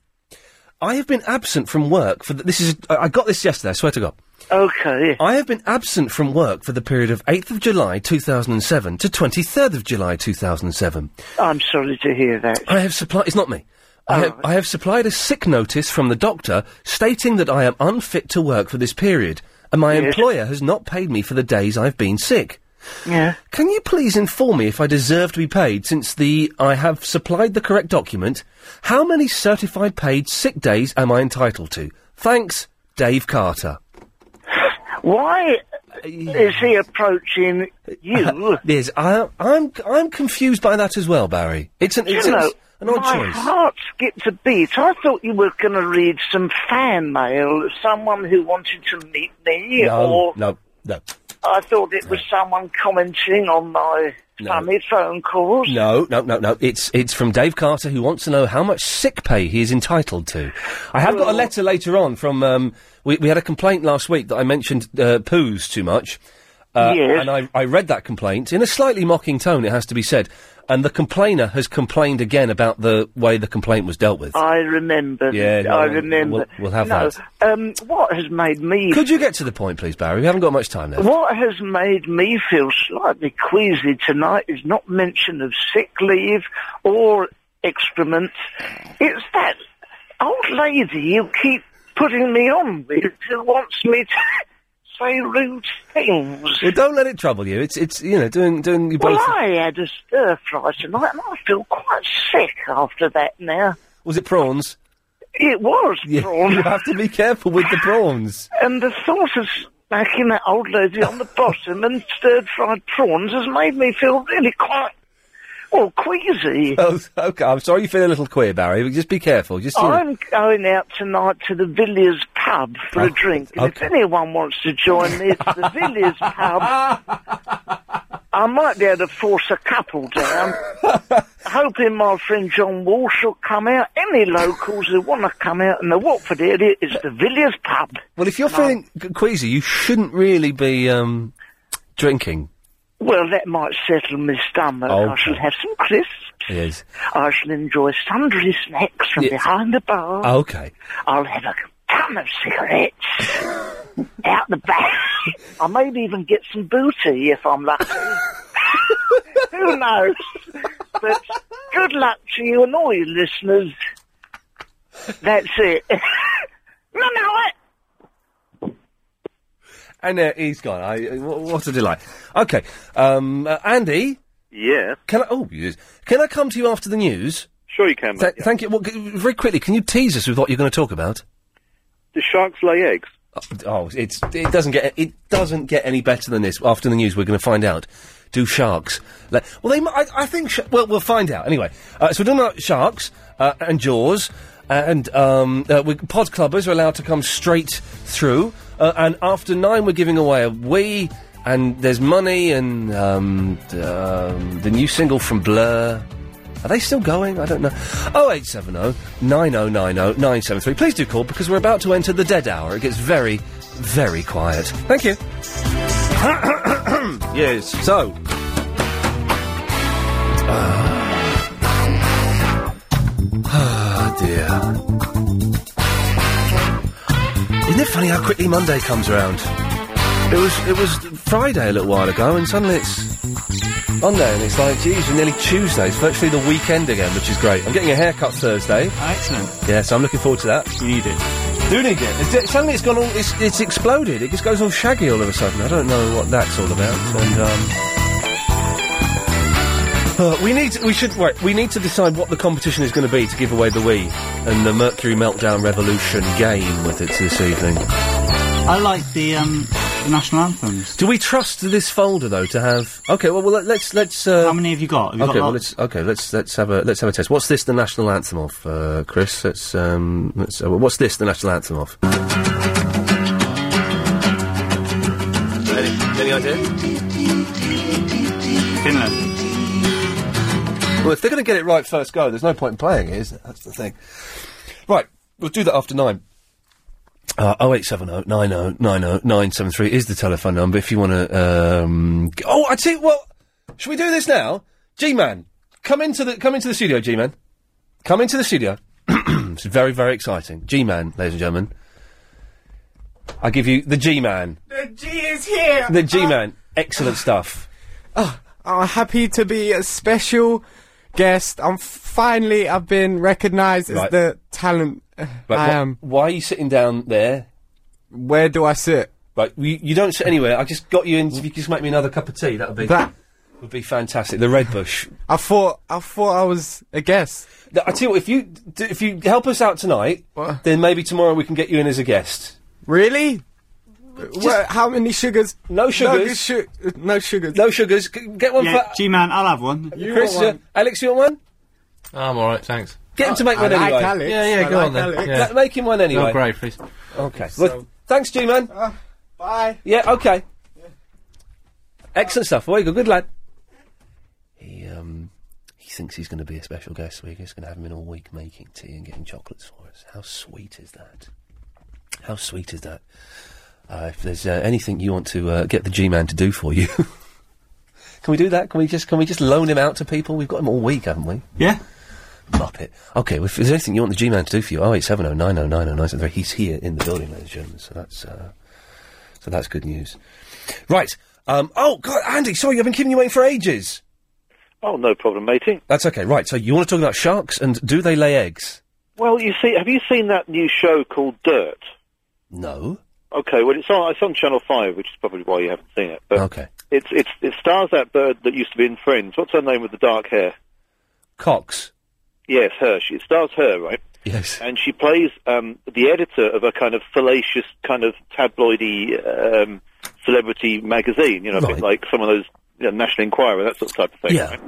[SPEAKER 3] I have been absent from work for the, this is I I got this yesterday. I swear to God.
[SPEAKER 5] Okay.
[SPEAKER 3] I have been absent from work for the period of 8th of July 2007 to 23rd of July 2007.
[SPEAKER 5] I'm sorry to hear that.
[SPEAKER 3] I have supplied. It's not me.
[SPEAKER 5] Oh,
[SPEAKER 3] I, have, I have supplied a sick notice from the doctor stating that I am unfit to work for this period, and my employer has not paid me for the days I've been sick.
[SPEAKER 5] Yeah.
[SPEAKER 3] Can you please inform me if I deserve to be paid since the I have supplied the correct document? How many certified paid sick days am I entitled to? Thanks, Dave Carter.
[SPEAKER 5] Why
[SPEAKER 3] Uh,
[SPEAKER 5] is he approaching you?
[SPEAKER 3] Yes, I, I'm I'm confused by that as well, Barry. It's an
[SPEAKER 5] You
[SPEAKER 3] it's
[SPEAKER 5] know,
[SPEAKER 3] an, an odd
[SPEAKER 5] my
[SPEAKER 3] choice.
[SPEAKER 5] heart skipped a beat. I thought you were going to read some fan mail, of someone who wanted to meet me,
[SPEAKER 3] no,
[SPEAKER 5] or
[SPEAKER 3] no, no.
[SPEAKER 5] I thought it was someone commenting on my Family phone calls.
[SPEAKER 3] No, no, no, no. It's it's from Dave Carter who wants to know how much sick pay he is entitled to. I have got a letter later on from. Um, we we had a complaint last week that I mentioned uh, poos too much. Uh,
[SPEAKER 5] Yes.
[SPEAKER 3] And I, I read that complaint in a slightly mocking tone, it has to be said. And the complainer has complained again about the way the complaint was dealt with.
[SPEAKER 5] I remember.
[SPEAKER 3] Yeah, no,
[SPEAKER 5] I
[SPEAKER 3] we'll-
[SPEAKER 5] remember.
[SPEAKER 3] we'll- we'll have
[SPEAKER 5] no, Um, what has made me?
[SPEAKER 3] Could you get to the point, please, Barry? We haven't got much time left.
[SPEAKER 5] What has made me feel slightly queasy tonight is not mention of sick leave or excrement. It's that old lady you keep putting me on with who wants me to say rude things.
[SPEAKER 3] Well, don't let it trouble you. It's it's you know doing doing you
[SPEAKER 5] Well,
[SPEAKER 3] both.
[SPEAKER 5] I had a stir fry tonight, and I feel quite sick after that. Now
[SPEAKER 3] Was it prawns?
[SPEAKER 5] it was
[SPEAKER 3] You,
[SPEAKER 5] prawn.
[SPEAKER 3] you have to be careful with the prawns.
[SPEAKER 5] And the thought of smacking that old lady on the bottom and stirred fried prawns has made me feel really quite, well, queasy.
[SPEAKER 3] Oh, okay. I'm sorry you feel a little queer, Barry. But just be careful. Just you know.
[SPEAKER 5] I'm going out tonight to the Villiers pub for a drink. And If anyone wants to join me, it's the Villiers pub. I might be able to force a couple down. Hoping my friend John Walsh will come out. Any locals who want to come out in the Watford area is the Villiers pub.
[SPEAKER 3] Well, if you're feeling g- queasy, you shouldn't really be um, drinking.
[SPEAKER 5] Well, that might settle my stomach. I
[SPEAKER 3] Okay.
[SPEAKER 5] shall have some crisps.
[SPEAKER 3] Yes.
[SPEAKER 5] I shall enjoy sundry snacks from behind the bar.
[SPEAKER 3] Ah, Okay.
[SPEAKER 5] I'll have a ton of cigarettes out the back. I may even get some booty if I'm lucky. Who knows? But good luck to you and all your listeners. That's it. no, no, I,
[SPEAKER 3] And uh, he's gone. I, uh, wh- what a delight. Okay, um, uh, Andy.
[SPEAKER 39] Yeah.
[SPEAKER 3] Can I? Oh, yes. can I come to you after the news?
[SPEAKER 39] Sure, you can.
[SPEAKER 3] Th- Thank you. Well, g- very quickly, can you tease us with what you're going to talk about?
[SPEAKER 39] Do sharks lay eggs?
[SPEAKER 3] Oh, it's it doesn't get it doesn't get any better than this. After the news, we're going to find out. Do sharks? Like, well, they. mi- I, I think. Sh- well, we'll find out anyway. Uh, so we're talking about sharks uh, and jaws, and um, uh, we, pod clubbers are allowed to come straight through. Uh, and after nine, we're giving away a wee, and there's money, and um, d- um, the new single from Blur. Are they still going? I don't know. Oh, 0870 9090 973. Please do call because we're about to enter the dead hour. It gets very, very quiet. Thank you. yes, so. Ah, dear. Isn't it funny how quickly Monday comes around? It was it was Friday a little while ago, and suddenly it's Monday, Oh, and it's like, geez, we're nearly Tuesday. It's virtually the weekend again, which is great. I'm getting a haircut Thursday.
[SPEAKER 35] Excellent.
[SPEAKER 3] Yeah, so I'm looking forward to that.
[SPEAKER 35] You need it.
[SPEAKER 3] Do need it. It's, it- suddenly it's gone all. It's, it's exploded. It just goes all shaggy all of a sudden. I don't know what that's all about. And um, uh, we need. To, we should. Right, we need to decide what the competition is going to be to give away the Wii and the Mercury Meltdown Revolution game with it this evening.
[SPEAKER 35] I like the um, the national anthems.
[SPEAKER 3] Do we trust this folder though to have? Okay, well, well let- let's let's. Uh, How
[SPEAKER 35] many have you got? Have you
[SPEAKER 3] okay,
[SPEAKER 35] got
[SPEAKER 3] well,
[SPEAKER 35] lots?
[SPEAKER 3] let's okay, let's let's have a let's have a test. What's this the national anthem of, uh, Chris? Let's um, let's uh, what's this the national anthem of? Any, any idea?
[SPEAKER 35] Finland.
[SPEAKER 3] Well, if they're going to get it right first go, there's no point in playing it, is there? That's the thing. Right, we'll do that after nine. Uh, 0870 90 90 973 is the telephone number if you want to. Um, g- oh, I tell you what. Should we do this now? G Man, come into the come into the studio. G Man, come into the studio. it's very very exciting. G Man, ladies and gentlemen. I give you the G Man.
[SPEAKER 1] The G is here.
[SPEAKER 3] The G Man. Excellent stuff.
[SPEAKER 1] Ah, I'm happy to be a special guest. I'm finally I've been recognised
[SPEAKER 3] Right.
[SPEAKER 1] as the talent uh,
[SPEAKER 3] Right,
[SPEAKER 1] I
[SPEAKER 3] wh-
[SPEAKER 1] am.
[SPEAKER 3] Why are you sitting down there?
[SPEAKER 1] Where do I sit?
[SPEAKER 3] Right, you, you don't sit anywhere. I just got you in. If you could just make me another cup of tea, that would be
[SPEAKER 1] That-
[SPEAKER 3] would be fantastic. The red bush.
[SPEAKER 1] I thought I thought I was a guest.
[SPEAKER 3] I tell you what, if you d- if you help us out tonight, then maybe tomorrow we can get you in as a guest.
[SPEAKER 1] Really? What, how many sugars?
[SPEAKER 3] No
[SPEAKER 1] No,
[SPEAKER 3] sugars.
[SPEAKER 1] su- uh, no sugars.
[SPEAKER 3] No sugars. G- get one
[SPEAKER 35] Yeah,
[SPEAKER 3] for
[SPEAKER 35] G Man, I'll have one.
[SPEAKER 1] You
[SPEAKER 3] Chris.
[SPEAKER 1] want one?
[SPEAKER 3] uh, Alex, you want one?
[SPEAKER 35] I'm all right, thanks.
[SPEAKER 3] Get him to make
[SPEAKER 35] I
[SPEAKER 3] one
[SPEAKER 35] like
[SPEAKER 3] anyway.
[SPEAKER 35] Alex. Yeah, yeah, I go like on then. Alex. Yeah.
[SPEAKER 3] Ma- Make him one anyway.
[SPEAKER 35] Oh, great, please.
[SPEAKER 3] Okay. Well, thanks, G Man.
[SPEAKER 1] Bye.
[SPEAKER 3] Yeah, okay. Excellent stuff. Well, you go. Good lad. um, thinks he's going to be a special guest week. He's going to have him in all week making tea and getting chocolates for us. How sweet is that? How sweet is that? Uh, if there's uh, anything you want to uh, get the G-man to do for you, can we do that? Can we just can we just loan him out to people? We've got him all week, haven't we?
[SPEAKER 31] Yeah.
[SPEAKER 3] Muppet. Okay, well, if there's anything you want the G-man to do for you, oh eight seven oh nine oh nine oh nine seven three. He's here in the building, ladies and gentlemen. So that's uh, so that's good news. Right. Um, oh God, Andy, sorry, I've been keeping you waiting for ages.
[SPEAKER 19] Oh, no problem, matey.
[SPEAKER 3] That's okay. Right. So you want to talk about sharks and do they lay eggs?
[SPEAKER 19] Well, you see, have you seen that new show called Dirt?
[SPEAKER 3] No.
[SPEAKER 19] Okay, well, it's on, it's on Channel 5, which is probably why you haven't seen it. But
[SPEAKER 3] okay.
[SPEAKER 19] It's, it's, it stars that bird that used to be in Friends. What's her name with the dark hair?
[SPEAKER 3] Cox.
[SPEAKER 19] Yes, her. She, it stars her, right?
[SPEAKER 3] Yes.
[SPEAKER 19] And she plays um, the editor of a kind of fallacious, kind of tabloidy um, celebrity magazine, you know, a bit
[SPEAKER 3] Right.
[SPEAKER 19] like some of those you know, National Enquirer, that sort of type of thing.
[SPEAKER 3] Yeah.
[SPEAKER 19] Right?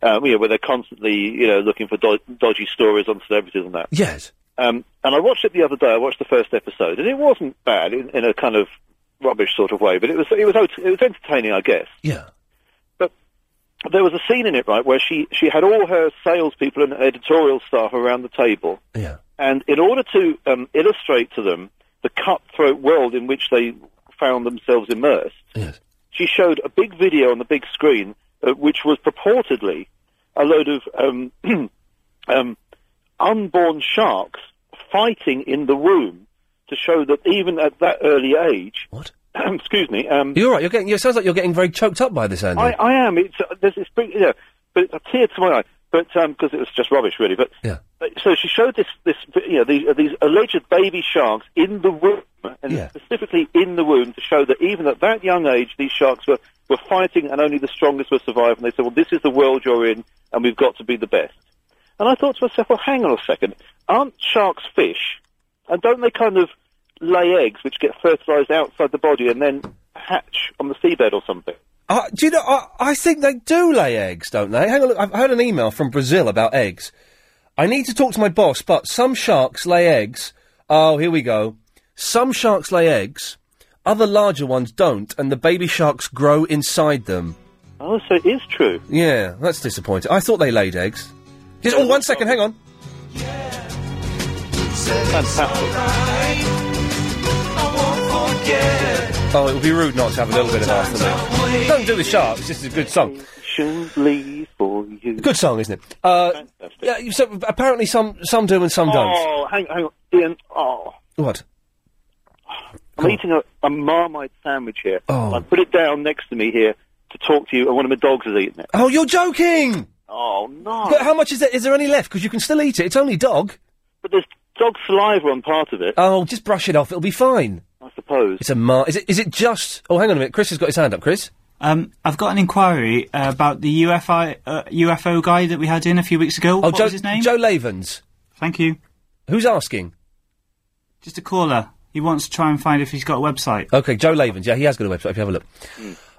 [SPEAKER 19] Um, you know, where they're constantly, you know, looking for do- dodgy stories on celebrities and that.
[SPEAKER 3] Yes.
[SPEAKER 19] Um, and I watched it the other day. I watched the first episode, and it wasn't bad in, in a kind of rubbish sort of way, but it was it was ent- it was entertaining, I guess.
[SPEAKER 3] Yeah.
[SPEAKER 19] But there was a scene in it, right, where she she had all her salespeople and editorial staff around the table.
[SPEAKER 3] Yeah.
[SPEAKER 19] And in order to um, illustrate to them the cutthroat world in which they found themselves immersed,
[SPEAKER 3] Yes.
[SPEAKER 19] she showed a big video on the big screen, uh, which was purportedly a load of um, um, unborn sharks fighting in the womb to show that even at that early age,
[SPEAKER 3] what?
[SPEAKER 19] excuse me, um,
[SPEAKER 3] You're all right. You're getting. It sounds like you're getting very choked up by this, Andy.
[SPEAKER 19] I, I am. It's uh, there's it's bring, yeah, but it's a tear to my eye. But because it was just rubbish, really. But
[SPEAKER 3] Yeah.
[SPEAKER 19] but- so she showed this this you know these, uh, these alleged baby sharks in the womb, and
[SPEAKER 3] Yeah.
[SPEAKER 19] specifically in the womb, to show that even at that young age, these sharks were were fighting, and only the strongest would survive. And they said, "Well, this is the world you're in, and we've got to be the best." And I thought to myself, "Well, hang on a second. Aren't sharks fish? And don't they kind of lay eggs, which get fertilized outside the body and then hatch on the seabed or something?"
[SPEAKER 3] Uh, do you know? I, I think they do lay eggs, don't they? Hang on, look, I've had an email from Brazil about eggs. I need to talk to my boss, but some sharks lay eggs. Oh, here we go. Some sharks lay eggs. Other larger ones don't, and the baby sharks grow inside them.
[SPEAKER 19] Oh, so it is true.
[SPEAKER 3] Yeah, that's disappointing. I thought they laid eggs. Just, oh, one second, hang on. Oh, it would be rude not to have a little bit of afternoon. Don't do the sharks. This is a good song. Good song, isn't it? Uh, yeah. you- So apparently, some some do and some don't.
[SPEAKER 19] Oh, hang, hang on, Ian. Oh,
[SPEAKER 3] What?
[SPEAKER 19] I'm eating a, a marmite sandwich here.
[SPEAKER 3] Oh.
[SPEAKER 19] I put it down next to me here to talk to you, and one of my dogs has eaten it.
[SPEAKER 3] Oh, you're joking!
[SPEAKER 19] Oh no!
[SPEAKER 3] But how much is there? Is there any left? Because you can still eat it. It's only dog.
[SPEAKER 19] But there's dog saliva on part of it.
[SPEAKER 3] Oh, just brush it off. It'll be fine.
[SPEAKER 19] I suppose.
[SPEAKER 3] It's a mar. Is it? Is it just? Oh, hang on a minute. Chris has got his hand up. Chris.
[SPEAKER 31] Um, I've got an inquiry uh, about the UFI, uh, UFO guy that we had in a few weeks ago.
[SPEAKER 3] Oh,
[SPEAKER 31] what
[SPEAKER 3] Joe,
[SPEAKER 31] was his name?
[SPEAKER 3] Joe Lavens.
[SPEAKER 31] Thank you.
[SPEAKER 3] Who's asking?
[SPEAKER 31] Just a caller. He wants to try and find if he's got a website.
[SPEAKER 3] Okay, Joe Lavens. Yeah, he has got a website. If you have a look.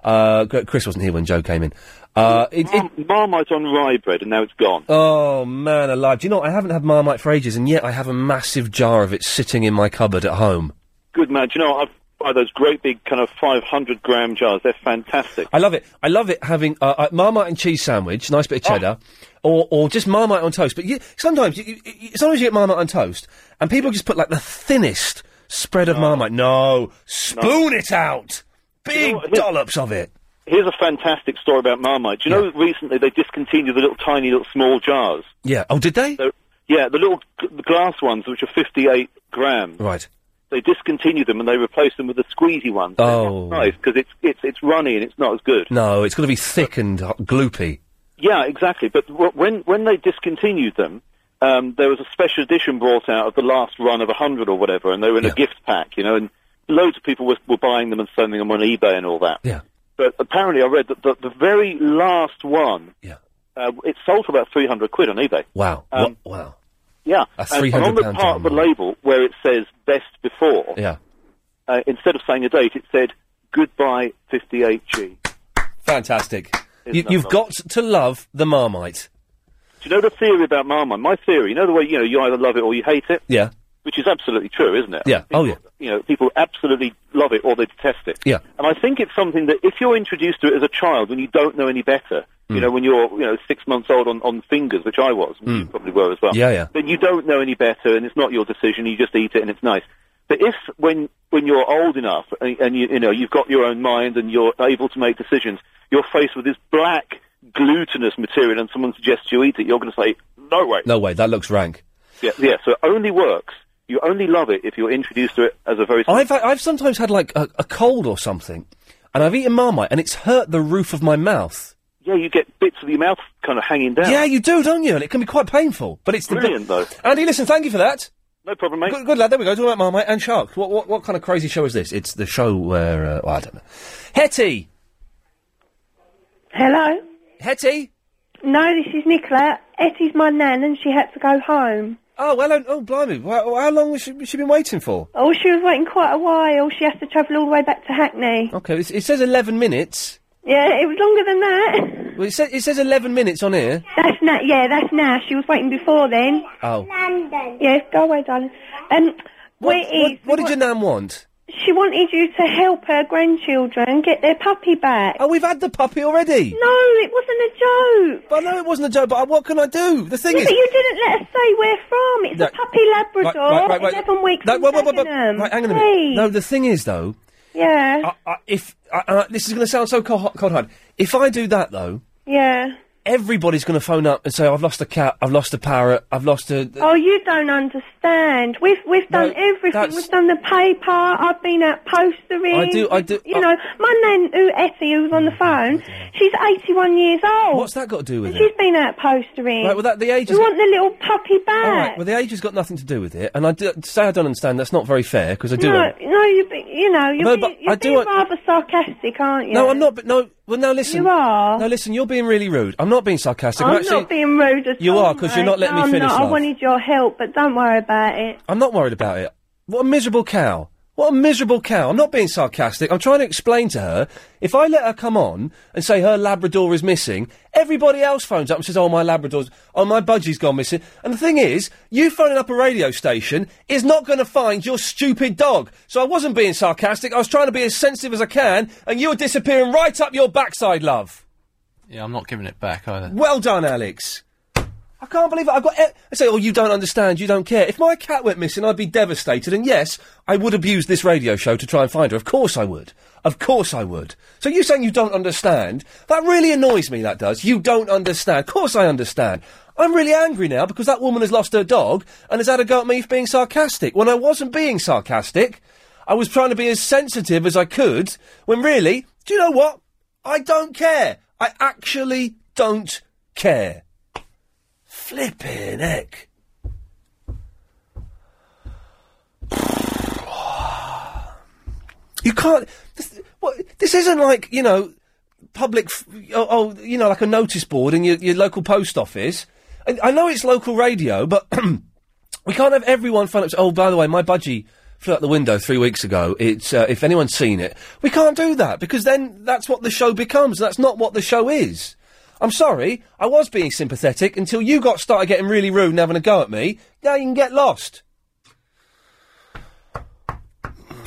[SPEAKER 3] Uh, Gr- Chris wasn't here when Joe came in. Uh, it,
[SPEAKER 19] it... Marmite on rye bread, and now it's gone.
[SPEAKER 3] Oh man, alive! Do you know I haven't had Marmite for ages, and yet I have a massive jar of it sitting in my cupboard at home.
[SPEAKER 19] Good man. Do you know what? I buy those great big kind of 500 gram jars. They're fantastic.
[SPEAKER 3] I love it. I love it having uh, uh, Marmite and cheese sandwich, nice bit of cheddar,
[SPEAKER 31] Oh.
[SPEAKER 3] or or just Marmite on toast. But you, sometimes you, you- you, sometimes you get Marmite on toast, and people just put like the thinnest spread of Marmite. No, spoon it out, big dollops of it.
[SPEAKER 19] Here's a fantastic story about Marmite. Do you know recently they discontinued the little tiny little small jars?
[SPEAKER 3] Yeah. Oh, did they?
[SPEAKER 19] The- yeah, the little g- the glass ones, which are 58 grams.
[SPEAKER 3] Right.
[SPEAKER 19] They discontinued them and they replaced them with the squeezy ones.
[SPEAKER 3] Oh.
[SPEAKER 19] Nice, because it's, it's, it's runny and it's not as good.
[SPEAKER 3] No, it's got to be thick and uh, gloopy.
[SPEAKER 19] Yeah, exactly. But w- when, when they discontinued them, um, there was a special edition brought out of the last run of 100 or whatever, and they were in a gift pack, you know, and loads of people were, were buying them and selling them on eBay and all that.
[SPEAKER 3] Yeah.
[SPEAKER 19] But apparently I read that the, the very last one,
[SPEAKER 3] yeah.
[SPEAKER 19] uh, it sold for about 300 quid on eBay.
[SPEAKER 3] Wow.
[SPEAKER 19] Um,
[SPEAKER 3] Wha- wow.
[SPEAKER 19] Yeah.
[SPEAKER 3] A
[SPEAKER 19] and, and on the
[SPEAKER 3] £300
[SPEAKER 19] part of the label where it says best before,
[SPEAKER 3] Yeah.
[SPEAKER 19] uh, instead of saying a date, it said goodbye 58G.
[SPEAKER 3] Fantastic.
[SPEAKER 19] Isn't
[SPEAKER 3] You,
[SPEAKER 19] that
[SPEAKER 3] you've
[SPEAKER 19] nice?
[SPEAKER 3] got to love the Marmite.
[SPEAKER 19] Do you know the theory about Marmite? My theory, you know the way, you know, you either love it or you hate it?
[SPEAKER 3] Yeah.
[SPEAKER 19] But which is absolutely true, isn't it?
[SPEAKER 3] Yeah. Oh, yeah.
[SPEAKER 19] You know, people absolutely love it or they detest it.
[SPEAKER 3] Yeah.
[SPEAKER 19] And I think it's something that if you're introduced to it as a child when you don't know any better, you know, when you're, you know, six months old on, on fingers, which I was, and you
[SPEAKER 3] Mm.
[SPEAKER 19] probably were as well.
[SPEAKER 3] Yeah, yeah.
[SPEAKER 19] Then you don't know any better and it's not your decision, you just eat it and it's nice. But if when, when you're old enough and, and you, you know, you've got your own mind and you're able to make decisions, you're faced with this black glutinous material and someone suggests you eat it, you're going to say, no way.
[SPEAKER 3] No way, that looks rank.
[SPEAKER 19] Yeah, yeah, so it only works. You only love it if you're introduced to it as a very.
[SPEAKER 3] I've I've sometimes had like a, a cold or something, and I've eaten Marmite, and it's hurt the roof of my mouth.
[SPEAKER 19] Yeah, you get bits of your mouth kind of hanging down.
[SPEAKER 3] Yeah, you do, don't you? And it can be quite painful. But it's the
[SPEAKER 19] Brilliant, though.
[SPEAKER 3] Andy, listen, thank you for that.
[SPEAKER 19] No problem, mate.
[SPEAKER 3] Good, good lad. There we go. Talking about Marmite and Shark. What what what kind of crazy show is this? It's the show where uh, well, I don't know. Hetty.
[SPEAKER 11] Hello?
[SPEAKER 3] Hetty?
[SPEAKER 11] No, this is Nicola. Ettie's my nan and she had to go home.
[SPEAKER 3] Oh well. Oh blimey. How, how long has she, she been waiting for?
[SPEAKER 11] Oh, she was waiting quite a while. She has to travel all the way back to Hackney.
[SPEAKER 3] Okay. It, it says eleven minutes.
[SPEAKER 11] Yeah, it was longer than that.
[SPEAKER 3] Well, it, sa- it says eleven minutes on here.
[SPEAKER 11] That's not, yeah, that's now. She was waiting before then.
[SPEAKER 3] Oh.
[SPEAKER 11] Yes, go away, darling. Um,
[SPEAKER 3] What,
[SPEAKER 11] where it
[SPEAKER 3] what,
[SPEAKER 11] is-
[SPEAKER 3] what did your nan want?
[SPEAKER 11] She wanted you to help her grandchildren get their puppy back.
[SPEAKER 3] Oh, we've had the puppy already.
[SPEAKER 11] No, it wasn't a joke.
[SPEAKER 3] But no, it wasn't a joke. But I- what can I do? The thing
[SPEAKER 11] yeah,
[SPEAKER 3] is,
[SPEAKER 11] but you didn't let us say where from. It's a
[SPEAKER 3] No.
[SPEAKER 11] puppy
[SPEAKER 3] Right,
[SPEAKER 11] Labrador,
[SPEAKER 3] right, right, right.
[SPEAKER 11] eleven weeks.
[SPEAKER 3] No,
[SPEAKER 11] from
[SPEAKER 3] wait, wait, wait, wait.
[SPEAKER 11] Dagenham.
[SPEAKER 3] Right, hang on a
[SPEAKER 11] Please.
[SPEAKER 3] minute. No, the thing is though,
[SPEAKER 11] Yeah,
[SPEAKER 3] I, I, if I, I, this is going to sound so cold, cold hard, if I do that though,
[SPEAKER 11] yeah.
[SPEAKER 3] everybody's going to phone up and say, "I've lost a cat, I've lost a parrot, I've lost a."
[SPEAKER 11] Oh, you don't understand. We've we've done everything. We've done the paper. I've been out postering.
[SPEAKER 3] I do- I do-
[SPEAKER 11] You know, my nan, who Etty, who was on the phone, she's eighty-one years old.
[SPEAKER 3] What's that got to do with
[SPEAKER 11] She's
[SPEAKER 3] it?
[SPEAKER 11] been out postering.
[SPEAKER 3] Right, well, that- the age
[SPEAKER 11] We
[SPEAKER 3] is-
[SPEAKER 11] want the little puppy
[SPEAKER 3] All
[SPEAKER 11] back.
[SPEAKER 3] right, well, the age has got nothing to do with it, and I do, to say I don't understand. That's not very fair because I do.
[SPEAKER 11] no,
[SPEAKER 3] un-
[SPEAKER 11] no, you be, you know, you're,
[SPEAKER 3] No,
[SPEAKER 11] be-
[SPEAKER 3] but
[SPEAKER 11] you're
[SPEAKER 3] I do
[SPEAKER 11] being
[SPEAKER 3] want-
[SPEAKER 11] rather sarcastic, aren't you?
[SPEAKER 3] No, I'm not. But no, well, now listen.
[SPEAKER 11] You are.
[SPEAKER 3] No, listen. You're being really rude. I'm not being sarcastic.
[SPEAKER 11] I'm
[SPEAKER 3] actually,
[SPEAKER 11] not being rude at
[SPEAKER 3] You
[SPEAKER 11] all.
[SPEAKER 3] are, 'cause you're not letting
[SPEAKER 11] mate. No, I'm
[SPEAKER 3] me finish
[SPEAKER 11] not. I
[SPEAKER 3] last.
[SPEAKER 11] wanted your help, but don't worry about it.
[SPEAKER 3] I'm not worried about it. What a miserable cow. What a miserable cow. I'm not being sarcastic. I'm trying to explain to her. If I let her come on and say her Labrador is missing, everybody else phones up and says, oh, my Labrador's, oh, my budgie's gone missing. And the thing is, you phoning up a radio station is not going to find your stupid dog. So I wasn't being sarcastic. I was trying to be as sensitive as I can, and you're disappearing right up your backside, love.
[SPEAKER 6] Yeah, I'm not giving it back either.
[SPEAKER 3] Well done, Alex. I can't believe it. I've got. e- I say, oh, you don't understand. You don't care. If my cat went missing, I'd be devastated. And yes, I would abuse this radio show to try and find her. Of course I would. Of course I would. So you saying you don't understand? That really annoys me. That does. You don't understand. Of course I understand. I'm really angry now because that woman has lost her dog and has had a go at me for being sarcastic when I wasn't being sarcastic. I was trying to be as sensitive as I could when really, do you know what? I don't care. I actually don't care. Flipping heck. You can't. This, what, this isn't like, you know, public. F- oh, oh, you know, like a notice board in your, your local post office. I, I know it's local radio, but we can't have everyone phone up. say, Oh, by the way, my budgie flew out the window three weeks ago. It's uh, if anyone's seen it, we can't do that because then that's what the show becomes. That's not what the show is. I'm sorry, I was being sympathetic until you got started getting really rude and having a go at me. Now you can get lost.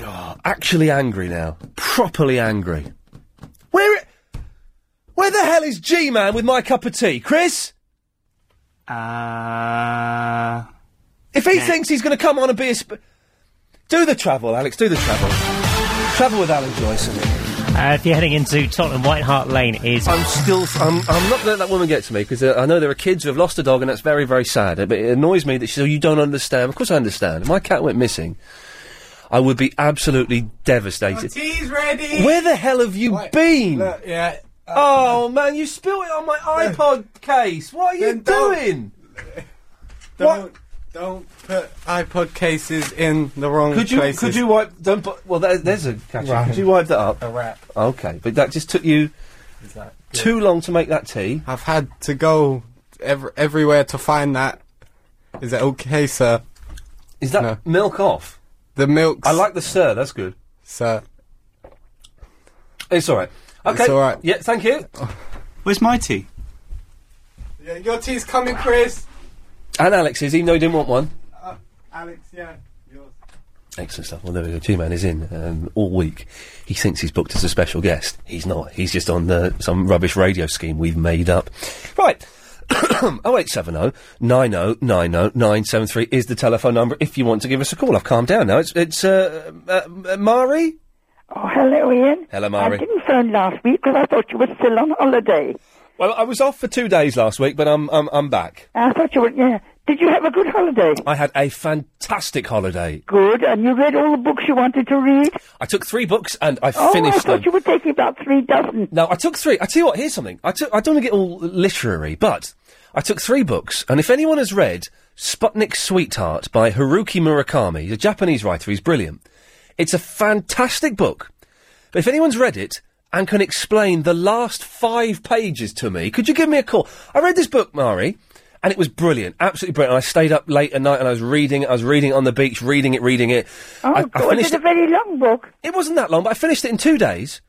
[SPEAKER 3] Oh, actually angry now. Properly angry. Where i- Where the hell is G-Man with my cup of tea, Chris? Uh If he
[SPEAKER 6] no.
[SPEAKER 3] thinks he's going to come on and be a sp- Do the travel, Alex, do the travel. Travel with Alan Joyce.
[SPEAKER 2] Uh, if you're heading into Tottenham, White Hart Lane is.
[SPEAKER 3] I'm still. I'm, I'm not going to let that woman get to me because uh, I know there are kids who have lost a dog and that's very, very sad. Uh, But it annoys me that she said, oh, You don't understand. Of course, I understand. If my cat went missing, I would be absolutely devastated.
[SPEAKER 1] Tea's ready.
[SPEAKER 3] Where the hell have you been?
[SPEAKER 1] yeah.
[SPEAKER 3] oh, man, you spilled it on my iPod case. What are you doing?
[SPEAKER 1] Don't don't put iPod cases in the wrong
[SPEAKER 3] Could you-
[SPEAKER 1] places.
[SPEAKER 3] could you wipe? Don't put. Well, there, there's a catch.
[SPEAKER 1] Right.
[SPEAKER 3] Could you wipe that up?
[SPEAKER 1] A wrap.
[SPEAKER 3] Okay, but that just took you too long to make that tea.
[SPEAKER 1] I've had to go ev- everywhere to find that. Is that okay, sir?
[SPEAKER 3] Is that milk off?
[SPEAKER 1] The milk.
[SPEAKER 3] I like the sir. That's good,
[SPEAKER 1] sir.
[SPEAKER 3] It's all right. Okay.
[SPEAKER 1] It's all right.
[SPEAKER 3] Yeah. Thank you.
[SPEAKER 6] Where's my tea?
[SPEAKER 1] Yeah, your tea's coming, Chris.
[SPEAKER 3] And Alex's, even though he didn't want one.
[SPEAKER 1] Uh, Alex, yeah.
[SPEAKER 3] Excellent stuff. Well, there we go. G Man is in um, all week. He thinks he's booked as a special guest. He's not. He's just on the, some rubbish radio scheme we've made up. Right. Oh, 0870 oh, 973 is the telephone number if you want to give us a call. I've calmed down now. It's, it's uh, uh, uh, Mari?
[SPEAKER 20] Oh, hello, Ian.
[SPEAKER 3] Hello,
[SPEAKER 20] I
[SPEAKER 3] Mari.
[SPEAKER 20] didn't phone last week because I thought you were still on holiday.
[SPEAKER 3] Well, I was off for two days last week, but I'm, I'm, I'm back.
[SPEAKER 20] I thought you were, yeah. Did you have a good holiday?
[SPEAKER 3] I had a fantastic holiday.
[SPEAKER 20] Good. And you read all the books you wanted to read?
[SPEAKER 3] I took three books and I
[SPEAKER 20] oh, I
[SPEAKER 3] finished
[SPEAKER 20] thought
[SPEAKER 3] them.
[SPEAKER 20] you were taking about three dozen.
[SPEAKER 3] No, I took three. I tell you what, here's something. I took. I don't want to get all literary, but I took three books, and if anyone has read Sputnik Sweetheart by Haruki Murakami, he's a Japanese writer, he's brilliant. It's a fantastic book. But if anyone's read it and can explain the last five pages to me, could you give me a call? I read this book, Mari, and it was brilliant, absolutely brilliant. I stayed up late at night and I was reading it. I was reading it on the beach, reading it, reading it.
[SPEAKER 20] Oh,
[SPEAKER 3] I, I
[SPEAKER 20] God,
[SPEAKER 3] finished
[SPEAKER 20] it's a
[SPEAKER 3] it-
[SPEAKER 20] very long book.
[SPEAKER 3] it wasn't that long, but I finished it in two days,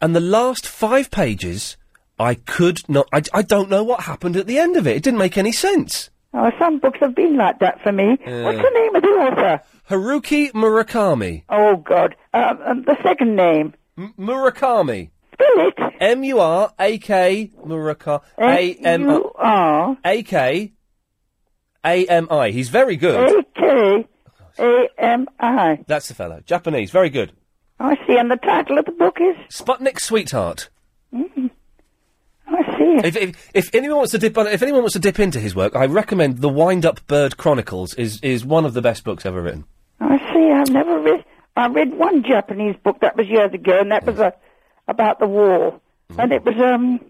[SPEAKER 3] and the last five pages, I could not. I, I don't know what happened at the end of it. It didn't make any sense.
[SPEAKER 20] Oh, some books have been like that for me.
[SPEAKER 3] Yeah.
[SPEAKER 20] What's the name of the author?
[SPEAKER 3] Haruki Murakami.
[SPEAKER 20] Oh, God. Um, um, the second name.
[SPEAKER 3] M- Murakami.
[SPEAKER 20] Spell it.
[SPEAKER 3] M U R A K Murakami. A M
[SPEAKER 20] R
[SPEAKER 3] A K A M I. He's very good.
[SPEAKER 20] A-K-A-M-I.
[SPEAKER 3] That's the fellow. Japanese. Very good.
[SPEAKER 20] I see. And the title of the book is?
[SPEAKER 3] Sputnik Sweetheart.
[SPEAKER 20] Mm. I see.
[SPEAKER 3] If, if, if anyone wants to dip on- if anyone wants to dip into his work, I recommend The Wind Up Bird Chronicles is is one of the best books ever written.
[SPEAKER 20] I see. I've never read. I read one Japanese book that was years ago, and that
[SPEAKER 3] Hmm.
[SPEAKER 20] was a, about the war, and it was um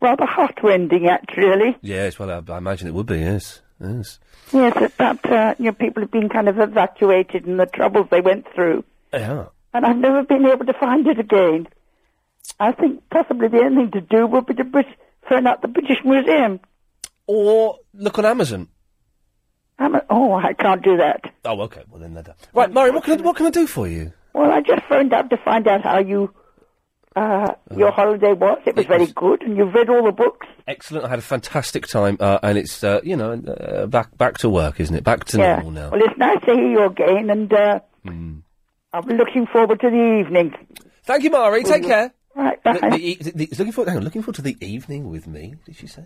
[SPEAKER 20] rather heartrending, actually. Really?
[SPEAKER 3] Yes, well, I, I imagine it would be, yes. Yes.
[SPEAKER 20] Yes, about uh, you know people have been kind of evacuated and the troubles they went through,
[SPEAKER 3] Yeah.
[SPEAKER 20] and I've never been able to find it again. I think possibly the only thing to do would be to Brit- phone up the British Museum.
[SPEAKER 3] Or look on Amazon.
[SPEAKER 20] I'm a, oh, I can't do that.
[SPEAKER 3] Oh, okay. Well, then that. Right, Murray, what can, I, what can I do for you?
[SPEAKER 20] Well, I just phoned up to find out how you
[SPEAKER 3] Uh-huh.
[SPEAKER 20] uh, your holiday was. It was very good, and you've read all the books.
[SPEAKER 3] Excellent. I had a fantastic time, uh, and it's uh, you know uh, back back to work, isn't it? Back to
[SPEAKER 20] yeah.
[SPEAKER 3] normal now. Hmm.
[SPEAKER 20] Well, it's nice to hear you again, and uh, I'm looking forward to the evening. Mm-hmm.
[SPEAKER 3] Thank you, Mari. Take care.
[SPEAKER 20] Right,
[SPEAKER 3] The-
[SPEAKER 20] bye.
[SPEAKER 3] the e- the- the- looking forward. Hang on, looking forward to the evening with me. Did she say?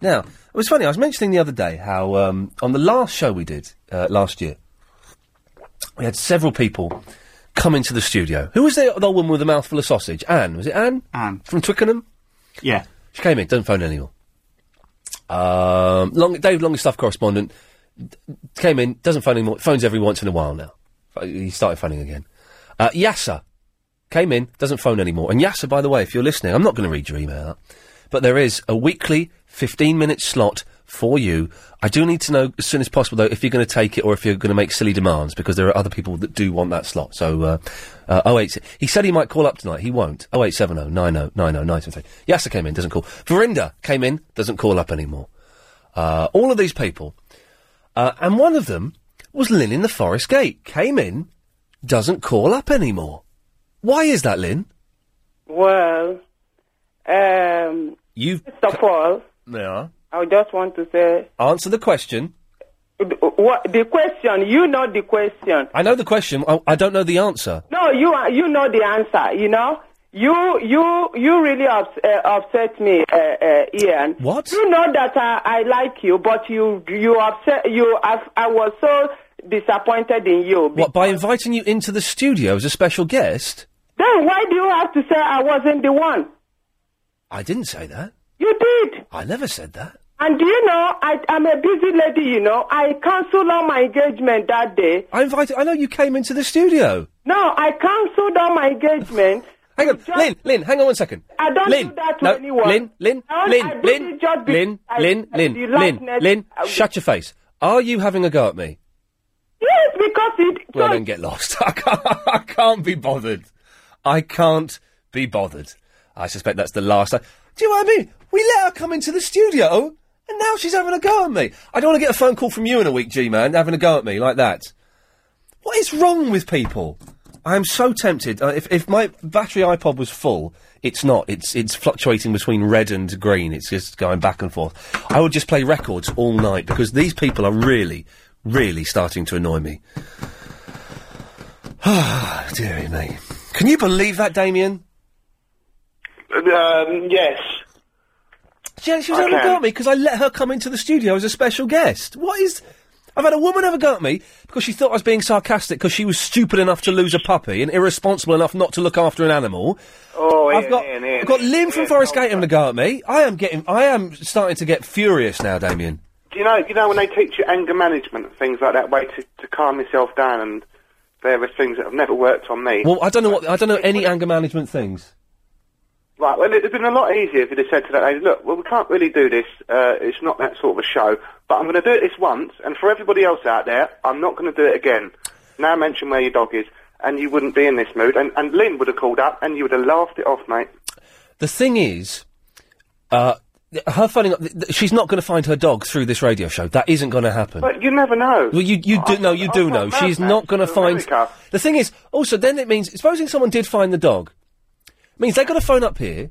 [SPEAKER 3] Now, it was funny. I was mentioning the other day how um, on the last show we did uh, last year, we had several people come into the studio. Who was the, the old woman with the mouthful of sausage? Anne. Was it Anne? Anne from Twickenham.
[SPEAKER 31] Yeah.
[SPEAKER 3] She came in. Don't phone anymore. Um, long, Dave, longest stuff correspondent, d- came in. Doesn't phone anymore. Phones every once in a while now. Ph- He started phoning again. Uh, Yasser came in. Doesn't phone anymore. And Yasser, by the way, if you're listening, I'm not going to read your email out, but there is a weekly 15 minute slot for you. I do need to know as soon as possible though if you're going to take it or if you're going to make silly demands because there are other people that do want that slot. So, uh, uh, 08 he said he might call up tonight. He won't. 0870 90 90 973. Yasser came in, doesn't call. Verinda came in, doesn't call up anymore. Uh, all of these people, uh, and one of them was Lynn in the Forest Gate. Came in, doesn't call up anymore. Why is that, Lynn?
[SPEAKER 14] Well, um,
[SPEAKER 3] You've
[SPEAKER 14] first of all,
[SPEAKER 3] yeah.
[SPEAKER 14] I just want to say
[SPEAKER 3] Answer the question.
[SPEAKER 14] what the question. You know the question.
[SPEAKER 3] I know the question. I, I don't know the answer.
[SPEAKER 14] No, you are, you know the answer. You know you you you really ups, uh, upset me, uh, uh, Ian.
[SPEAKER 3] What?
[SPEAKER 14] You know that I, I like you, but you you upset you. I, I was so disappointed in you.
[SPEAKER 3] What by inviting you into the studio as a special guest?
[SPEAKER 14] Then why do you have to say I wasn't the one?
[SPEAKER 3] I didn't say that.
[SPEAKER 14] You did.
[SPEAKER 3] I never said that.
[SPEAKER 14] And do you know, I, I'm a busy lady, you know. I cancelled all my engagement that day.
[SPEAKER 3] I invited, I know you came into the studio.
[SPEAKER 14] No, I cancelled all my engagement.
[SPEAKER 3] Hang on, Lynn, Lynn, hang on one second.
[SPEAKER 14] I don't
[SPEAKER 3] Lynn,
[SPEAKER 14] do that to
[SPEAKER 3] no,
[SPEAKER 14] anyone.
[SPEAKER 3] Lynn, Lynn,
[SPEAKER 14] I don't- I
[SPEAKER 3] Lynn,
[SPEAKER 14] did
[SPEAKER 3] Lynn,
[SPEAKER 14] it just be-
[SPEAKER 3] Lynn,
[SPEAKER 14] I-
[SPEAKER 3] Lynn,
[SPEAKER 14] I-
[SPEAKER 3] Lynn,
[SPEAKER 14] the
[SPEAKER 3] Lynn,
[SPEAKER 14] lightness-
[SPEAKER 3] Lynn,
[SPEAKER 14] I-
[SPEAKER 3] shut your face. Are you having a go at me?
[SPEAKER 14] Yes, because it.
[SPEAKER 3] Well, then get lost. I can't, I can't be bothered. I can't be bothered. I suspect that's the last. I- Do you know what I mean? We let her come into the studio, and now she's having a go at me. I don't want to get a phone call from you in a week, G man, having a go at me like that. What is wrong with people? I am so tempted. Uh, if, if my battery iPod was full, it's not. It's it's fluctuating between red and green. It's just going back and forth. I would just play records all night because these people are really, really starting to annoy me. Ah, dearie me. Can you believe that, Damien?
[SPEAKER 12] Um, yes.
[SPEAKER 3] Yeah, she was
[SPEAKER 12] I
[SPEAKER 3] having a go
[SPEAKER 12] can.
[SPEAKER 3] at me because I let her come into the studio as a special guest. What is. I've had a woman have a go at me because she thought I was being sarcastic because she was stupid enough to lose a puppy and irresponsible enough not to look after an animal.
[SPEAKER 12] Oh,
[SPEAKER 3] I've
[SPEAKER 12] Ian,
[SPEAKER 3] got-
[SPEAKER 12] Ian, Ian,
[SPEAKER 3] I've got
[SPEAKER 12] Ian,
[SPEAKER 3] Liam from
[SPEAKER 12] Ian,
[SPEAKER 3] Forest Gate having a go at me. I am getting. I am starting to get furious now, Damien.
[SPEAKER 12] Do you know? You know when they teach you anger management and things like that, way to, to calm yourself down, and there are things that have never worked on me.
[SPEAKER 3] Well, I don't know what. I don't know any anger management things.
[SPEAKER 12] Right, well, it'd have been a lot easier if you'd have said to that lady, look, well, we can't really do this, uh, it's not that sort of a show, but I'm going to do it this once, and for everybody else out there, I'm not going to do it again. Now mention where your dog is, and you wouldn't be in this mood, and, and Lynn would have called up, and you would have laughed it off, mate.
[SPEAKER 3] The thing is, uh, th- her phoning up. th- th- She's not going to find her dog through this radio show. That isn't going to happen.
[SPEAKER 12] But you never know.
[SPEAKER 3] Well, you you do no, you do know. She's not going to find. The thing is, also, then it means supposing someone did find the dog, means they got to phone up here.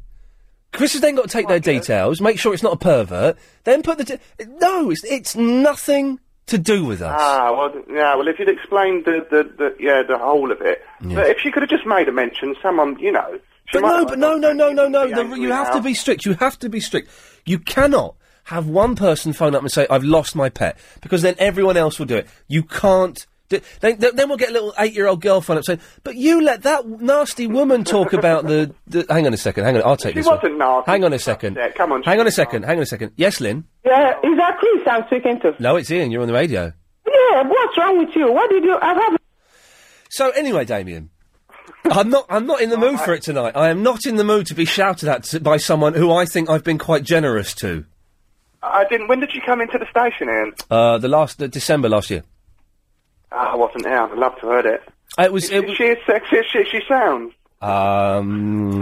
[SPEAKER 3] Chris has then got to take their details, make sure it's not a pervert, then put the de- no. It's it's nothing to do with us.
[SPEAKER 12] Ah, well, th- yeah, well, if you'd explained the, the, the yeah, the whole of it,
[SPEAKER 3] Yeah.
[SPEAKER 12] but if she could have just made a mention, someone, you know, she
[SPEAKER 3] But
[SPEAKER 12] might
[SPEAKER 3] no,
[SPEAKER 12] have-
[SPEAKER 3] but no, no, no, no, no. The,
[SPEAKER 12] angry
[SPEAKER 3] you have
[SPEAKER 12] now.
[SPEAKER 3] to be strict. You have to be strict. You cannot have one person phone up and say, "I've lost my pet," because then everyone else will do it. You can't. Do, then, then then we'll get a little eight-year-old girl phone up saying, "But you let that w- nasty woman talk about the, the." Hang on a second. Hang on. I'll take
[SPEAKER 12] She
[SPEAKER 3] this. one.
[SPEAKER 12] wasn't nasty.
[SPEAKER 3] Hang on a second. Come on. Hang on a second. Hang on a second. Yes, Lynn.
[SPEAKER 14] Yeah, is that Chris I'm speaking to?
[SPEAKER 3] No, it's Ian. You're on the radio.
[SPEAKER 14] Yeah, what's wrong with you? What did you? I have.
[SPEAKER 3] So anyway, Damien, I'm not. I'm not in the mood for it tonight. I am not in the mood to be shouted at t- by someone who I think I've been quite generous to.
[SPEAKER 12] I didn't. When did you come into the station, Ian?
[SPEAKER 3] Uh, the last uh, December last year.
[SPEAKER 12] Ah, I wasn't there. I'd love to have heard it.
[SPEAKER 3] Uh, It was.
[SPEAKER 12] It she is sexy as she, she sounds.
[SPEAKER 3] Um,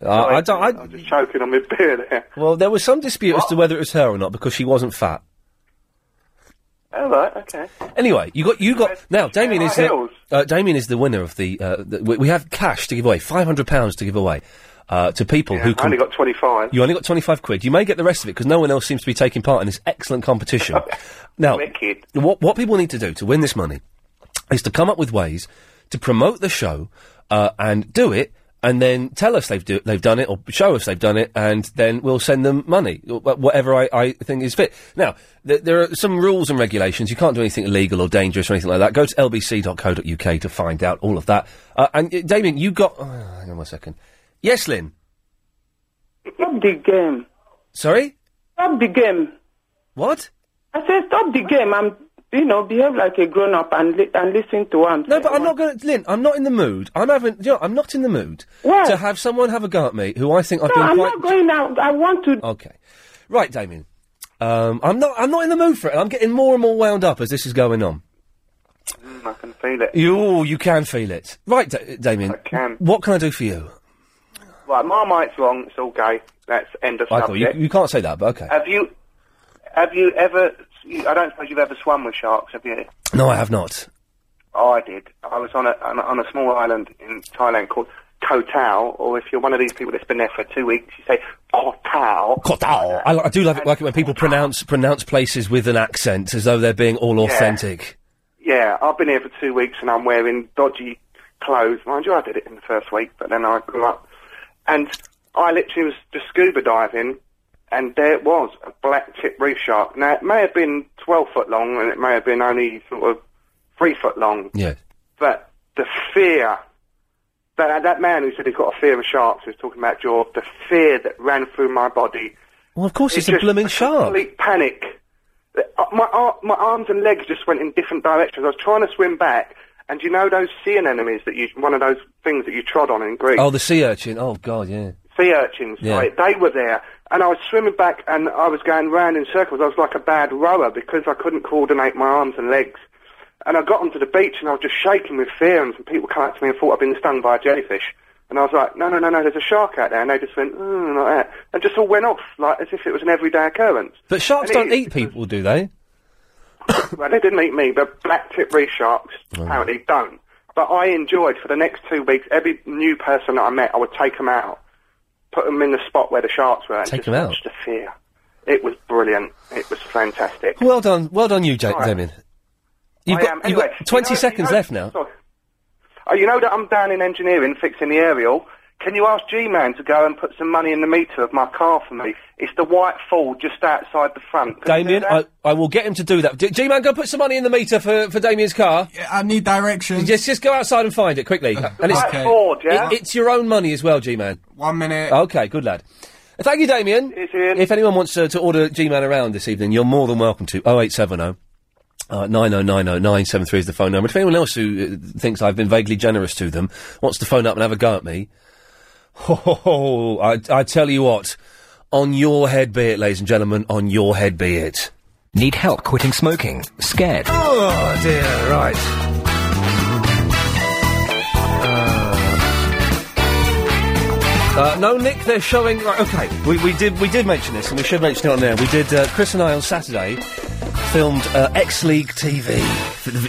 [SPEAKER 3] I, I don't. I,
[SPEAKER 12] Just choking on my beer there.
[SPEAKER 3] well, there was some dispute as to whether it was her or not because she wasn't fat.
[SPEAKER 12] All Oh, right, okay.
[SPEAKER 3] Anyway, you got you got now. Damien is the, uh, Damien is the winner of the. Uh, the we, we have cash to give away, five hundred pounds to give away uh, to people who
[SPEAKER 12] I
[SPEAKER 3] can.
[SPEAKER 12] only got 25.
[SPEAKER 3] you only got twenty five quid. You may get the rest of it because no one else seems to be taking part in this excellent competition. now,
[SPEAKER 12] Wicked.
[SPEAKER 3] what what people need to do to win this money is to come up with ways to promote the show uh, and do it, and then tell us they've do- they've done it or show us they've done it, and then we'll send them money, or wh- whatever I, I think is fit. Now th- there are some rules and regulations. You can't do anything illegal or dangerous or anything like that. Go to lbc.co.uk to find out all of that. Uh, and uh, Damien, you got oh, hang on one second. Yes, Lynn.
[SPEAKER 14] Stop the game.
[SPEAKER 3] Sorry.
[SPEAKER 14] Stop the game.
[SPEAKER 3] What?
[SPEAKER 14] I said stop the game. I'm, you know, behave like a grown up and li- and listen to him.
[SPEAKER 3] No, but I'm not going to. Lynn, I'm not in the mood. I'm having. You know, I'm not in the mood to have someone have a go at me who I think I've
[SPEAKER 14] No,
[SPEAKER 3] been
[SPEAKER 14] I'm
[SPEAKER 3] quite.
[SPEAKER 14] not going out. I want to.
[SPEAKER 3] Okay, right, Damien. Um, I'm not. I'm not in the mood for it. I'm getting more and more wound up as this is going on.
[SPEAKER 12] Mm, I can feel it.
[SPEAKER 3] You, ooh, you can feel it, right, da- Damien? I
[SPEAKER 12] can.
[SPEAKER 3] What can I do for you?
[SPEAKER 12] Right, Marmite's wrong. It's all gay. That's end of
[SPEAKER 3] I thought you,
[SPEAKER 12] subject.
[SPEAKER 3] you can't say that, but okay.
[SPEAKER 12] Have you? Have you ever? you- I don't suppose you've ever swum with sharks, have you?
[SPEAKER 3] No, I have not.
[SPEAKER 12] Oh, I did. I was on a on a, on a small island in Thailand called Koh Tao. Or if you're one of these people that's been there for two weeks, you say Koh Tao.
[SPEAKER 3] Koh Tao. I, li- I do love it, like it when people pronounce pronounce places with an accent as though they're being all
[SPEAKER 12] Yeah.
[SPEAKER 3] authentic.
[SPEAKER 12] Yeah, I've been here for two weeks and I'm wearing dodgy clothes. Mind you, I did it in the first week, but then I grew up. And I literally was just scuba diving, and there it was, a black tip reef shark. Now, it may have been 12 foot long and it may have been only sort of three foot long,
[SPEAKER 3] Yeah.
[SPEAKER 12] but the fear. That, that man who said he's got a fear of sharks, who was talking about Jaws, the fear that ran through my body
[SPEAKER 3] Well, of course,
[SPEAKER 12] It's
[SPEAKER 3] it's, a
[SPEAKER 12] just
[SPEAKER 3] blooming shark.
[SPEAKER 12] complete panic. Uh, My, ar- my arms and legs just went in different directions. I was trying to swim back, and you know those sea anemones that you, one of those things that you trod on in Greece?
[SPEAKER 3] Oh, the sea urchin. Oh God, yeah.
[SPEAKER 12] sea urchins,
[SPEAKER 3] Yeah.
[SPEAKER 12] right? They were there, and I was swimming back, and I was going round in circles. I was like a bad rower because I couldn't coordinate my arms and legs. And I got onto the beach, and I was just shaking with fear. And some people came up to me and thought I'd been stung by a jellyfish. And I was like, no, no, no, no, there's a shark out there. And they just went, mm, like that. And just all went off, like as if it was an everyday occurrence.
[SPEAKER 3] But
[SPEAKER 12] And
[SPEAKER 3] sharks
[SPEAKER 12] it
[SPEAKER 3] don't
[SPEAKER 12] is-
[SPEAKER 3] eat people, do they?
[SPEAKER 12] well, they didn't eat me, but black tip reef sharks
[SPEAKER 3] Oh.
[SPEAKER 12] apparently don't. But I enjoyed for the next two weeks. Every new person that I met, I would take them out, put them in the spot where the sharks were, and
[SPEAKER 3] Take
[SPEAKER 12] just
[SPEAKER 3] 'em out.
[SPEAKER 12] watch the fear. It was brilliant. It was fantastic.
[SPEAKER 3] Well done, well done, you, Ja- Damien. You've
[SPEAKER 12] I
[SPEAKER 3] got,
[SPEAKER 12] am.
[SPEAKER 3] you've got
[SPEAKER 12] Anyway,
[SPEAKER 3] twenty
[SPEAKER 12] you know-
[SPEAKER 3] seconds
[SPEAKER 12] you know-
[SPEAKER 3] left now.
[SPEAKER 12] sorry. oh, you know that I'm down in engineering fixing the aerial. Can you ask G-Man to go and put some money in the meter of my car for me? It's the white Ford just outside the front. Can you do
[SPEAKER 3] Damien,
[SPEAKER 12] that?
[SPEAKER 3] I, I will get him to do that. D- G-Man, go put some money in the meter for, for Damien's car. Yeah, I need directions. Just, just go outside and find it quickly. and it's,
[SPEAKER 12] White Ford, yeah?
[SPEAKER 3] it- it's your own money as well, G-Man. One minute. Okay, good lad. Thank you, Damien. If anyone wants uh, to order G-Man around this evening, you're more than welcome to Oh, 0870. Uh, 9090973 is the phone number. If anyone else who uh, thinks I've been vaguely generous to them wants to phone up and have a go at me, ho, ho, ho, I, I tell you what, on your head be it, ladies and gentlemen, on your head be it. Need help quitting smoking? Scared? Oh dear, right. Uh, no, Nick, they're showing. Right, okay, we, we did we did mention this, and we should mention it on there. We did. Uh, Chris and I on Saturday filmed uh, X League TV.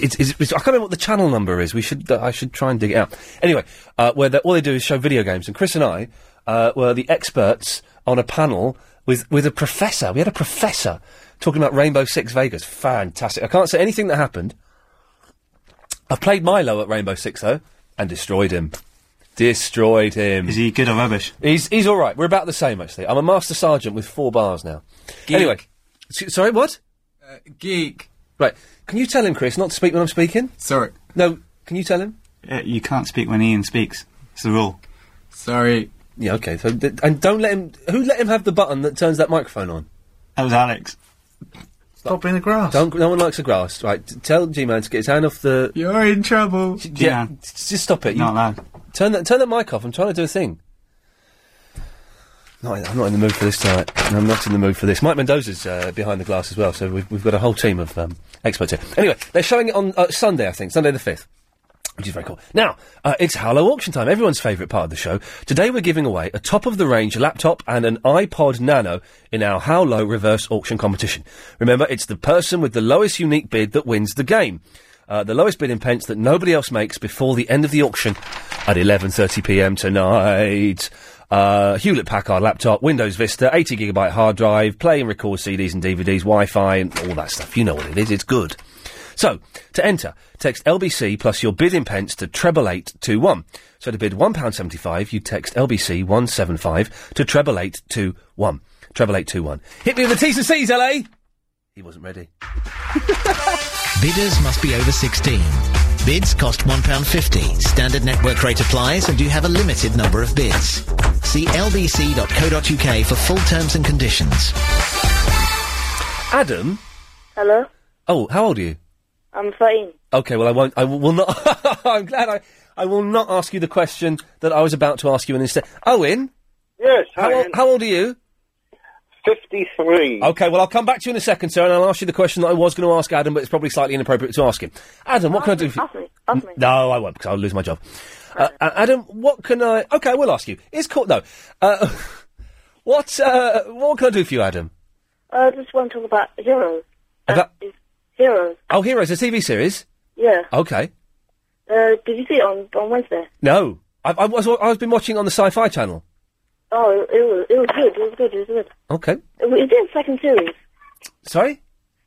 [SPEAKER 3] It's, it's, it's- I can't remember what the channel number is. We should uh, I should try and dig it out. Anyway, uh, where they- all they do is show video games, and Chris and I uh, were the experts on a panel with with a professor. We had a professor talking about Rainbow Six Vegas. Fantastic. I can't say anything that happened. I played Milo at Rainbow Six though, and destroyed him. Destroyed him. Is
[SPEAKER 31] he good or rubbish?
[SPEAKER 3] He's he's all right. We're about the same actually. I'm a master sergeant with four bars now. Anyway, S- sorry, what? Uh, geek. Right. Can you tell him, Chris, not to speak when I'm speaking? Sorry. No. Can you tell him?
[SPEAKER 31] Uh, you can't speak when Ian speaks. It's the rule.
[SPEAKER 3] Sorry. Yeah. Okay. So d- and don't let him. Who let him have the button that turns that microphone on?
[SPEAKER 31] That was Alex.
[SPEAKER 3] Stop being the grass. Don't, no one likes the grass. Right. t- Tell G-Man to get his hand off the. You're in trouble. Yeah.
[SPEAKER 31] G-Man.
[SPEAKER 3] s- Just stop it. Not allowed. Turn that. Turn that mic off. I'm trying to do a thing. Not, in- I'm not in the mood for this tonight. and I'm not in the mood for this. Mike Mendoza's uh, behind the glass as well, so we've, we've got a whole team of um, experts here. Anyway, they're showing it on uh, Sunday, I think, Sunday the 5th, which is very cool. Now, uh, it's Hallow Auction time, everyone's favourite part of the show. Today we're giving away a top of the range laptop and an iPod Nano in our How Low reverse auction competition. Remember, it's the person with the lowest unique bid that wins the game. Uh, the lowest bid in pence that nobody else makes before the end of the auction at 11.30pm tonight. Uh, Hewlett Packard laptop, Windows Vista, 80 gigabyte hard drive, play and record CDs and DVDs, Wi-Fi, and all that stuff. You know what it is. It's good. So to enter, text LBC plus your bid in pence to treble eight two one. So to bid one pound seventy five, you text LBC one seven five to treble eight two one. Treble eight two one. Hit me with the T's and C's, LA. He wasn't ready.
[SPEAKER 30] Bidders must be over 16. Bids cost £1.50. Standard network rate applies and you have a limited number of bids. See lbc.co.uk for full terms and conditions.
[SPEAKER 3] Adam.
[SPEAKER 8] Hello,
[SPEAKER 3] Oh, how old are you?
[SPEAKER 8] I'm fine.
[SPEAKER 3] Okay, well, I won't. I will not. I'm glad I. I will not ask you the question that I was about to ask you, and instead, Owen.
[SPEAKER 40] Yes,
[SPEAKER 3] How, old, how old are you?
[SPEAKER 40] 53.
[SPEAKER 3] Okay, well, I'll come back to you in a second, sir, and I'll ask you the question that I was going to ask Adam, but it's probably slightly inappropriate to ask him. Adam, what can I do for you? No, I won't, because I'll lose my job. Uh, uh, Adam, what can I? Okay, I will ask you. Is caught no. Uh, what uh, what can I do for you, Adam?
[SPEAKER 8] I Uh, just want to talk about heroes.
[SPEAKER 3] About-
[SPEAKER 8] Heroes,
[SPEAKER 3] oh, Heroes, a TV series.
[SPEAKER 8] yeah.
[SPEAKER 3] Okay.
[SPEAKER 8] Uh, did you see it on, on Wednesday?
[SPEAKER 3] No, I, I was I've been watching it on the Sci-Fi Channel.
[SPEAKER 8] Oh, it, it was it was good. It was good. It was good.
[SPEAKER 3] Okay.
[SPEAKER 8] It was- Is it the second series?
[SPEAKER 3] Sorry.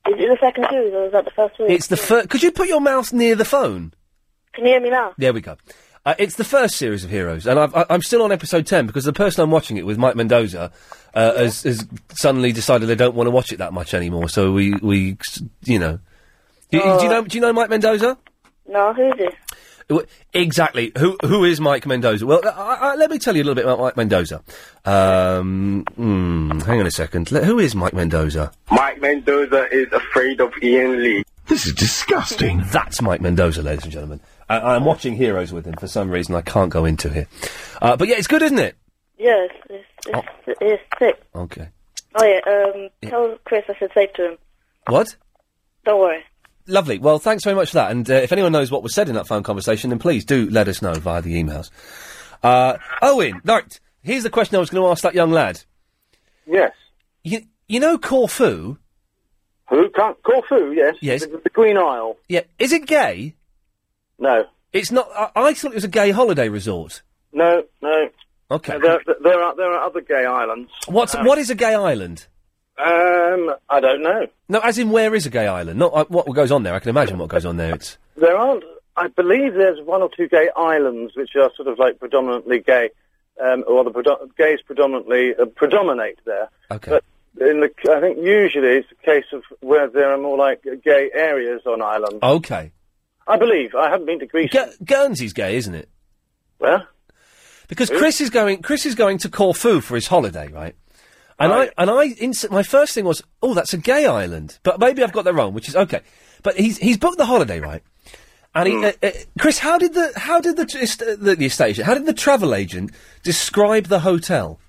[SPEAKER 8] Is it the second series or was that the first series?
[SPEAKER 3] It's the first. Could you put your mouse near the phone?
[SPEAKER 8] Can you hear me now?
[SPEAKER 3] There we go. Uh, it's the first series of Heroes, and I've, I, I'm still on episode 10 because the person I'm watching it with, Mike Mendoza, uh, has, has suddenly decided they don't want to watch it that much anymore. So we, we s- you know. You- you- do, you know do you know Mike Mendoza?
[SPEAKER 8] No, who's it?
[SPEAKER 3] Wh- Exactly. Who who is Mike Mendoza? Well, I, I, let me tell you a little bit about Mike Mendoza. Um, hmm, hang on a second. Le- who is Mike Mendoza?
[SPEAKER 40] Mike Mendoza is afraid of Ian Lee.
[SPEAKER 3] This is disgusting. That's Mike Mendoza, ladies and gentlemen. I, I'm watching Heroes with him for some reason. I can't go into here, uh, but yeah, it's good, isn't it?
[SPEAKER 8] Yes, it's, it's, it's sick.
[SPEAKER 3] Okay.
[SPEAKER 8] Oh yeah. Um, tell Chris I said safe to him.
[SPEAKER 3] What?
[SPEAKER 8] Don't worry.
[SPEAKER 3] Lovely. Well, thanks very much for that. And uh, if anyone knows what was said in that phone conversation, then please do let us know via the emails. Uh, Owen, right. Here's the question I was going to ask that young lad.
[SPEAKER 40] Yes.
[SPEAKER 3] You, you know Corfu?
[SPEAKER 40] Who? Cor- Corfu, yes.
[SPEAKER 3] Yes.
[SPEAKER 40] The, the Green Isle.
[SPEAKER 3] Yeah. Is it gay?
[SPEAKER 40] No.
[SPEAKER 3] It's not. I, I thought it was a gay holiday resort.
[SPEAKER 40] No, no.
[SPEAKER 3] Okay.
[SPEAKER 40] There, there, are, there are other gay islands.
[SPEAKER 3] What's, what is a gay island?
[SPEAKER 40] Um, I don't know.
[SPEAKER 3] No, as in where is a gay island? Not uh, what goes on there. I can imagine what goes on there. It's
[SPEAKER 40] There aren't I believe there's one or two gay islands which are sort of like predominantly gay, um, or the predo- gays predominantly uh, predominate there.
[SPEAKER 3] Okay.
[SPEAKER 40] But in the, I think usually it's a case of where there are more like gay areas on islands.
[SPEAKER 3] Okay.
[SPEAKER 40] I believe. I haven't been to Greece.
[SPEAKER 3] Guernsey's gay, isn't it?
[SPEAKER 40] Well,
[SPEAKER 3] because Chris is going. Chris is going to Corfu for his holiday, right? And I and I inst- my first thing was, oh, that's a gay island, but maybe I've got that wrong, which is okay. But he's he's booked the holiday, right? And he, uh, uh, Chris, how did the how did the, t- est- uh, the the estate agent- how did the travel agent describe the hotel?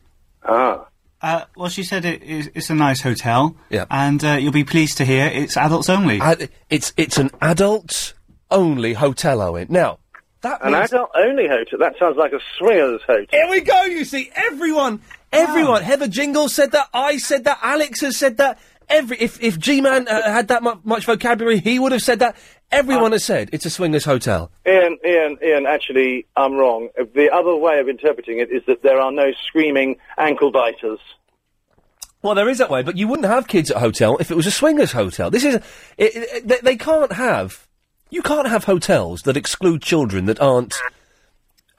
[SPEAKER 40] Ah.
[SPEAKER 31] Uh, well, she said it, is- it's a nice hotel.
[SPEAKER 3] Yeah.
[SPEAKER 31] And uh, you'll be pleased to hear it's adults only.
[SPEAKER 3] it's it's an adults only hotel, Owen. Now, that
[SPEAKER 40] An
[SPEAKER 3] means-
[SPEAKER 40] adult only hotel. That sounds like a swingers hotel.
[SPEAKER 3] Here we go, you see. Everyone, everyone. Heather Jingle said that. I said that. Alex has said that. Every if if G Man uh, had that mu- much vocabulary, he would have said that. Everyone has said it's a swingers hotel.
[SPEAKER 40] Ian, Ian, Ian, actually, I'm wrong. The other way of interpreting it is that there are no screaming ankle biters.
[SPEAKER 3] Well, there is that way, but you wouldn't have kids at a hotel if it was a swingers hotel. This is it, it, they, they can't have you can't have hotels that exclude children that aren't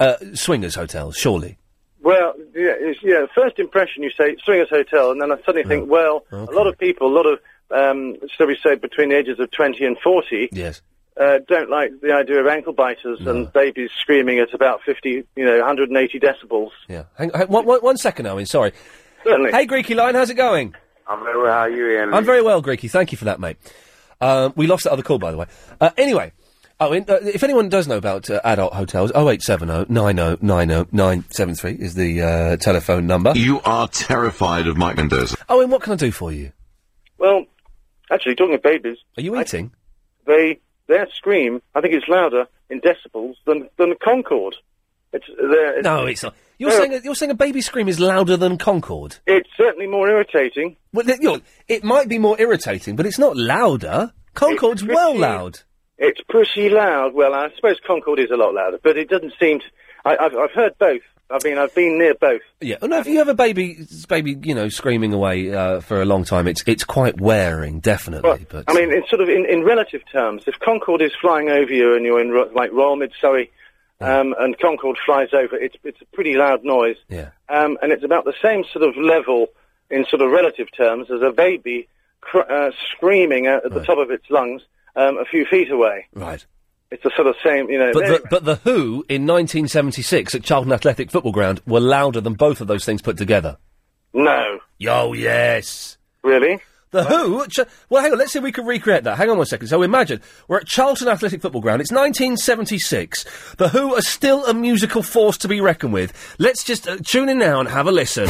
[SPEAKER 3] uh, swingers hotels. Surely,
[SPEAKER 40] Well, yeah, it's, yeah, the first impression you say swingers hotel, and then I suddenly think, well, a lot of people, a lot of, um, shall we say, between the ages of 20 and 40,
[SPEAKER 3] yes.
[SPEAKER 40] uh, don't like the idea of ankle biters and babies screaming at about 50, you know, 180 decibels.
[SPEAKER 3] Yeah. Hang, hang, one, one, one second, Owen. Sorry.
[SPEAKER 40] Certainly.
[SPEAKER 3] Hey, Greeky Line, how's it going?
[SPEAKER 7] I'm very well. How are you, Ian?
[SPEAKER 3] I'm very well, Greeky. Thank you for that, mate. Um, we lost that other call, by the way. Uh, anyway, oh, in, uh, if anyone does know about uh, adult hotels, 0870 90 90 973 is the uh, telephone number.
[SPEAKER 34] You are terrified of Mike Mendoza.
[SPEAKER 3] Owen, what can I do for you?
[SPEAKER 40] Well, actually, talking of babies,
[SPEAKER 3] Are you eating?
[SPEAKER 40] they their scream, I think, is louder in decibels than than Concorde. It's, they're-
[SPEAKER 3] no, it's not. You're saying a, you're saying a baby scream is louder than Concord.
[SPEAKER 40] It's certainly more irritating.
[SPEAKER 3] Well, th- you know, it might be more irritating, but it's not louder. Concord's well loud.
[SPEAKER 40] It's pretty loud. Well, I suppose Concorde is a lot louder, but it doesn't seem. To, I, I've I've heard both. I mean, I've been near both.
[SPEAKER 3] Yeah. Oh, no, if you have a baby, baby, you know, screaming away uh, for a long time, it's it's quite wearing, definitely. but
[SPEAKER 40] I mean, it's sort of in, in relative terms. If Concorde is flying over you and you're in ro- like Royal Mid Surrey, um, and Concorde flies over, it's it's a pretty loud noise.
[SPEAKER 3] Yeah.
[SPEAKER 40] Um, and it's about the same sort of level in sort of relative terms as a baby cr- uh, screaming out at the top of its lungs um, a few feet away.
[SPEAKER 3] Right.
[SPEAKER 40] It's the sort of same, you know.
[SPEAKER 3] But
[SPEAKER 40] very-
[SPEAKER 3] the, but the Who in 1976 at Charlton Athletic Football Ground were louder than both of those things put together.
[SPEAKER 40] No.
[SPEAKER 3] Yo, yes.
[SPEAKER 40] Really?
[SPEAKER 3] The Who? at Ch- well, hang on. Let's see if we can recreate that. Hang on one second. So imagine we're at Charlton Athletic Football Ground. It's 1976. The Who are still a musical force to be reckoned with. Let's just uh, tune in now and have a listen.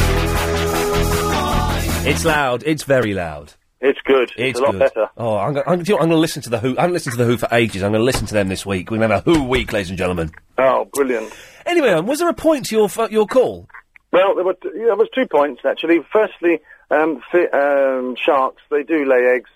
[SPEAKER 3] It's loud. It's very loud.
[SPEAKER 40] It's good. It's, a lot
[SPEAKER 3] good.
[SPEAKER 40] better.
[SPEAKER 3] Oh, I'm going I'm, do you know what? I'm to listen to the Who. I'm going to listen to the Who for ages. I'm going to listen to them this week. We're going to have a Who week, ladies and gentlemen.
[SPEAKER 40] Oh, brilliant.
[SPEAKER 3] Anyway, um, was there a point to your f- your call?
[SPEAKER 40] Well, there were t- yeah, there was two points actually. Firstly, um, fi- um, sharks they do lay eggs.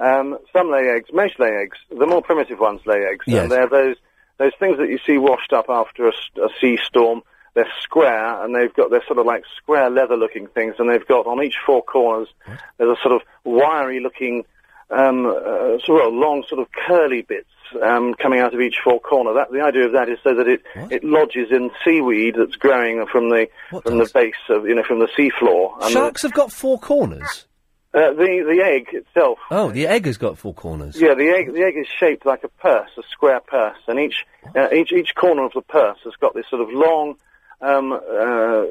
[SPEAKER 40] Um, some lay eggs. Most lay eggs. The more primitive ones lay eggs,
[SPEAKER 37] Yes.
[SPEAKER 40] and they're those those things that you see washed up after a, s- a sea storm. They're square, and they've got they're sort of like square leather-looking things, and they've got on each four corners there's a sort of wiry-looking, um, uh, sort of long, sort of curly bits um, coming out of each four corner. That the idea of that is so that it it lodges in seaweed that's growing from the from the base of you know from the seafloor. And
[SPEAKER 3] Sharks have got four corners.
[SPEAKER 40] The, uh, the the egg itself.
[SPEAKER 3] Oh, the egg has got four corners.
[SPEAKER 40] Yeah, the egg the egg is shaped like a purse, a square purse, and each uh, each each corner of the purse has got this sort of long, um, uh,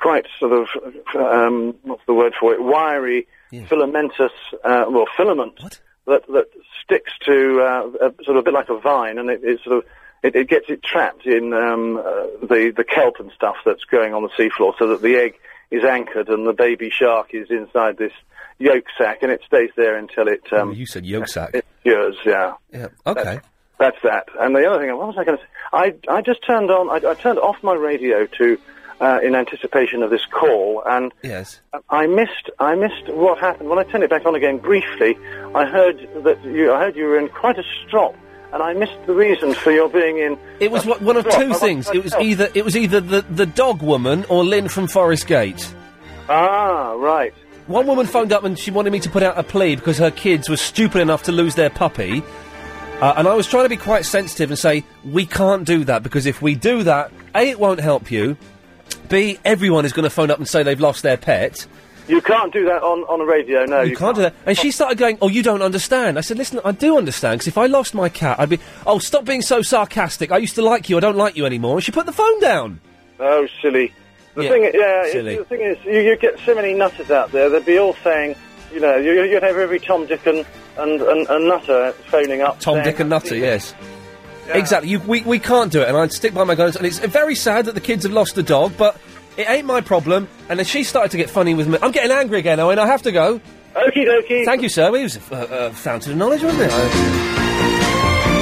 [SPEAKER 40] quite sort of um, what's the word for it? Wiry, filamentous, uh, well, filament that that sticks to uh, a, sort of a bit like a vine, and it, it sort of it, it gets it trapped in um, uh, the the kelp and stuff that's growing on the seafloor, so that the egg is anchored and the baby shark is inside this yolk sac, and it stays there until it. Um,
[SPEAKER 3] Oh, you said yolk sac.
[SPEAKER 40] It cures, yeah.
[SPEAKER 3] Yeah. Okay.
[SPEAKER 40] That's that. And the other thing, what was I going to say? I, I just turned on, I, I turned off my radio to, uh, in anticipation of this call, and
[SPEAKER 3] Yes.
[SPEAKER 40] I missed, I missed what happened. When I turned it back on again briefly, I heard that you, I heard you were in quite a strop, and I missed the reason for your being in.
[SPEAKER 3] It was one one of two things. It was either it was either the, the dog woman or Lynn from Forest Gate.
[SPEAKER 40] Ah, right.
[SPEAKER 3] One woman phoned up and she wanted me to put out a plea because her kids were stupid enough to lose their puppy. Uh, and I was trying to be quite sensitive and say, we can't do that because if we do that, A, it won't help you. B, everyone is going to phone up and say they've lost their pet.
[SPEAKER 40] You can't do that on, on the radio, no.
[SPEAKER 3] you, can't, do that. And she started going, Oh, you don't understand. I said, Listen, I do understand, because if I lost my cat, I'd be, Oh, stop being so sarcastic. I used to like you, I don't like you anymore. And she put the phone down.
[SPEAKER 40] Oh, silly. The
[SPEAKER 3] Yeah,
[SPEAKER 40] thing, i- yeah, it-
[SPEAKER 3] silly.
[SPEAKER 40] the thing is, you, you get so many nutters out there. They'd be all saying, you know, you, you'd have every Tom, Dick, and, and, and, and Nutter phoning up.
[SPEAKER 3] Tom,
[SPEAKER 40] saying,
[SPEAKER 3] Dick, and Nutter, yes. Exactly. You, we, we can't do it, and I'd stick by my guns. And it's very sad that the kids have lost the dog, but it ain't my problem. And then she started to get funny with me. I'm getting angry again, Owen. I have to go.
[SPEAKER 40] Okie dokie.
[SPEAKER 3] Thank you, sir. Well, It was a f- a, a fountain of knowledge, wasn't it? I-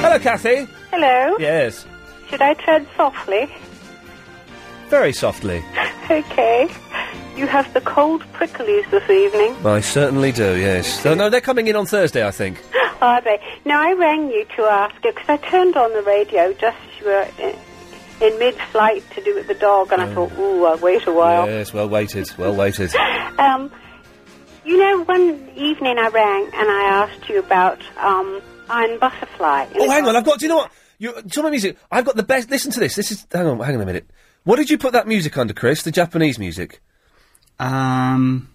[SPEAKER 3] Hello, Kathy.
[SPEAKER 7] Hello.
[SPEAKER 3] Yes.
[SPEAKER 7] Should I tread softly?
[SPEAKER 3] Very softly.
[SPEAKER 7] Okay. You have the cold pricklies this evening,
[SPEAKER 3] I certainly do, yes. Oh, No, no, they're coming in on Thursday, I think.
[SPEAKER 7] are they? Now, Oh, I rang you to ask you because I turned on the radio just as you were in, in mid flight to do with the dog, and I thought, ooh, I'll wait a while.
[SPEAKER 3] Yes, well waited, well waited.
[SPEAKER 7] Um, you know, one evening I rang and I asked you about um, iron butterfly.
[SPEAKER 3] Oh, hang on, I've got. Do you know what? You, do you know my music? I've got the best. Listen to this. This is. Hang on, hang on a minute. What did you put that music under, Chris? The Japanese music. Um.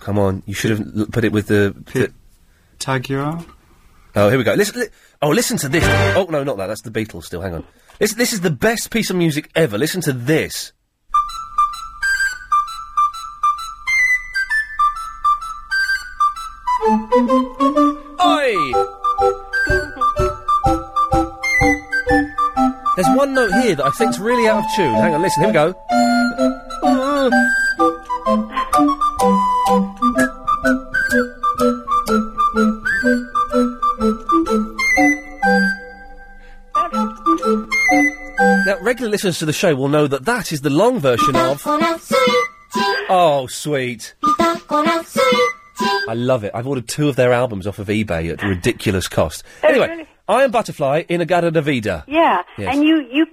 [SPEAKER 3] Come on, you should have l- put it with the. the Tagura. Oh, here we go. Listen. Li- oh, listen to this. Oh no, not that. That's the Beatles. Still, hang on. This this is the best piece of music ever. Listen to this. Oi! There's one note here that I think's really out of tune. Hang on, listen. Here we go. Now, regular listeners to the show will know that that is the long version of. Oh, sweet. I love it. I've ordered two of their albums off of eBay at ridiculous cost.
[SPEAKER 7] Oh,
[SPEAKER 3] Anyway,
[SPEAKER 7] really?
[SPEAKER 3] Iron Butterfly in Agada da Vida.
[SPEAKER 7] Yeah,
[SPEAKER 3] Yes.
[SPEAKER 7] and you, you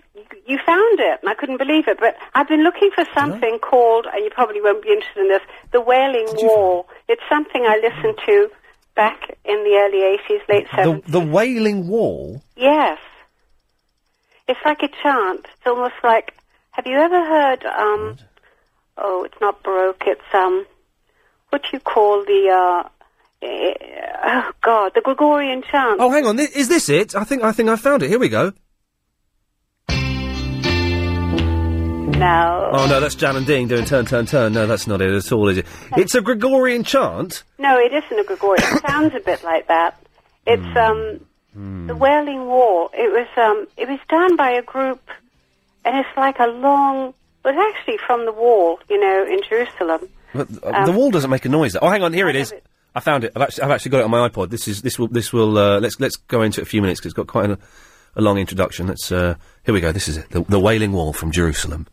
[SPEAKER 7] you found it, and I couldn't believe it. But I've been looking for something called, and you probably won't be interested in this, the Wailing Wall. It's something I listened to back in the early eighties, late
[SPEAKER 3] The,
[SPEAKER 7] seventies.
[SPEAKER 3] the Wailing Wall.
[SPEAKER 7] Yes, it's like a chant. It's almost like. Have you ever heard? um Oh, it's not baroque. It's um, what you call the uh, eh, oh God, the Gregorian chant.
[SPEAKER 3] Oh, hang on. Thi- Is this it? I think I think I found it. Here we go.
[SPEAKER 7] No,
[SPEAKER 3] Oh no, that's Jan and Dean doing turn, turn, turn. No, that's not it at all, is it? It's a Gregorian chant.
[SPEAKER 7] No, it isn't a Gregorian. It sounds a bit like that. It's
[SPEAKER 3] Hmm.
[SPEAKER 7] um, the Wailing Wall. It was um, it was done by a group, and it's like a long. It was actually from the wall, you know, in Jerusalem.
[SPEAKER 3] But th-
[SPEAKER 7] Um,
[SPEAKER 3] the wall doesn't make a noise. Oh, hang on. Here it is. I found it. I've actually, I've actually got it on my iPod. This is this will this will uh, let's let's go into it a few minutes because it's got quite a, a long introduction. Let's uh, here we go. This is it. The, the Wailing Wall from Jerusalem.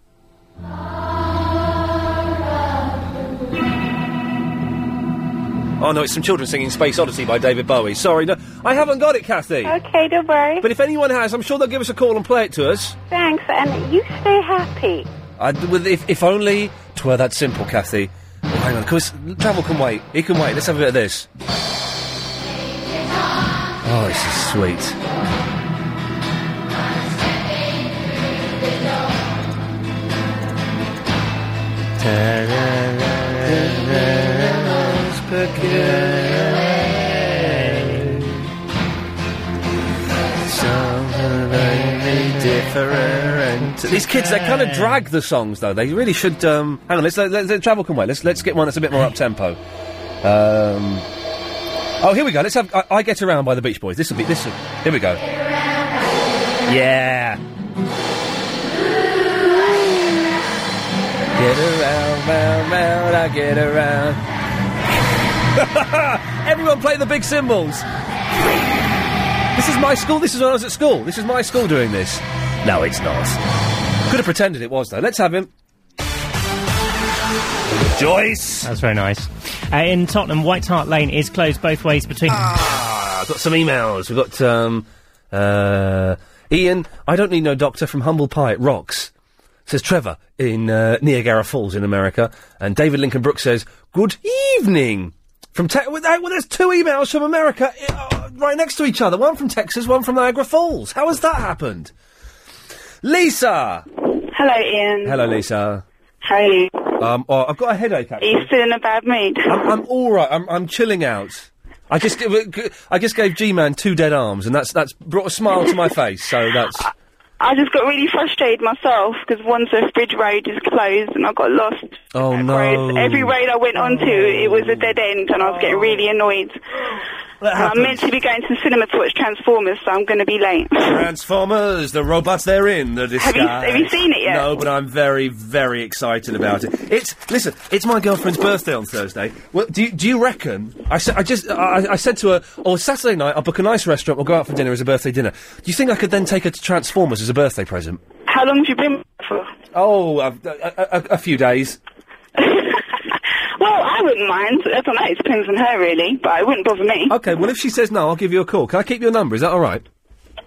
[SPEAKER 3] Oh no, it's some children singing Space Odyssey by David Bowie. Sorry, no, I haven't got it, Kathy.
[SPEAKER 7] Okay, don't worry.
[SPEAKER 3] But if anyone has, I'm sure they'll give us a call and play it to us.
[SPEAKER 7] Thanks, and you stay happy.
[SPEAKER 3] I, with, if, if only 'twere that simple, Kathy. Hang on, because travel can wait. He can wait. Let's have a bit of this. Oh, this is sweet. So These kids, they kind of drag the songs though. They really should. Um, hang on, let's let, let, let travel can wait. Let's let's get one that's a bit more up tempo. Um, oh, here we go. Let's have I, I get around by the Beach Boys. This will be this. Will, here we go. Yeah. Get around, round, round, I get around. Everyone play the big cymbals. This is my school. This is when I was at school. This is my school doing this. No, it's not. Could have pretended it was though. Let's have him. Joyce.
[SPEAKER 2] That's very nice. Uh, in Tottenham, White Hart Lane is closed both ways between.
[SPEAKER 3] Ah, I've got some emails. We've got um, uh, Ian. I don't need no doctor from Humble Pie. It rocks. says Trevor in uh, Niagara Falls in America, and David Lincoln Brooks says good evening from Te- well, that- well, there's two emails from America i- uh, right next to each other. One from Texas, one from Niagara Falls. How has that happened? Lisa.
[SPEAKER 38] Hello, Ian.
[SPEAKER 3] Hello, Lisa.
[SPEAKER 38] How are you?
[SPEAKER 3] Um, oh, I've got a headache.
[SPEAKER 38] Are you
[SPEAKER 3] Actually,
[SPEAKER 38] still in a bad mood?
[SPEAKER 3] I'm, I'm all right. I'm, I'm chilling out. I just gave, I just gave G-Man two dead arms, and that's that's brought a smile to my face. So that's
[SPEAKER 38] Uh, I just got really frustrated myself because Wandsworth Bridge Road is closed and I got lost.
[SPEAKER 3] oh no.
[SPEAKER 38] Every road I went onto, it was a dead end and I was getting really
[SPEAKER 8] Oh.
[SPEAKER 38] annoyed. And I'm meant to be going to the cinema to watch Transformers, so I'm going to be late.
[SPEAKER 3] Transformers, the robots they're in, the disguise.
[SPEAKER 38] have you seen it yet?
[SPEAKER 3] No, but I'm very, very excited about it. It's listen, it's my girlfriend's birthday on Thursday. Well, do you, do you reckon? I, sa- I just I, I said to her, or Saturday night, I'll book a nice restaurant. We'll go out for dinner as a birthday dinner. Do you think I could then take her to Transformers as a birthday present?
[SPEAKER 38] How long have you been for?
[SPEAKER 3] Oh, a, a, a, a few days.
[SPEAKER 38] Well, I wouldn't mind. I don't know. It depends on her, really, but it wouldn't bother me.
[SPEAKER 3] Okay, well if she says no, I'll give you a call. Can I keep your number? Is that all right?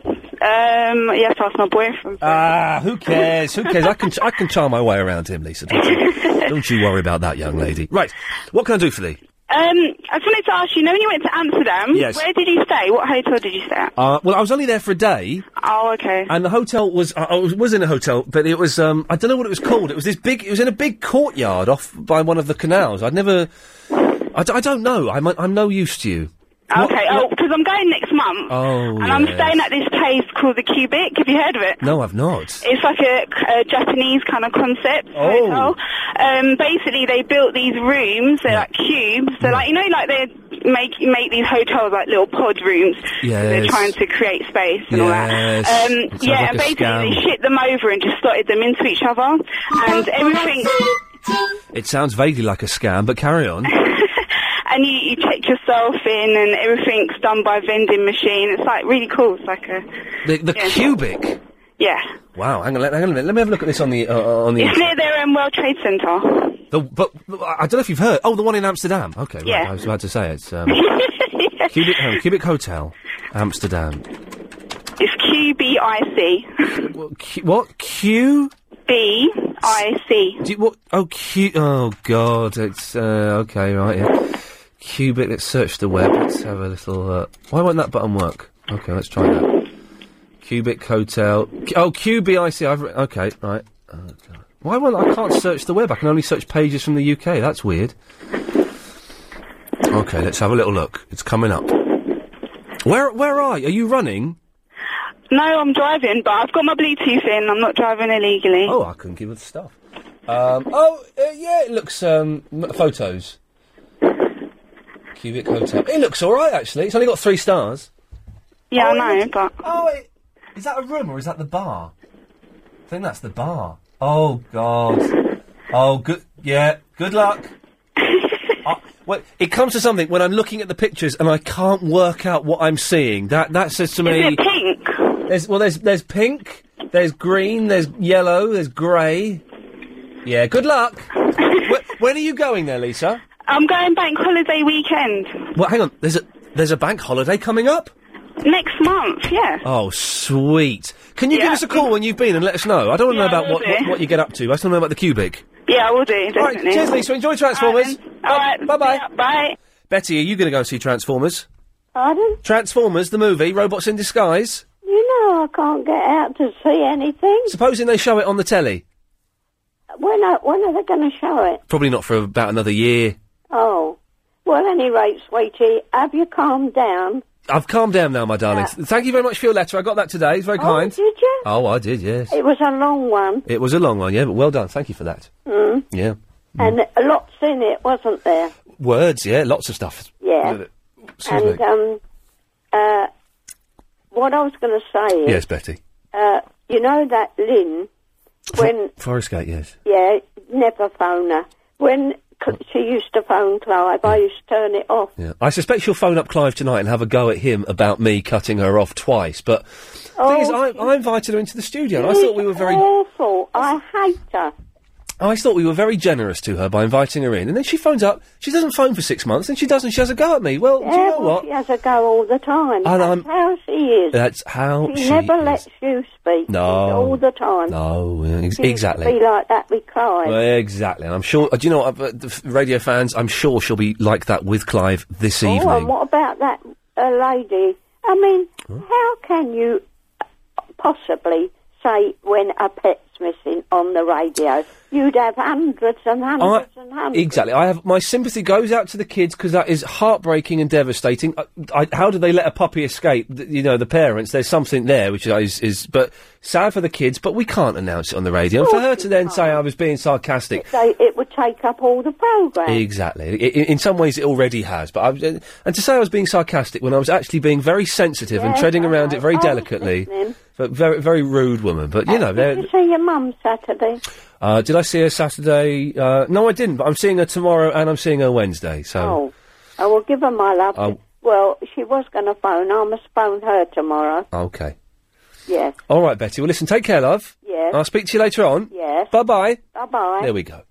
[SPEAKER 38] Um, yes, that's my boyfriend.
[SPEAKER 3] Ah, who cares? Who cares? I can ch- I can charm my way around him, Lisa. Don't you, don't you worry about that, young lady. Right, what can I do for thee?
[SPEAKER 38] Um, I just wanted to ask you, you know when you went to Amsterdam,
[SPEAKER 3] Yes.
[SPEAKER 38] where did you stay? What hotel did you stay at?
[SPEAKER 3] Uh, well, I was only there for a day.
[SPEAKER 38] Oh, okay.
[SPEAKER 3] And the hotel was I I was, was in a hotel, but it was um I don't know what it was called. It was this big. It was in a big courtyard off by one of the canals. I'd never. I, d- I don't know. I'm I'm no use to you.
[SPEAKER 38] Okay, oh, because I'm going next month,
[SPEAKER 3] Oh.
[SPEAKER 38] and I'm
[SPEAKER 3] yes.
[SPEAKER 38] staying at this place called the Cubic. Have you heard of it?
[SPEAKER 3] No, I've not.
[SPEAKER 38] It's like a, a Japanese kind of concept
[SPEAKER 3] Oh.
[SPEAKER 38] hotel. Um, basically, they built these rooms. They're like cubes. They're like you know, like they make make these hotels like little pod rooms.
[SPEAKER 36] Yes.
[SPEAKER 38] They're trying to create space and all that.
[SPEAKER 36] Yes.
[SPEAKER 38] Um,
[SPEAKER 36] Sounds
[SPEAKER 38] yeah,
[SPEAKER 36] like
[SPEAKER 38] and
[SPEAKER 36] a
[SPEAKER 38] basically they
[SPEAKER 36] scam.
[SPEAKER 38] shit them over and just slotted them into each other, and everything.
[SPEAKER 3] It sounds vaguely like a scam, but carry on.
[SPEAKER 38] And you, you check yourself in, and everything's done by vending machine. It's like really cool. It's like a
[SPEAKER 3] The, the cubic.
[SPEAKER 38] yeah.
[SPEAKER 3] Wow. Hang on. Let, hang on a minute. Let me have a look at this on the uh, on
[SPEAKER 38] It's
[SPEAKER 3] the.
[SPEAKER 38] near their um, World Trade Center.
[SPEAKER 3] the but I don't know if you've heard. Oh, the one in Amsterdam. Okay. Right,
[SPEAKER 38] Yeah.
[SPEAKER 3] I was about to say it's um, cubic home, cubic hotel, Amsterdam.
[SPEAKER 38] It's Q B I C.
[SPEAKER 3] Q, what Q?
[SPEAKER 38] B I C.
[SPEAKER 3] Do you, what? Oh, Q. Oh, God. It's uh, okay, right? Yeah. Cubic. Let's search the web. Let's have a little. Uh, why won't that button work? Okay, let's try that. Cubic hotel. Q- oh, QBIC. I've re- okay, right. Oh, God. Why won't I can't search the web? I can only search pages from the UK. That's weird. Okay, let's have a little look. It's coming up. Where Where are you? Are you running?
[SPEAKER 38] No, I'm driving, but I've got my Bluetooth in. I'm not driving illegally.
[SPEAKER 3] Oh, I couldn't give it stuff. Um, oh, uh, yeah, it looks. Um, m- photos. Cubic Hotel. It looks all right, actually. It's only got three stars.
[SPEAKER 38] yeah,
[SPEAKER 3] oh,
[SPEAKER 38] I know,
[SPEAKER 3] it looks-
[SPEAKER 38] but
[SPEAKER 3] oh, it, is that a room or is that the bar? I think that's the bar. Oh God. Oh, good. Yeah. Good luck. Uh, well, it comes to something when I'm looking at the pictures and I can't work out what I'm seeing. That that says to me.
[SPEAKER 38] is it pink?
[SPEAKER 3] There's well, there's there's pink, there's green, there's yellow, there's grey. Yeah, good luck. Wh- when are you going there, Lisa?
[SPEAKER 38] I'm going bank holiday weekend
[SPEAKER 3] Well, hang on. There's a there's a bank holiday coming up.
[SPEAKER 38] next month. Yeah.
[SPEAKER 3] Oh, sweet. Can you give us a call when you've been and let us know? I don't want to
[SPEAKER 38] Yeah,
[SPEAKER 3] know about
[SPEAKER 38] will
[SPEAKER 3] what,
[SPEAKER 38] do.
[SPEAKER 3] what what you get up to. I just want to know about the cubic.
[SPEAKER 38] Yeah, I will do. Definitely.
[SPEAKER 3] cheers, Lisa. Enjoy Transformers.
[SPEAKER 38] All right. Bye bye. bye.
[SPEAKER 3] Betty, are you going to go and see Transformers?
[SPEAKER 37] Pardon?
[SPEAKER 3] Transformers, the movie, robots in disguise.
[SPEAKER 37] You know I can't get out to see anything.
[SPEAKER 3] Supposing they show it on the telly.
[SPEAKER 37] When are, when are they going to show it?
[SPEAKER 3] Probably not for about another year.
[SPEAKER 37] Oh. Well, any rate, sweetie, have you calmed down?
[SPEAKER 3] I've calmed down now, my darling. Thank you very much for your letter. I got that today. It's very kind.
[SPEAKER 37] Did you?
[SPEAKER 3] Oh, I did, yes.
[SPEAKER 37] It was a long one.
[SPEAKER 3] It was a long one, yeah, but well done. Thank you for that.
[SPEAKER 37] Mm.
[SPEAKER 3] Yeah.
[SPEAKER 37] And lots in it, wasn't there?
[SPEAKER 3] Words, yeah, lots of stuff.
[SPEAKER 37] Yeah.
[SPEAKER 3] Excuse
[SPEAKER 37] and
[SPEAKER 3] me.
[SPEAKER 37] um, uh, what I was going to say is,
[SPEAKER 3] Yes, Betty.
[SPEAKER 37] uh, you know that Lynn, when
[SPEAKER 3] Forest Gate, yes.
[SPEAKER 37] yeah, never phone her. When cl- she used to phone Clive, I used to turn it off.
[SPEAKER 3] Yeah. I suspect she'll phone up Clive tonight and have a go at him about me cutting her off twice, but
[SPEAKER 37] Oh,
[SPEAKER 3] thing is, I, I invited her into the studio and I thought we were very.
[SPEAKER 37] awful. I hate her.
[SPEAKER 3] I always thought we were very generous to her by inviting her in, and then she phones up. She doesn't phone for six months, and she doesn't. She has a go at me. Well, do you know
[SPEAKER 37] well,
[SPEAKER 3] what?
[SPEAKER 37] she has a go all the time.
[SPEAKER 3] And I'm-
[SPEAKER 37] That's how she is.
[SPEAKER 3] That's how
[SPEAKER 37] she,
[SPEAKER 3] she.
[SPEAKER 37] never lets you speak.
[SPEAKER 3] No.
[SPEAKER 37] all the time.
[SPEAKER 3] No, ex-
[SPEAKER 37] She used to
[SPEAKER 3] exactly.
[SPEAKER 37] Be like that with Clive.
[SPEAKER 3] Well, exactly. And I'm sure. uh, Do you know what, uh, the f- radio fans? I'm sure she'll be like that with Clive this
[SPEAKER 37] Oh, and
[SPEAKER 3] evening.
[SPEAKER 37] what about that uh, lady? I mean, how can you possibly say when a pet's missing on the radio? You'd have hundreds and hundreds
[SPEAKER 3] I-
[SPEAKER 37] and hundreds.
[SPEAKER 3] Exactly. I have my sympathy goes out to the kids because that is heartbreaking and devastating. I, I, how do they let a puppy escape? Th- You know, the parents. There's something there which is, is but sad for the kids. But we can't announce it on the radio. And for her to then say I was being sarcastic.
[SPEAKER 37] So it would take up all the program.
[SPEAKER 3] Exactly. I- I- in some ways, it already has. But I, was- uh, and to say I was being sarcastic when I was actually being very sensitive and
[SPEAKER 37] Yes,
[SPEAKER 3] treading
[SPEAKER 37] I Oh,
[SPEAKER 3] around it very
[SPEAKER 37] I was
[SPEAKER 3] delicately,
[SPEAKER 37] listening.
[SPEAKER 3] but very very rude woman. But you know, there-
[SPEAKER 37] Did you see your mum Saturday?
[SPEAKER 3] uh, did I see her Saturday? Uh, no, I didn't. But I'm seeing her tomorrow and I'm seeing her Wednesday. So,
[SPEAKER 37] Oh, I will give her my love. Well, she was going to phone. I must phone her tomorrow.
[SPEAKER 3] oh, okay.
[SPEAKER 37] Yes,
[SPEAKER 3] All right, Betty. Well, listen. Take care, love.
[SPEAKER 37] Yes.
[SPEAKER 3] I'll speak to you later on.
[SPEAKER 37] yes.
[SPEAKER 3] Bye bye.
[SPEAKER 37] Bye bye.
[SPEAKER 3] There we go.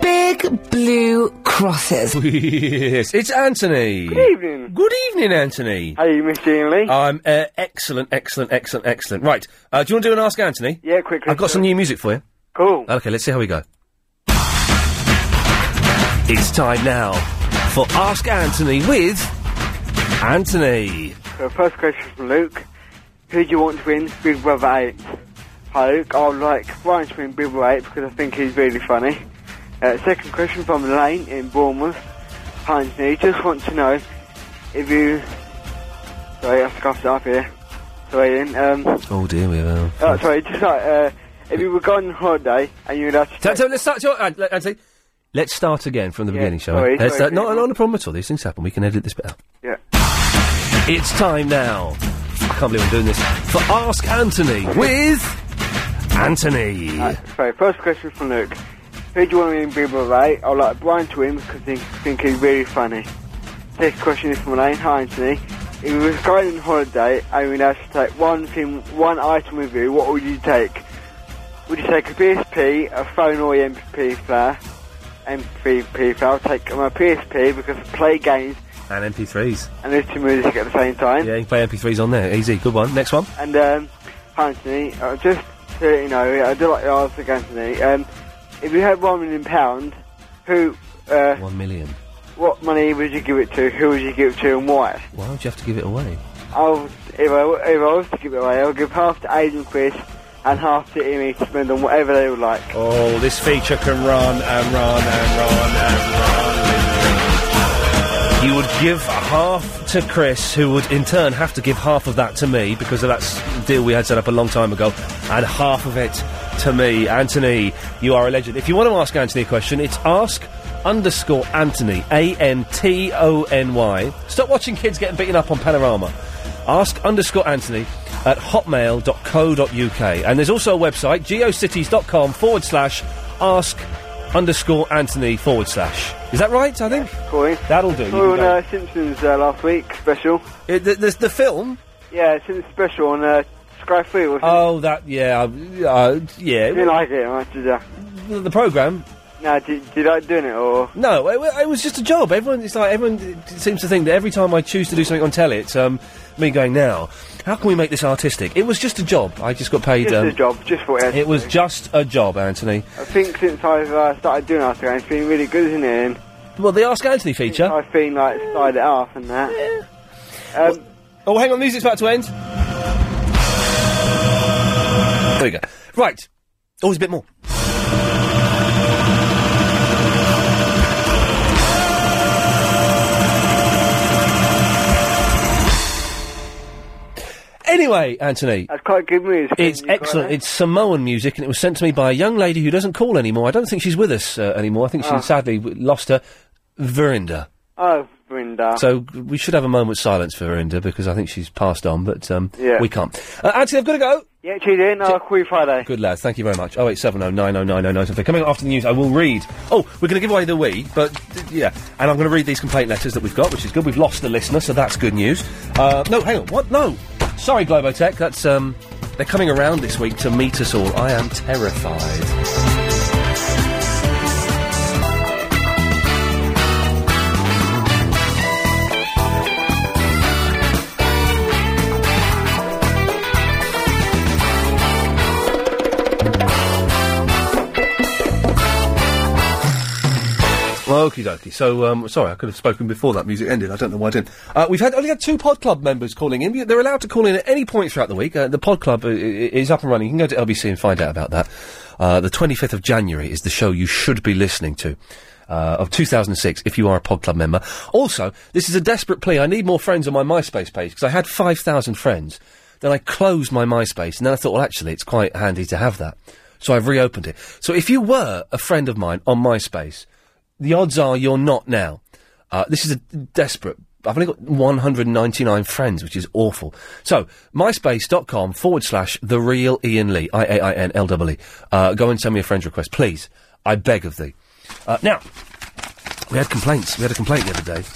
[SPEAKER 41] Big blue crosses.
[SPEAKER 3] yes, it's Anthony. Good
[SPEAKER 42] evening.
[SPEAKER 3] Good evening, Anthony.
[SPEAKER 42] Hey, Miss Lee.
[SPEAKER 3] I'm uh, excellent, excellent, excellent, excellent. Right. Uh, do you want to do an Ask Anthony?
[SPEAKER 42] Yeah, quickly.
[SPEAKER 3] I've got some new music for you.
[SPEAKER 42] Cool.
[SPEAKER 3] Okay, let's see how we go. It's time now for Ask Anthony with Anthony.
[SPEAKER 42] So first question from Luke. Who do you want to win Big Brother 8? Hi Luke, I would like Ryan to win Big Brother 8 because I think he's really funny. Uh, second question from Lane in Bournemouth. Hi Anthony, just want to know if you... Sorry, I scuffed it up here. Sorry, Ian. Um,
[SPEAKER 3] Oh dear, we are.
[SPEAKER 42] oh, sorry, just like, uh, if you were going on holiday and you would have to...
[SPEAKER 3] So, so let's start. So, uh, let- Anthony, let's start again from the beginning, shall
[SPEAKER 42] sorry,
[SPEAKER 3] we? Let's
[SPEAKER 42] sorry,
[SPEAKER 3] start- not, not a problem at all. These things happen. We can edit this bit out.
[SPEAKER 42] Yeah.
[SPEAKER 3] It's time now. I can't believe I'm doing this. For Ask Anthony with Anthony.
[SPEAKER 42] Sorry, first question from Luke. Who do you want to win Big Brother 8? I would like Brian to win because I think, think he's really funny. Next question is from Elaine. Hi, Anthony. If you were going on holiday and you had to take one thing, one item with you, what would you take? Would you take a PSP, a phone, or your MP player? MP player. I'll take my PSP because I play games
[SPEAKER 3] And MP3s.
[SPEAKER 42] and listen to music at the same time.
[SPEAKER 3] Yeah, you can play MP3s on there. Easy. Good one. Next one.
[SPEAKER 42] And um, hi, Anthony, uh, just to let you know, I do like to ask Anthony. Um, if you had one million pound, who, uh,
[SPEAKER 3] One million.
[SPEAKER 42] what money would you give it to? Who would you give it to, and why?
[SPEAKER 3] Why would you have to give it away?
[SPEAKER 42] I'll, if I if I was to give it away, I'll give half to Aidan Chris and half to Amy to spend on whatever they would like.
[SPEAKER 3] Oh, this feature can run and run and run and run. You would give half to Chris, who would in turn have to give half of that to me because of that s- deal we had set up a long time ago, and half of it to me. Anthony, you are a legend. If you want to ask Anthony a question, it's ask underscore Anthony, A N T O N Y. Stop watching kids getting beaten up on Panorama ask underscore Anthony at hotmail.co.uk. And there's also a website, geocities.com forward slash ask underscore Anthony forward slash. Is that right, I think? That'll do. You
[SPEAKER 42] Saw
[SPEAKER 3] can
[SPEAKER 42] on
[SPEAKER 3] go-
[SPEAKER 42] uh, Simpsons uh, last week special.
[SPEAKER 3] the, the, the film.
[SPEAKER 42] Yeah, Simpsons special on uh, Sky Free. Wasn't
[SPEAKER 3] Oh, that, yeah, uh, uh,
[SPEAKER 42] it?
[SPEAKER 3] yeah.
[SPEAKER 42] Did you like it? I did. Uh,
[SPEAKER 3] The, the programme?
[SPEAKER 42] no, did, did I doing it or?
[SPEAKER 3] No, it, wa- it was just a job. Everyone, it's like everyone d- d- seems to think that every time I choose to do something on telly, it's um, me going now. How can we make this artistic? It was just a job. I just got paid.
[SPEAKER 42] Just
[SPEAKER 3] um,
[SPEAKER 42] a job, just for it.
[SPEAKER 3] It was just a job, Anthony.
[SPEAKER 42] I think since I've uh, started doing Ask Anthony, it's been really good, isn't it? And
[SPEAKER 3] Well, the Ask Anthony feature.
[SPEAKER 42] I've been like started it off and that. Um,
[SPEAKER 3] oh, hang on, music's about to end. There we go. Right. Always a bit more. Anyway, Anthony.
[SPEAKER 42] That's quite good music.
[SPEAKER 3] It's excellent. It's Samoan music, and it was sent to me by a young lady who doesn't call anymore. I don't think she's with us uh, anymore. I think she
[SPEAKER 42] Ah.
[SPEAKER 3] sadly w- lost her. Verinda.
[SPEAKER 42] Oh, Brenda.
[SPEAKER 3] So g- we should have a moment's silence for Verinda because I think she's passed on, but um,
[SPEAKER 42] Yeah.
[SPEAKER 3] we can't. Uh, Anthony, I've got to go.
[SPEAKER 42] Yeah, cheers in. I'll call you Friday.
[SPEAKER 3] Good lads, thank you very much. 08709090973. Coming up after the news, I will read. Oh, we're going to give away the Wii, but uh, yeah, and I'm going to read these complaint letters that we've got, which is good. We've lost a listener, so that's good news. Uh, no, hang on, what? No, sorry, Globotech. That's um, they're coming around this week to meet us all. I am terrified. Okie dokie. So, um, sorry, I could have spoken before that music ended. I don't know why I didn't. Uh, we've had only had two Pod Club members calling in. They're allowed to call in at any point throughout the week. Uh, the Pod Club uh, i- i- is up and running. You can go to LBC and find out about that. Uh, the 25th of January is the show you should be listening to. Uh, of 2006, if you are a Pod Club member. Also, this is a desperate plea. I need more friends on my MySpace page because I had 5,000 friends. Then I closed my MySpace, and then I thought, well, actually, it's quite handy to have that. So I've reopened it. So if you were a friend of mine on MySpace, the odds are you're not now. Uh, this is a desperate. I've only got 199 friends, which is awful. So, myspace.com forward slash the real Ian Lee, I A I N L E E. Uh, go and send me a friend request, please. I beg of thee. Uh, now, we had complaints. We had a complaint the other day.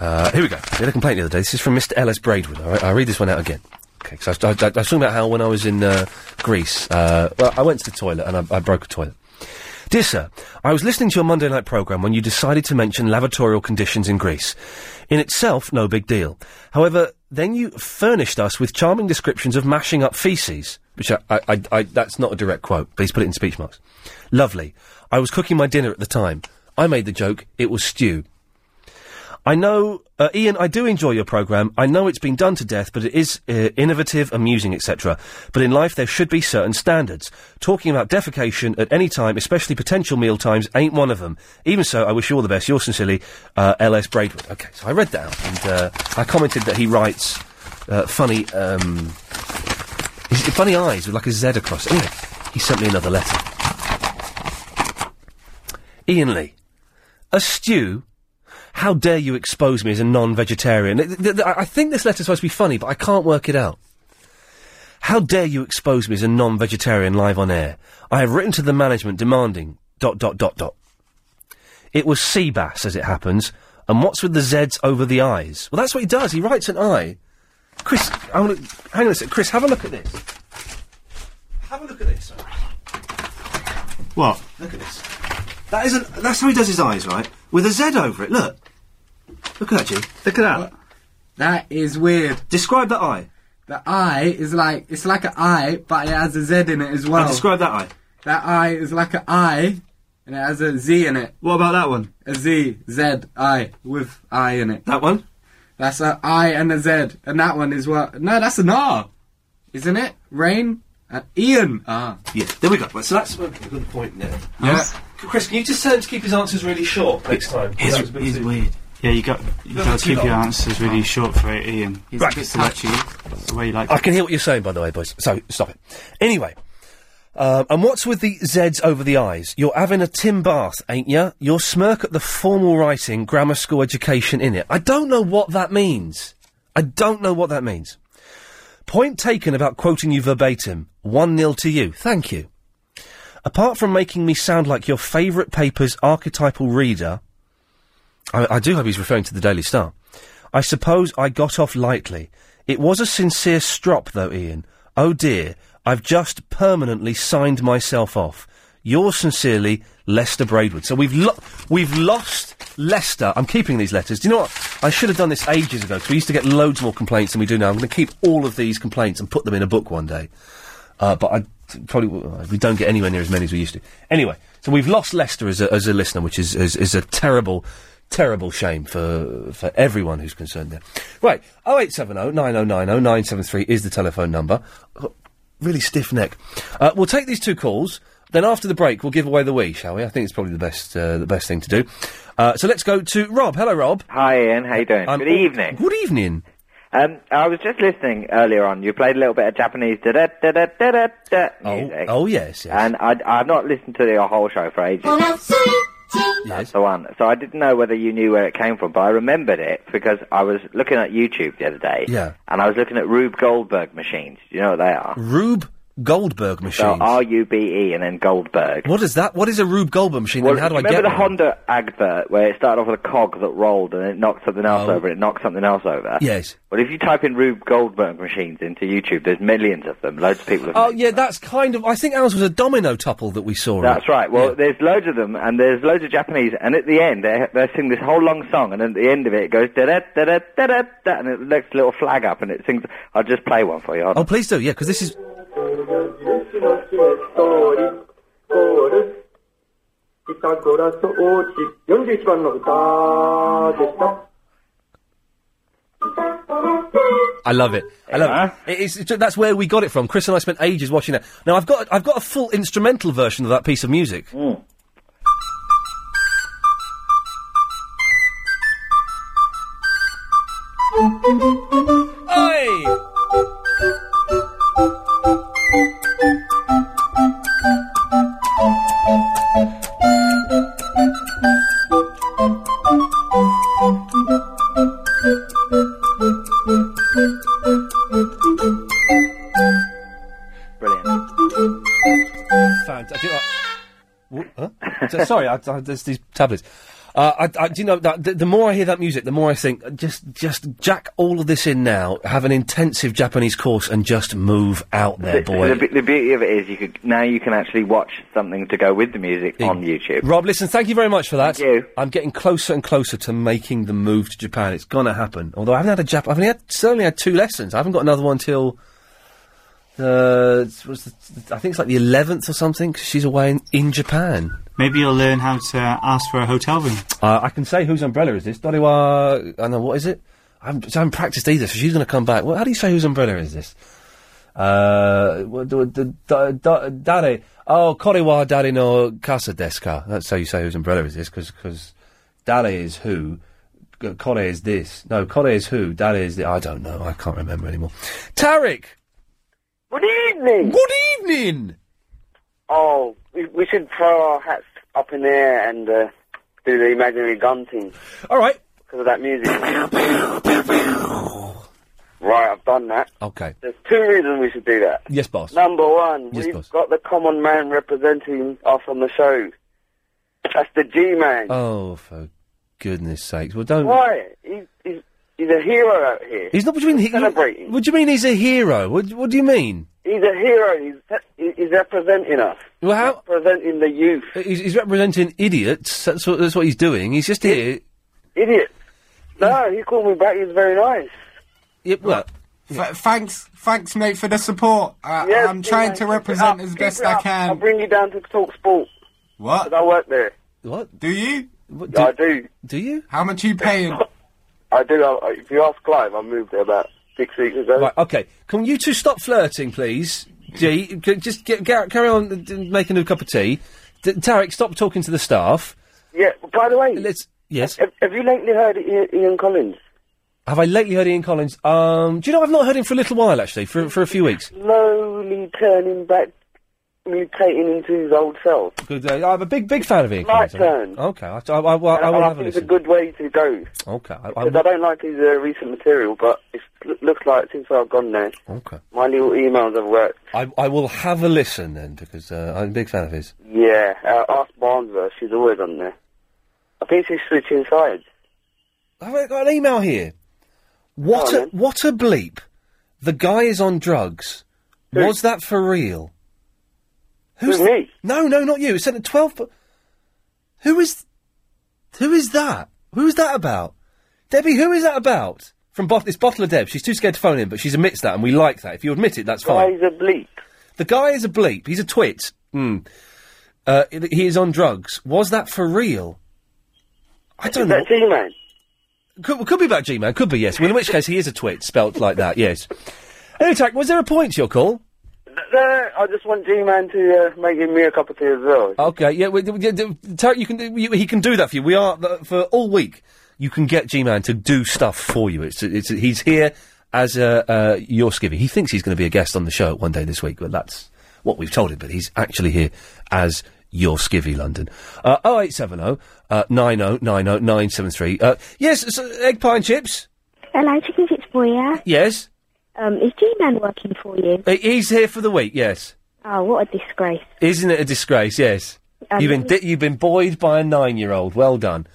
[SPEAKER 3] Uh, here we go. We had a complaint the other day. This is from Mr. Ellis Braidwood. All right, I'll read this one out again. Okay, because I, I, I I was talking about how when I was in uh, Greece, uh, well, I went to the toilet and I, I broke a toilet. Dear sir, I was listening to your Monday night programme when you decided to mention lavatorial conditions in Greece. In itself, no big deal. However, then you furnished us with charming descriptions of mashing up feces, which I, I, I, I that's not a direct quote. Please put it in speech marks. Lovely. I was cooking my dinner at the time. I made the joke. It was stew. I know, uh, Ian, I do enjoy your programme. I know it's been done to death, but it is uh, innovative, amusing, etc. But in life, there should be certain standards. Talking about defecation at any time, especially potential meal times, ain't one of them. Even so, I wish you all the best. Yours sincerely, uh, L.S. Braidwood. Okay, so I read that out, and uh, I commented that he writes uh, funny, um, he's- funny eyes with like a Z across it. Anyway, he sent me another letter. Ian Lee, a stew how dare you expose me as a non-vegetarian? Th- th- th- I I think this letter's supposed to be funny, but I can't work it out. How dare you expose me as a non-vegetarian live on air? I have written to the management demanding dot dot dot dot. It was sea bass, as it happens. And what's with the Z's over the eyes? Well, that's what he does. He writes an I. Chris, I want to hang on a sec. Chris, have a look at this. Have a look at this.
[SPEAKER 35] What?
[SPEAKER 3] Look at this. That isn't. That's how he does his eyes, right? With a Z over it. Look. Look at that, G. Look at that.
[SPEAKER 39] That is weird.
[SPEAKER 3] Describe that eye.
[SPEAKER 39] The eye is like it's like an eye, but it has a Z in it as well.
[SPEAKER 35] Now describe
[SPEAKER 39] that eye. That eye is like an eye, and it has a Z in it. What about that one? A Z, Z, I with I in it. That one. That's an I and a Z, and that one is what? No, that's an R, isn't it? Rain, uh, Ian. Ah,
[SPEAKER 3] yeah. There we go. Right, so that's a good point there.
[SPEAKER 39] Yeah.
[SPEAKER 3] Chris, can you just tell him to keep his answers really short next time?
[SPEAKER 35] He's,
[SPEAKER 3] That was a bit
[SPEAKER 35] he's
[SPEAKER 3] too-
[SPEAKER 35] weird. Yeah, you got you
[SPEAKER 3] That
[SPEAKER 35] got
[SPEAKER 3] was
[SPEAKER 35] to
[SPEAKER 3] too
[SPEAKER 35] keep your
[SPEAKER 3] long.
[SPEAKER 35] answers really short for it, Ian.
[SPEAKER 3] He's a Right. bit
[SPEAKER 35] It's the way- it's the way you like.
[SPEAKER 3] I can hear what you're saying, by the way, boys. So stop it. Anyway, um, and what's with the Z's over the eyes? You're having a Tim Bath, ain't ya? Your smirk at the formal writing, grammar school education in it. I don't know what that means. I don't know what that means. Point taken about quoting you verbatim. One 0 to you. Thank you. Apart from making me sound like your favourite paper's archetypal reader, I, I do hope he's referring to the Daily Star. I suppose I got off lightly. It was a sincere strop, though, Ian. Oh dear, I've just permanently signed myself off. Yours sincerely, Lester Braidwood. So we've lo- we've lost Lester. I'm keeping these letters. Do you know what? I should have done this ages ago 'cause we used to get loads more complaints than we do now. I'm going to keep all of these complaints and put them in a book one day. Uh, but I probably w- uh, we don't get anywhere near as many as we used to. Anyway, so we've lost Lester as a, as a listener, which is, is is a terrible, terrible shame for for everyone who's concerned there. Right, 0870 9090 973 is the telephone number. I've got Really stiff neck. Uh, we'll take these two calls. Then after the break, we'll give away the Wii, shall we? I think it's probably the best uh, the best thing to do. Uh, so let's go to Rob. Hello, Rob.
[SPEAKER 32] Hi, Ian. How you doing?
[SPEAKER 3] I'm
[SPEAKER 32] Good
[SPEAKER 3] all-
[SPEAKER 32] evening.
[SPEAKER 3] Good evening.
[SPEAKER 32] Um, I was just listening earlier on. You played a little bit of Japanese da da da da da da music.
[SPEAKER 3] Oh, yes, yes.
[SPEAKER 32] And I, I've not listened to the whole show for ages. That's the one. So I didn't know whether you knew where it came from, but I remembered it because I was looking at YouTube the other day.
[SPEAKER 3] Yeah.
[SPEAKER 32] And I was looking at Rube Goldberg machines. Do you know what they are?
[SPEAKER 3] Rube Goldberg
[SPEAKER 32] So
[SPEAKER 3] machines.
[SPEAKER 32] R U B E and then Goldberg.
[SPEAKER 3] What is that? What is a Rube Goldberg machine?
[SPEAKER 32] Well,
[SPEAKER 3] and how do I
[SPEAKER 32] remember
[SPEAKER 3] get
[SPEAKER 32] the
[SPEAKER 3] one?
[SPEAKER 32] Honda advert where it started off with a cog that rolled and it knocked something else
[SPEAKER 3] Oh.
[SPEAKER 32] over, it knocked something else over?
[SPEAKER 3] Yes.
[SPEAKER 32] Well, if you type in Rube Goldberg machines into YouTube, there's millions of them. Loads of people have.
[SPEAKER 3] Oh yeah, that's kind of. I think ours was a domino tuple that we saw.
[SPEAKER 32] That's right. Well, there's loads of them, and there's loads of Japanese, and at the end, they they sing this whole long song, and at the end of it, it goes da da da da da da, da, and it looks a little flag up, and it sings. I'll just play one for you. Hold
[SPEAKER 3] Oh, please do. Yeah, because this is.
[SPEAKER 10] ピタゴラ装置41番の歌でした。
[SPEAKER 3] I love it. I love it. It is- it's- that's where we got it from. Chris and I spent ages watching that. Now I've got I've got a full instrumental version of that piece of music.
[SPEAKER 32] Mm.
[SPEAKER 3] Fantastic. Sorry, I, I, there's these tablets. Uh, I, I, do you know that the, the more I hear that music, the more I think uh, just just jack all of this in now. Have an intensive Japanese course and just move out
[SPEAKER 32] The,
[SPEAKER 3] there, boy.
[SPEAKER 32] the, be- the beauty of it is, you could now you can actually watch something to go with the music on YouTube.
[SPEAKER 3] Rob, listen, thank you very much for that. I'm getting closer and closer to making the move to Japan. It's gonna happen. Although I haven't had a Jap, I've only had, certainly had two lessons. I haven't got another one till uh, it's- what's the, I think it's like the 11th or something. 'cause she's away in, in Japan.
[SPEAKER 31] Maybe you'll learn how to ask for a hotel room.
[SPEAKER 3] Uh, I can say whose umbrella is this? Doriwa. I know what is it. I'm, so I haven't practiced either, so she's going to come back. Well, how do you say whose umbrella is this? Uh, what do- do- da- da- dare. Oh, Koriwa dare no kasa desu ka. That's how you say whose umbrella is this, because dare is who, g- kore is this. No, kore is who, dare is this. I don't know. I can't remember anymore. Tarek!
[SPEAKER 19] Good evening.
[SPEAKER 3] Good evening.
[SPEAKER 19] Oh, we, we should throw our hats up in the air and uh, do the imaginary gun thing.
[SPEAKER 3] All right.
[SPEAKER 19] Because of that music. right, I've done that.
[SPEAKER 3] Okay.
[SPEAKER 19] There's two reasons we should do that.
[SPEAKER 3] Yes, boss.
[SPEAKER 19] Number one,
[SPEAKER 3] Yes,
[SPEAKER 19] we've
[SPEAKER 3] boss.
[SPEAKER 19] got the common man representing us on the show. That's the G-man.
[SPEAKER 3] Oh, for goodness sakes. Well, don't.
[SPEAKER 19] Why? He's, he's, he's a hero out here.
[SPEAKER 3] He's not. What do you mean? He,
[SPEAKER 19] Celebrating.
[SPEAKER 3] What do you mean he's a hero? What, what do you mean?
[SPEAKER 19] He's a hero. He's, he- he's representing us.
[SPEAKER 3] Well, how?
[SPEAKER 19] Representing the youth.
[SPEAKER 3] He's, he's representing idiots. That's what, that's what he's doing. He's just here.
[SPEAKER 19] Idiot. No, he called me back. He was very nice.
[SPEAKER 3] Yeah, well,
[SPEAKER 1] Th- thanks, thanks, mate, for the support. Uh, I'm trying to represent as best I
[SPEAKER 19] I'll
[SPEAKER 1] can.
[SPEAKER 19] bring you down to talk sport.
[SPEAKER 1] What?
[SPEAKER 19] Because I work there.
[SPEAKER 3] What?
[SPEAKER 1] Do you?
[SPEAKER 19] Yeah, I do.
[SPEAKER 3] Do you?
[SPEAKER 1] How much you paying?
[SPEAKER 19] I do. I, I- if you ask Clive, I moved there about six weeks ago.
[SPEAKER 3] Right, okay. Can you two stop flirting, please? G, g- just get, gar carry on uh, d- making a cup of tea. D- Tarek, stop talking to the staff.
[SPEAKER 19] Yeah. By the way,
[SPEAKER 3] let's. Yes.
[SPEAKER 19] Have, have you lately heard of Ian, Ian Collins?
[SPEAKER 3] Have I lately heard Ian Collins? Um, do you know I've not heard him for a little while, actually, for, for a few weeks.
[SPEAKER 19] Slowly turning back, mutating into his old self.
[SPEAKER 3] Good, uh, I'm a big, big fan of Ian
[SPEAKER 19] My
[SPEAKER 3] Collins.
[SPEAKER 19] turn.
[SPEAKER 3] Okay, I, I, I, I,
[SPEAKER 19] And
[SPEAKER 3] will have
[SPEAKER 19] and
[SPEAKER 3] a
[SPEAKER 19] think it's
[SPEAKER 3] listen.
[SPEAKER 19] a good way to go.
[SPEAKER 3] Okay, I, I,
[SPEAKER 19] Because I don't like his uh, recent material, but it looks like since I've gone there,
[SPEAKER 3] okay.
[SPEAKER 19] my little emails have worked.
[SPEAKER 3] I, I will have a listen then because uh, I'm a big fan of his.
[SPEAKER 19] Yeah, uh, ask Barnsworth. She's always on there. I think she's switching sides.
[SPEAKER 3] Have I got an email here? What a what a bleep! The guy is on drugs. Was that for real? Who's
[SPEAKER 19] me?
[SPEAKER 3] No, no, not you. It's sent at twelve. po- Who is? Who is that? Who is that about? Debbie, who is that about? From bot- it's Bottler Deb. She's too scared to phone in, but she's admits that, and we like that. If you admit it, that's fine.
[SPEAKER 19] Guy's a bleep.
[SPEAKER 3] The guy is a bleep. He's a twit. Mm. Uh, i- he is on drugs. Was that for real? I don't know.
[SPEAKER 19] Is that G-Man?
[SPEAKER 3] Could, could be about G-Man. Could be, yes. Well, in which case, he is a twit, spelt like that, yes. Anyway, Tack, was there a point to your call?
[SPEAKER 19] No, uh, I just want G-Man to uh, make me a cup of tea as well.
[SPEAKER 3] Okay, Uh, yeah, we, we, d- Tarek, you can do, you, he can do that for you. We are th- for all week. You can get G-Man to do stuff for you. It's it's he's here as a uh, your skivvy. He thinks he's going to be a guest on the show one day this week, but that's what we've told him. But he's actually here as your skivvy London. Uh, 0870 uh, 9090 973. Uh, yes, so, egg pie and chips.
[SPEAKER 19] Hello, chickens, it's Bria.
[SPEAKER 3] Yes,
[SPEAKER 19] Um, is G-Man working for you?
[SPEAKER 3] Uh, he's here for the week. Yes,
[SPEAKER 19] Oh, what a disgrace.
[SPEAKER 3] isn't it a disgrace? Yes,
[SPEAKER 19] Um,
[SPEAKER 3] you've been di- you've been buoyed by a nine-year-old. Well done.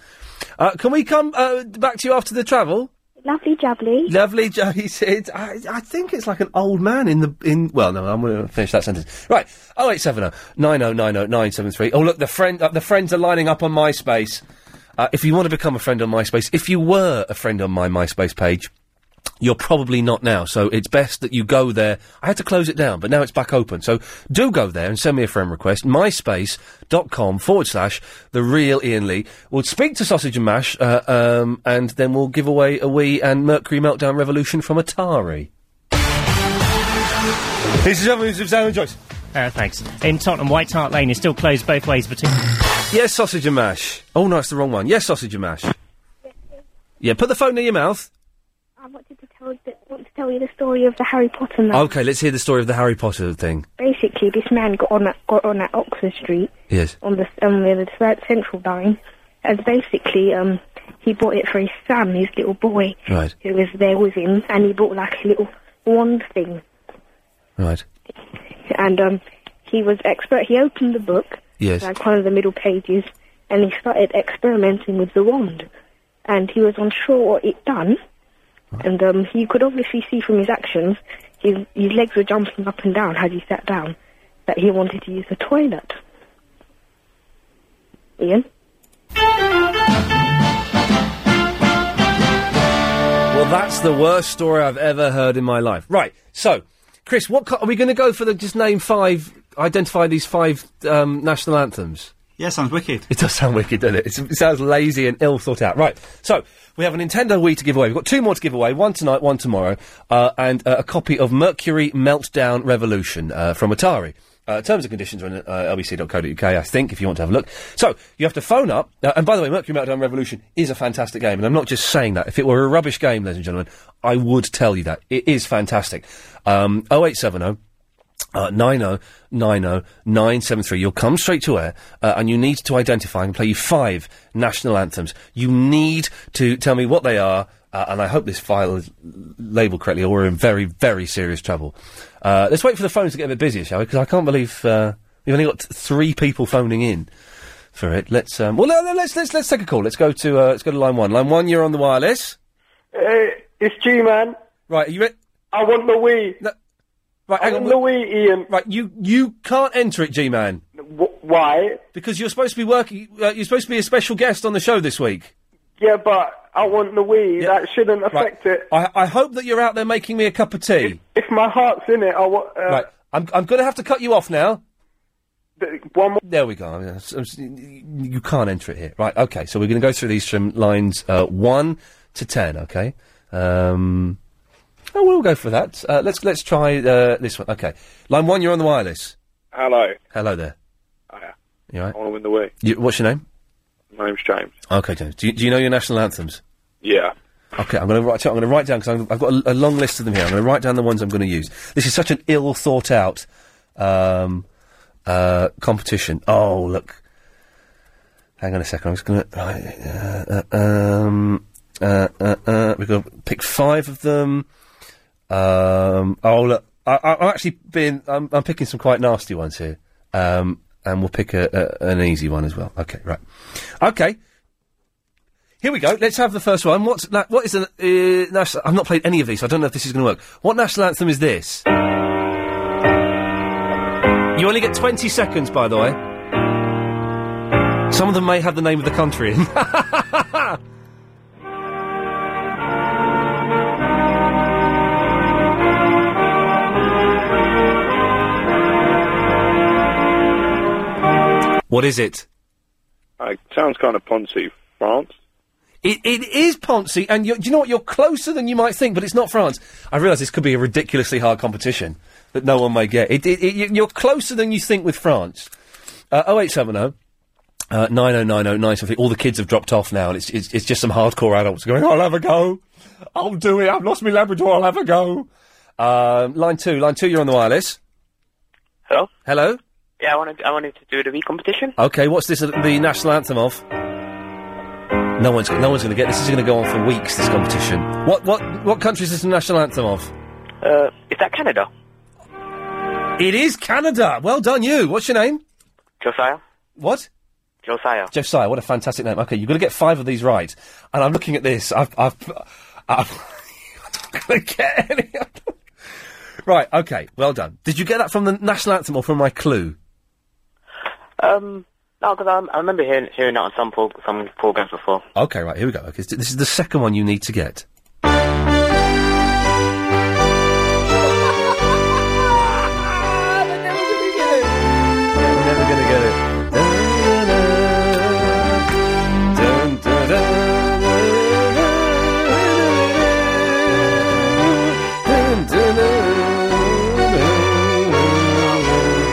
[SPEAKER 3] Uh, can we come uh, back to you after the travel?
[SPEAKER 19] Lovely jubbly.
[SPEAKER 3] Lovely, Joey said. I, I think it's like an old man in the in. Well, no, I'm going to finish that sentence. Right, oh eight seven zero nine zero nine zero nine seven three. Oh look, the friend uh, the friends are lining up on MySpace. Uh, if you want to become a friend on MySpace, if you were a friend on my MySpace page, You're probably not now, so it's best that you go there. I had to close it down, but now it's back open. So do go there and send me a friend request. MySpace.com forward slash the real Ian Lee. We'll speak to Sausage and Mash, uh, um, and then we'll give away a Wii and Mercury Meltdown Revolution from Atari. This is News of Sound Joyce.
[SPEAKER 2] Uh, thanks. In Tottenham, White Hart Lane is still closed both ways between.
[SPEAKER 3] Yes, sausage and mash. Oh no, it's the wrong one. Yes, sausage and mash. Yeah, put the phone near your mouth.
[SPEAKER 20] I wanted to tell the, want to tell you the story of the Harry Potter man.
[SPEAKER 3] Okay, let's hear the story of the Harry Potter thing.
[SPEAKER 20] Basically, this man got on at, got on at Oxford Street
[SPEAKER 3] Yes.
[SPEAKER 20] on the on the third central line, and basically, um, he bought it for his son, his little boy,
[SPEAKER 3] Right.
[SPEAKER 20] who was there with him, and he bought like a little wand thing,
[SPEAKER 3] Right.
[SPEAKER 20] and um, he was expert. He opened the book,
[SPEAKER 3] Yes.
[SPEAKER 20] like one of the middle pages, and he started experimenting with the wand, and he was unsure what it done, and um, he could obviously see from his actions, his his legs were jumping up and down as he sat down, that he wanted to use the toilet. Ian.
[SPEAKER 3] Well, that's the worst story I've ever heard in my life. Right. So, Chris, what co- are we going to go for? The just name five. Identify these five um, national anthems.
[SPEAKER 31] Yeah, sounds wicked.
[SPEAKER 3] It does sound wicked, doesn't it? It's, it sounds lazy and ill thought out. Right. So we have a Nintendo Wii to give away. We've got two more to give away. One tonight, one tomorrow, uh, and uh, a copy of Mercury Meltdown Revolution uh, from Atari. Uh, terms and conditions are on uh, lbc.co.uk, I think, if you want to have a look. So, you have to phone up. Uh, and by the way, Mercury Meltdown Revolution is a fantastic game, and I'm not just saying that. If it were a rubbish game, ladies and gentlemen, I would tell you that. It is fantastic. Um, 0870 uh, oh, 9090973. You'll come straight to air uh, and you need to identify and play you five national anthems. You need to tell me what they are, uh, and I hope this file is labelled correctly or we're in very, very serious trouble. Uh, let's wait for the phones to get a bit busier, shall we? Because I can't believe uh, we've only got three people phoning in for it. Let's, um, well, no, no, let's, let's, let's take a call. Let's go to, uh, let's go to line one. Line one, you're on the wireless.
[SPEAKER 10] it's G Man.
[SPEAKER 3] Right, are you ready?
[SPEAKER 10] I want the Wii.
[SPEAKER 3] Right, hang
[SPEAKER 10] I
[SPEAKER 3] on.
[SPEAKER 10] want the Wii, Ian.
[SPEAKER 3] Right, you you can't enter it, G-Man.
[SPEAKER 10] why?
[SPEAKER 3] Because you're supposed to be working. Uh, you're supposed to be a special guest on the show this week.
[SPEAKER 10] Yeah, but I want the Wii. That shouldn't affect it.
[SPEAKER 3] I, I hope that you're out there making me a cup of tea.
[SPEAKER 10] If my heart's in it, I want. Uh,
[SPEAKER 3] right, I'm I'm going to have to cut you off now.
[SPEAKER 10] One more.
[SPEAKER 3] There we go. Yeah, so- so You can't enter it here. Right. Okay. So we're going to go through these from lines uh, one to ten. Okay. Um, oh, we'll go for that. Uh, let's let's try uh, this one. Okay. Line one. You're on the wireless.
[SPEAKER 43] Hello.
[SPEAKER 3] Hello there. You
[SPEAKER 43] I
[SPEAKER 3] all right?
[SPEAKER 43] want to win the Wii.
[SPEAKER 3] You, what's your name?
[SPEAKER 43] My name's James.
[SPEAKER 3] Okay, James. Do you, do you know your national anthems?
[SPEAKER 43] Yeah.
[SPEAKER 3] Okay, I'm going to write. I'm going to write down because I've got a, a long list of them here. I'm going to write down the ones I'm going to use. This is such an ill thought out um, uh, competition. Oh, look. Hang on a second. I'm just going to. Uh, uh, um, uh, uh, uh, we're going to pick five of them. Um, oh, look. I, I, I'm actually being. I'm, I'm picking some quite nasty ones here. Um, and we'll pick a, a, an easy one as well. Okay, right. Okay. Here we go. Let's have the first one. What's na- what is the uh, national? I've not played any of these, so I don't know if this is going to work. What national anthem is this? You only get twenty seconds, by the way. Some of them may have the name of the country. in. what is it?
[SPEAKER 43] Uh, it sounds kind of poncy. France.
[SPEAKER 3] It, it is Ponzi, and you're, do you know what? You're closer than you might think, but it's not France. I realise this could be a ridiculously hard competition that no one may get. It, it, it, you- you're closer than you think with France. Uh, 0870 uh, 9090973. All the kids have dropped off now, and it's, it's, it's just some hardcore adults going, I'll have a go. Oh. I'll do it. I've lost my Labrador. I'll have a go. Um, line two. Line two, you're on the wireless.
[SPEAKER 5] Hello?
[SPEAKER 3] Hello?
[SPEAKER 5] Yeah, I wanted I wanted to do the Wii competition.
[SPEAKER 3] Okay, what's this? The national anthem of? No one's no one's going to get this. This is going to go on for weeks. This competition. What what what country is this the national anthem of?
[SPEAKER 5] Uh, is that Canada?
[SPEAKER 3] It is Canada. Well done, you. What's your name?
[SPEAKER 5] Josiah?
[SPEAKER 3] What?
[SPEAKER 5] Josiah.
[SPEAKER 3] Josiah. What a fantastic name. Okay, you've got to get five of these right. And I'm looking at this. I've I've, I've I'm not going to get any. of them. right. Okay. Well done. Did you get that from the national anthem or from my clue?
[SPEAKER 5] Um, no, because I, I remember hearing, hearing that on some, pro- some programs before.
[SPEAKER 3] Okay. Right. Here we go. Okay. This is the second one you need to get.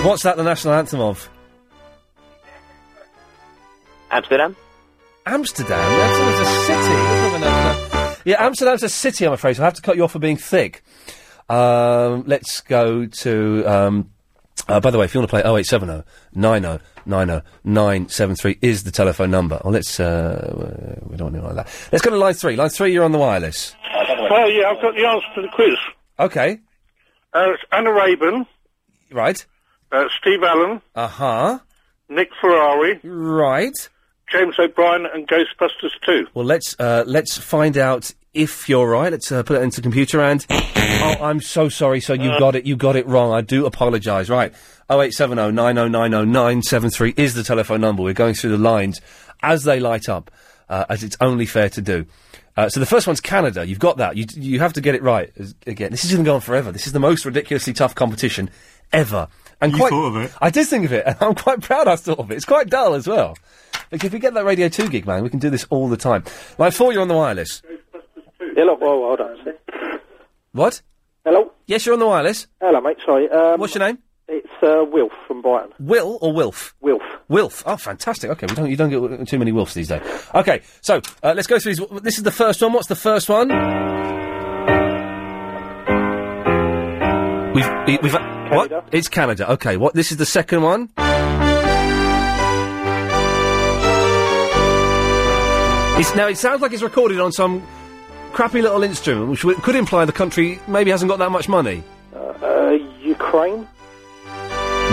[SPEAKER 3] What's that the national anthem of?
[SPEAKER 5] Amsterdam?
[SPEAKER 3] Amsterdam? Amsterdam's a city. It's not an Amsterdam. Yeah, Amsterdam's a city, I'm afraid, so I have to cut you off for being thick. Um, let's go to. Um, uh, by the way, if you want to play 0870 90 90 973 is the telephone number. Oh, let's. Uh, we don't want to do like that. Let's go to line three. Line three, you're on the wireless.
[SPEAKER 14] Well, Uh, yeah, I've got the answer to the quiz.
[SPEAKER 3] Okay.
[SPEAKER 14] Uh, it's Anna Rabin.
[SPEAKER 3] Right.
[SPEAKER 14] Uh, Steve Allen.
[SPEAKER 3] Uh huh.
[SPEAKER 14] Nick Ferrari.
[SPEAKER 3] Right.
[SPEAKER 14] James O'Brien and Ghostbusters 2.
[SPEAKER 3] Well, let's uh, let's find out if you're right. Let's uh, put it into the computer and. oh, I'm so sorry. So you got it. You got it wrong. I do apologise. Right. Oh, 0870 9090 973 is the telephone number. We're going through the lines as they light up, uh, as it's only fair to do. Uh, so the first one's Canada. You've got that. You you have to get it right as- again. This is going to go on forever. This is the most ridiculously tough competition ever. And quite, thought of it. I did think of it, and I'm quite proud I thought of it. It's quite dull as well. Like if we get that Radio Two gig, man, we can do this all the time. Line four, you're on the wireless.
[SPEAKER 12] Hello, oh, hold on. a sec.
[SPEAKER 3] What?
[SPEAKER 12] Hello?
[SPEAKER 3] Yes, you're on the wireless.
[SPEAKER 12] Hello, mate. Sorry. Um,
[SPEAKER 3] What's your name?
[SPEAKER 12] It's uh, Wilf from Brighton.
[SPEAKER 3] Will or Wilf?
[SPEAKER 12] Wilf.
[SPEAKER 3] Wilf. Oh, fantastic. Okay, we don't you don't get w- too many Wilfs these days. Okay, so uh, let's go through these. This is the first one. What's the first one? We've we- we've uh, what? It's Canada. Okay. What? This is the second one. It's now. It sounds like it's recorded on some crappy little instrument, which w- could imply the country maybe hasn't got that much money.
[SPEAKER 12] Uh, Ukraine?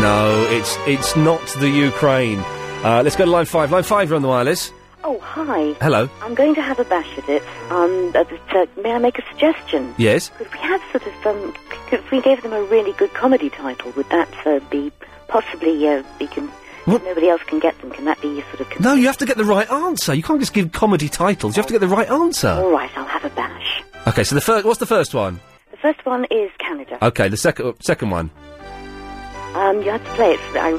[SPEAKER 3] No, it's it's not the Ukraine. Uh, let's go to line five. Line five, you're on the wireless.
[SPEAKER 30] Oh, hi.
[SPEAKER 3] Hello.
[SPEAKER 30] I'm going to have a bash at it. Um, uh, but, uh, may I make a suggestion?
[SPEAKER 3] Yes.
[SPEAKER 30] Could we have sort of um, c- if we gave them a really good comedy title, would that uh, be possibly uh, be con- if nobody else can get them? Can that be sort of? Con-
[SPEAKER 3] No, you have to get the right answer. You can't just give comedy titles. You have to get the right answer.
[SPEAKER 30] All right, I'll have a bash.
[SPEAKER 3] Okay, so the first. What's the first one?
[SPEAKER 30] The first one is Canada.
[SPEAKER 3] Okay, the second uh, second one.
[SPEAKER 30] Um, you have to play it. For the, I,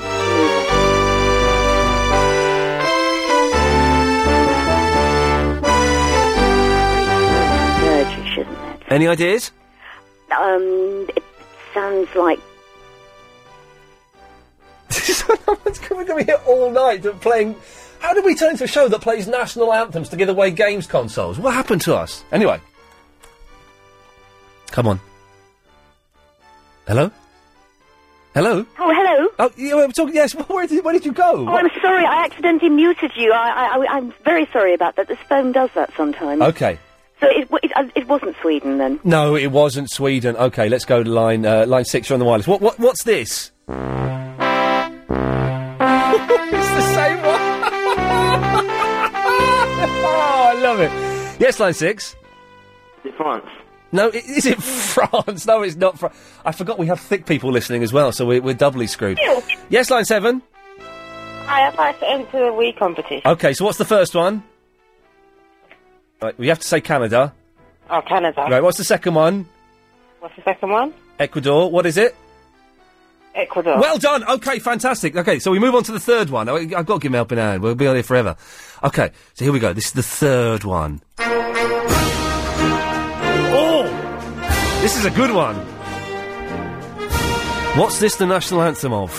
[SPEAKER 3] Any ideas?
[SPEAKER 30] um, it sounds like
[SPEAKER 3] We're going to be here all night do- playing. How did we turn into a show that plays national anthems to give away games consoles? What happened to us? Anyway. Come on. Hello. Hello.
[SPEAKER 30] Oh, hello.
[SPEAKER 3] Oh, you were talking. Yes. Where did, where did you go?
[SPEAKER 30] Oh, I'm sorry. I accidentally muted you. I, I, am very sorry about that. This phone does that sometimes.
[SPEAKER 3] Okay.
[SPEAKER 30] So it, w- it, uh, it wasn't Sweden then.
[SPEAKER 3] No, it wasn't Sweden. Okay, let's go to line uh, line six. You're on the wireless. What what what's this? Oh, it's the same one. oh, I love it. Yes, line six. France. No, i- is it France? No, it's not France. I forgot we have thick people listening as well, so we're, we're doubly screwed. Yes, line seven.
[SPEAKER 6] I have to enter the Wii competition.
[SPEAKER 3] Okay, so what's the first one? Right, we have to say Canada.
[SPEAKER 6] Oh,
[SPEAKER 33] Uh.
[SPEAKER 6] Canada.
[SPEAKER 3] Right, what's the second one?
[SPEAKER 6] What's the second one?
[SPEAKER 3] Ecuador. What is it?
[SPEAKER 6] Ecuador.
[SPEAKER 3] Well done. Okay, fantastic. Okay, so we move on to the third one. I- I've got to give him a helping hand. We'll be on here forever. Okay, so here we go. This is the third one. Oh! This is a good one. What's this the national anthem of?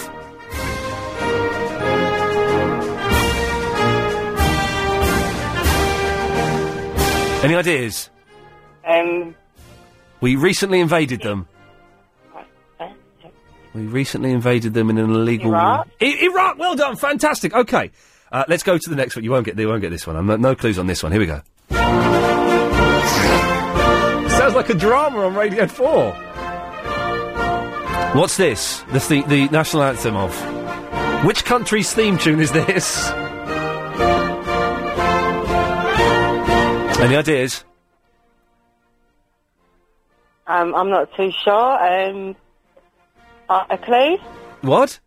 [SPEAKER 3] Any ideas?
[SPEAKER 6] Um,
[SPEAKER 3] We recently invaded them. We recently invaded them in an illegal
[SPEAKER 6] Iraq?
[SPEAKER 3] war. I- Iraq. Well done. Fantastic. Okay. Uh, let's go to the next one. You won't get. You won't get this one. I'm no, no clues on this one. Here we go. Sounds like a drama on Radio Four. What's this? The the, the national anthem of which country's theme tune is this? Any ideas?
[SPEAKER 6] um, I'm not too sure. Um, uh, a clue?
[SPEAKER 3] What?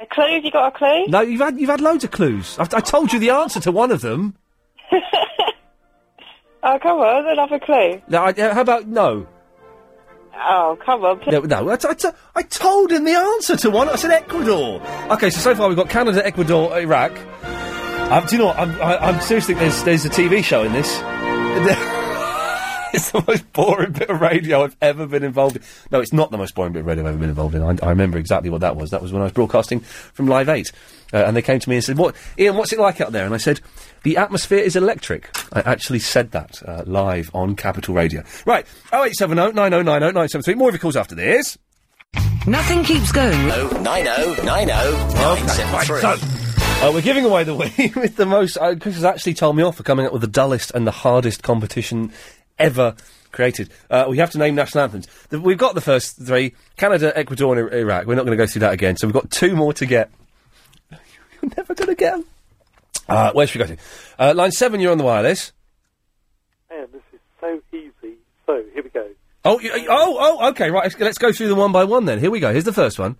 [SPEAKER 6] A clue? Have you got a clue?
[SPEAKER 3] No, you've had you've had loads of clues. I've, I told you the answer to one of them.
[SPEAKER 6] Oh, come on, another clue.
[SPEAKER 3] No, I, uh, how about no?
[SPEAKER 6] Oh, come on.
[SPEAKER 3] No, no I, t- I, t- I told him the answer to one. I said Ecuador. Okay, so so far we've got Canada, Ecuador, Iraq. Um, do you know? What? I'm, I, I'm seriously. There's there's a TV show in this. it's the most boring bit of radio I've ever been involved in. No, it's not the most boring bit of radio I've ever been involved in. I, I remember exactly what that was. That was when I was broadcasting from Live 8. Uh, and they came to me and said, "What, Ian, what's it like out there? And I said, the atmosphere is electric. I actually said that uh, live on Capital Radio. Right, 0870 9090 973. More of your calls after this.
[SPEAKER 36] Nothing keeps going.
[SPEAKER 7] Oh, 973.
[SPEAKER 3] Right, so- uh, we're giving away the win with the most. Uh, Chris has actually told me off for coming up with the dullest and the hardest competition ever created. Uh, we have to name national anthems. The, we've got the first three Canada, Ecuador, and Ir- Iraq. We're not going to go through that again, so we've got two more to get. You're never going to get 'em. Uh, where should we go to? Uh, line seven, you're on the wireless.
[SPEAKER 34] Man, this is so easy. So, here we go.
[SPEAKER 3] Oh, you, you- oh, oh, okay, right. Let's, let's go through them one by one then. Here we go. Here's the first one.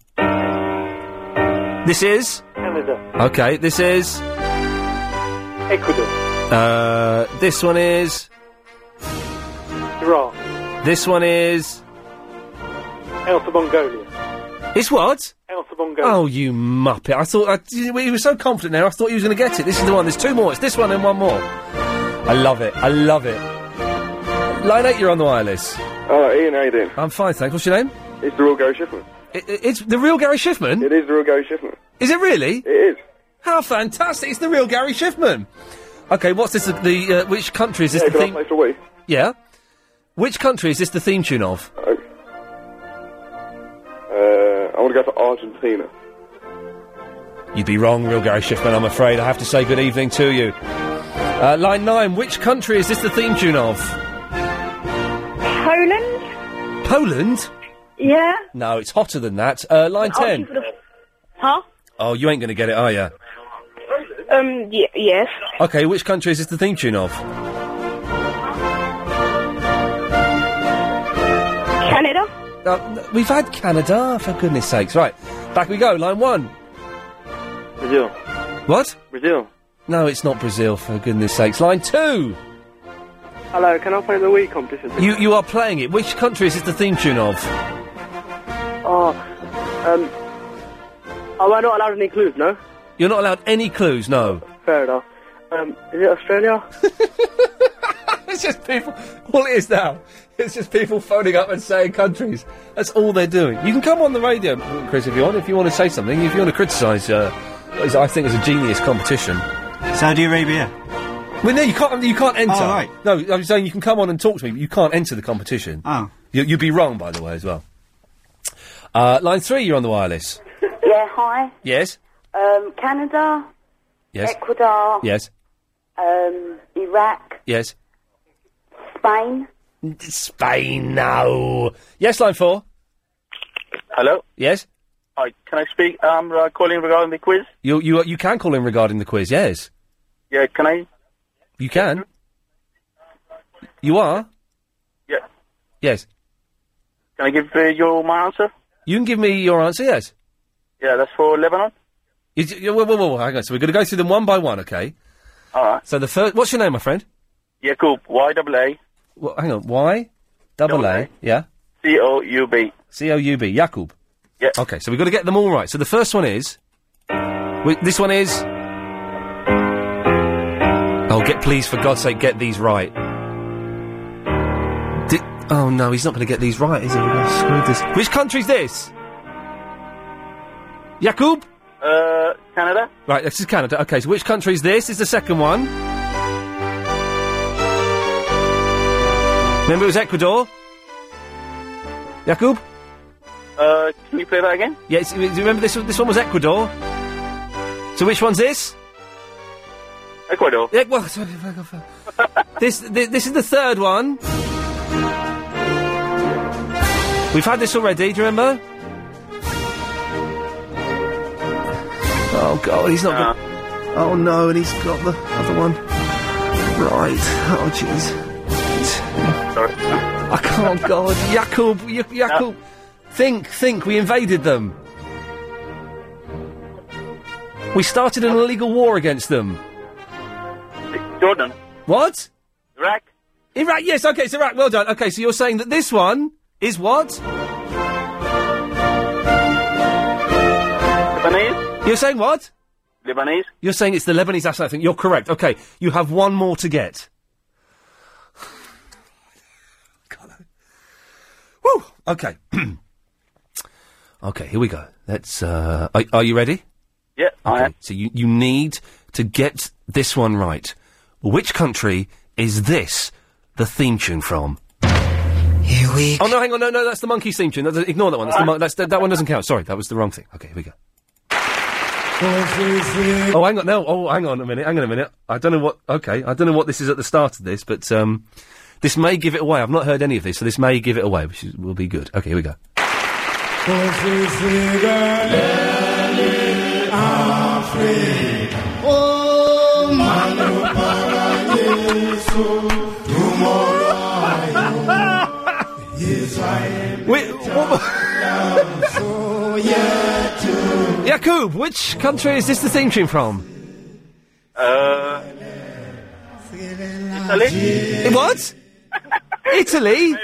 [SPEAKER 3] This is.
[SPEAKER 34] Canada,
[SPEAKER 3] Okay, this is.
[SPEAKER 34] Ecuador,
[SPEAKER 3] Uh, this one is.
[SPEAKER 34] Iraq,
[SPEAKER 3] This one is.
[SPEAKER 34] Outer Mongolia,
[SPEAKER 3] It's what?
[SPEAKER 34] Outer Mongolia.
[SPEAKER 3] Oh, you muppet. I thought. I, he was so confident there, I thought he was going to get it. This is the one. There's two more. It's this one and one more. I love it. I love it. Line 8, you're on the wireless.
[SPEAKER 8] Hello, Uh, Ian, how you doing?
[SPEAKER 3] I'm fine, thanks. What's your name?
[SPEAKER 8] It's the real Gary Shiffman.
[SPEAKER 3] It, it- it's the real Gary Schiffman?
[SPEAKER 8] It is the real Gary Shiffman.
[SPEAKER 3] Is it really? It
[SPEAKER 8] is.
[SPEAKER 3] How fantastic. It's the real Gary Schiffman. Okay, what's this? The uh, Which country is this
[SPEAKER 8] yeah,
[SPEAKER 3] the
[SPEAKER 8] can
[SPEAKER 3] theme?
[SPEAKER 8] I play for a week?
[SPEAKER 3] Yeah? Which country is this the theme tune of?
[SPEAKER 8] Uh, I want to go to Argentina.
[SPEAKER 3] You'd be wrong, real Gary Schiffman, I'm afraid. I have to say good evening to you. Uh, line 9, which country is this the theme tune of?
[SPEAKER 40] Poland?
[SPEAKER 3] Poland?
[SPEAKER 40] Yeah.
[SPEAKER 3] No, it's hotter than that. Uh, line
[SPEAKER 40] Oh,
[SPEAKER 3] 10.
[SPEAKER 40] you would've- Huh?
[SPEAKER 3] Oh, you ain't going to get it, are you?
[SPEAKER 40] Um, y- yes.
[SPEAKER 3] Okay, which country is this the theme tune of?
[SPEAKER 40] Canada?
[SPEAKER 3] Uh, n- we've had Canada, for goodness sakes. Right, back we go, line 1.
[SPEAKER 8] Brazil.
[SPEAKER 3] What?
[SPEAKER 8] Brazil.
[SPEAKER 3] No, it's not Brazil, for goodness sakes. Line 2.
[SPEAKER 8] Hello, can I play the Wii competition?
[SPEAKER 3] You, you are playing it. Which country is this the theme tune of?
[SPEAKER 8] Oh,
[SPEAKER 10] Ah,
[SPEAKER 8] um, am I not allowed any clues, no?
[SPEAKER 3] You're not allowed any clues, no.
[SPEAKER 8] Fair enough. Um, is it Australia?
[SPEAKER 3] it's just people. All it is now is just people phoning up and saying countries. That's all they're doing. You can come on the radio, Chris, if you want. If you want to say something, if you want to criticise, uh, what is- I think it's a genius competition. Saudi Arabia. Well, no, you can't. You can't enter.
[SPEAKER 31] Oh, right.
[SPEAKER 3] No, I'm saying you can come on and talk to me, but you can't enter the competition.
[SPEAKER 31] Oh.
[SPEAKER 3] you, you'd be wrong, by the way, as well. Uh, line three, you're on the wireless.
[SPEAKER 40] Yeah, hi.
[SPEAKER 3] Yes.
[SPEAKER 40] Um, Canada?
[SPEAKER 3] Yes.
[SPEAKER 40] Ecuador?
[SPEAKER 3] Yes.
[SPEAKER 40] Um, Iraq?
[SPEAKER 3] Yes.
[SPEAKER 40] Spain?
[SPEAKER 3] Spain. No. Yes. Line four.
[SPEAKER 8] Hello.
[SPEAKER 3] Yes.
[SPEAKER 8] Hi, can I speak? I'm uh, calling regarding the quiz.
[SPEAKER 3] You you you can call in regarding the quiz. Yes.
[SPEAKER 8] Yeah, can I?
[SPEAKER 3] You can. You are?
[SPEAKER 8] Yeah.
[SPEAKER 3] Yes.
[SPEAKER 8] Can I give uh, you my answer?
[SPEAKER 3] You can give me your answer, yes.
[SPEAKER 8] Yeah, that's for Lebanon.
[SPEAKER 3] Is, you- whoa, whoa, whoa, hang on. So we're going to go through them one by one, okay?
[SPEAKER 8] All right.
[SPEAKER 3] So the first. What's your name, my friend?
[SPEAKER 8] Yeah, cool. Y double A
[SPEAKER 3] Well, hang on. Y? Double A. Yeah.
[SPEAKER 8] C O U B.
[SPEAKER 3] C O U B. Jakub.
[SPEAKER 8] Yeah.
[SPEAKER 3] Okay, so we've got to get them all right. So the first one is. Wi- this one is. Oh, get please, for God's sake, get these right. Di- oh no, he's not going to get these right, is he? Oh, screw this. Which country's this? Jakub?
[SPEAKER 8] Uh, Canada.
[SPEAKER 3] Right, this is Canada. Okay, so which country is this? Is the second one? Remember, it was Ecuador. Jakub?
[SPEAKER 8] Uh, can you play that again?
[SPEAKER 3] Yes. Do you remember this? This one was Ecuador. So which one's this?
[SPEAKER 8] Ecuador.
[SPEAKER 3] Yeah, well, sorry, fuck off. this, this this is the third one. We've had this already. Do you remember? Oh god, he's not. Gonna... Oh no, and he's got the other one. Right. Oh jeez.
[SPEAKER 8] Sorry.
[SPEAKER 3] I can't. God, Jakub, y- Jakub, think, think. We invaded them. We started an illegal war against them.
[SPEAKER 8] Jordan.
[SPEAKER 3] What?
[SPEAKER 8] Iraq.
[SPEAKER 3] Iraq, yes, okay, it's Iraq, well done. Okay, so you're saying that this one is what?
[SPEAKER 8] Lebanese.
[SPEAKER 3] You're saying what?
[SPEAKER 8] Lebanese.
[SPEAKER 3] You're saying it's the Lebanese national anthem. You're correct. Okay, you have one more to get. Woo! Okay. okay, here we go. Let's. Uh, are, are you ready?
[SPEAKER 6] Yeah, I
[SPEAKER 3] Okay, So you, you need to get this one right. Which country is this the theme tune from? Here we. Oh no! Hang on! No, no, that's the monkey's theme tune. That's, ignore that one. That's the mon- that's, that, that one doesn't count. Sorry, that was the wrong thing. Okay, here we go. Oh, hang on! No, oh, hang on a minute. Hang on a minute. I don't know what. Okay, I don't know what this is at the start of this, but um, this may give it away. I've not heard any of this, so this may give it away, which is, will be good. Okay, here we go. Wait, Yakub, which country is this the theme tune from?
[SPEAKER 6] Uh,
[SPEAKER 3] Italy. What? Italy?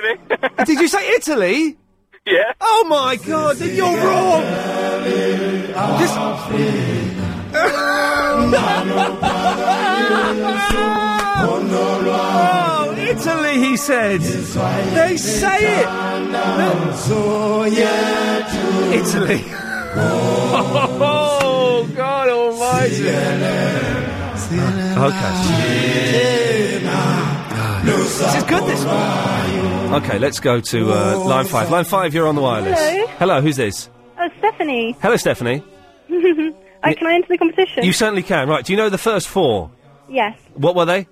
[SPEAKER 3] Did you say Italy?
[SPEAKER 6] Yeah.
[SPEAKER 3] Oh my god, then you're wrong! Just. oh, Italy, he said. They say it! No. Italy. oh, God almighty. Okay. This is good, this one. Okay, let's go to uh, line five. Line five, you're on the wireless.
[SPEAKER 11] Hello.
[SPEAKER 3] Hello, who's this?
[SPEAKER 11] Oh, Stephanie.
[SPEAKER 3] Hello, Stephanie.
[SPEAKER 11] uh, can I enter the competition?
[SPEAKER 3] You certainly can. Right, do you know the first four?
[SPEAKER 11] yes.
[SPEAKER 3] What were they?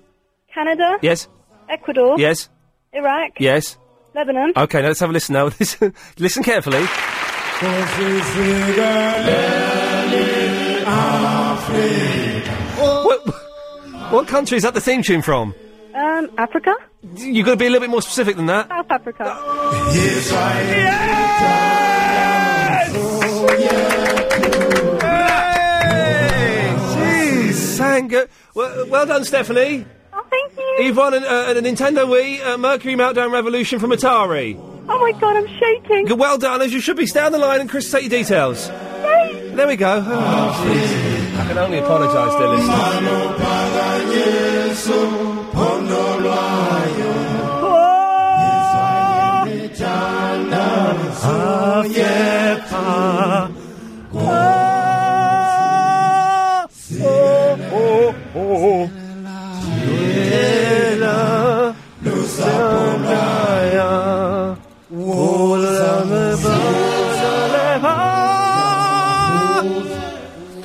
[SPEAKER 11] Canada.
[SPEAKER 3] Yes?
[SPEAKER 11] Ecuador.
[SPEAKER 3] Yes?
[SPEAKER 11] Iraq.
[SPEAKER 3] Yes?
[SPEAKER 11] Lebanon.
[SPEAKER 3] Okay, now let's have a listen now. listen, listen carefully. What, what country is that the theme tune from?
[SPEAKER 11] Um, Africa. Oh,
[SPEAKER 3] You've got to be a little bit more specific than that.
[SPEAKER 11] South Africa.
[SPEAKER 3] Jeez, Sanga. Well, well done, Stephanie.
[SPEAKER 11] Oh, thank you.
[SPEAKER 3] You've won an, uh, a Nintendo Wii uh, Mercury Meltdown Revolution from Atari.
[SPEAKER 11] Oh my god, I'm shaking.
[SPEAKER 3] Good- Well done, as you should be. Stay on the line and Chris will take your details. There we go. Oh, jeez. I can only apologise, dear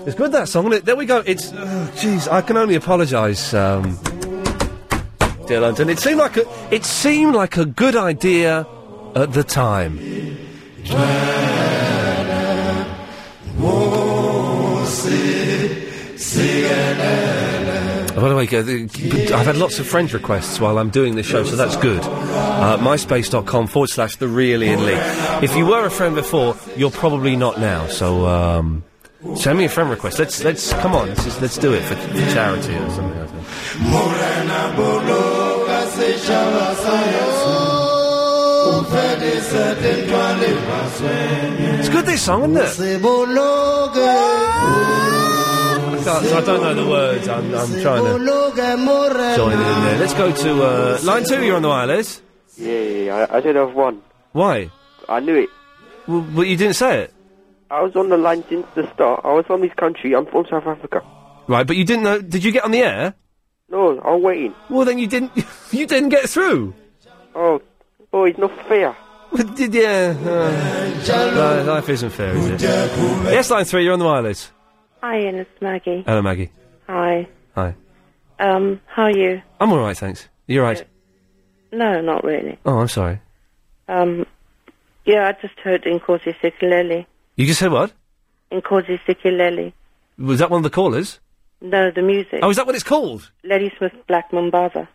[SPEAKER 3] It's good that song, isn't it? There we go. It's oh, jeez, I can only apologise, um, dear London. It seemed like a it seemed like a good idea at the time. By the way, uh, the- I've had lots of friend requests while I'm doing this show, so that's good. Uh, MySpace.com forward slash the real Ian Lee. If you were a friend before, you're probably not now. So um, send me a friend request. Let's let's come on. Let's, just- let's do it for, for charity or something. I think. It's good this song, isn't it? I, can't, I don't know the words. I'm, I'm trying to join in there. Let's go to uh, line two. You're on the wireless.
[SPEAKER 14] Yeah, I, I should have won.
[SPEAKER 3] Why?
[SPEAKER 14] I knew it.
[SPEAKER 3] Well, but you didn't say it.
[SPEAKER 14] I was on the line since the start. I was from this country. I'm from South Africa.
[SPEAKER 3] Right, but you didn't know. Did you get on the air?
[SPEAKER 14] No, I'm waiting.
[SPEAKER 3] Well, then you didn't. You didn't get through.
[SPEAKER 14] Oh, oh, it's not fair.
[SPEAKER 3] Did yeah. No, life isn't fair, is it? Yes, line three. You're on the wireless.
[SPEAKER 33] Hi, Ian. It's Maggie.
[SPEAKER 3] Hello, Maggie.
[SPEAKER 33] Hi.
[SPEAKER 3] Hi.
[SPEAKER 33] Um, how are you?
[SPEAKER 3] I'm all right, thanks. You're right.
[SPEAKER 33] No, not really.
[SPEAKER 3] Oh, I'm sorry.
[SPEAKER 33] Um, yeah, I just heard Inkosi Sikileli.
[SPEAKER 3] You just said what?
[SPEAKER 33] Inkosi Sikileli.
[SPEAKER 3] Was that one of the callers?
[SPEAKER 33] No, the music.
[SPEAKER 3] Oh, is that what it's called?
[SPEAKER 33] Lady Smith Black Mombasa.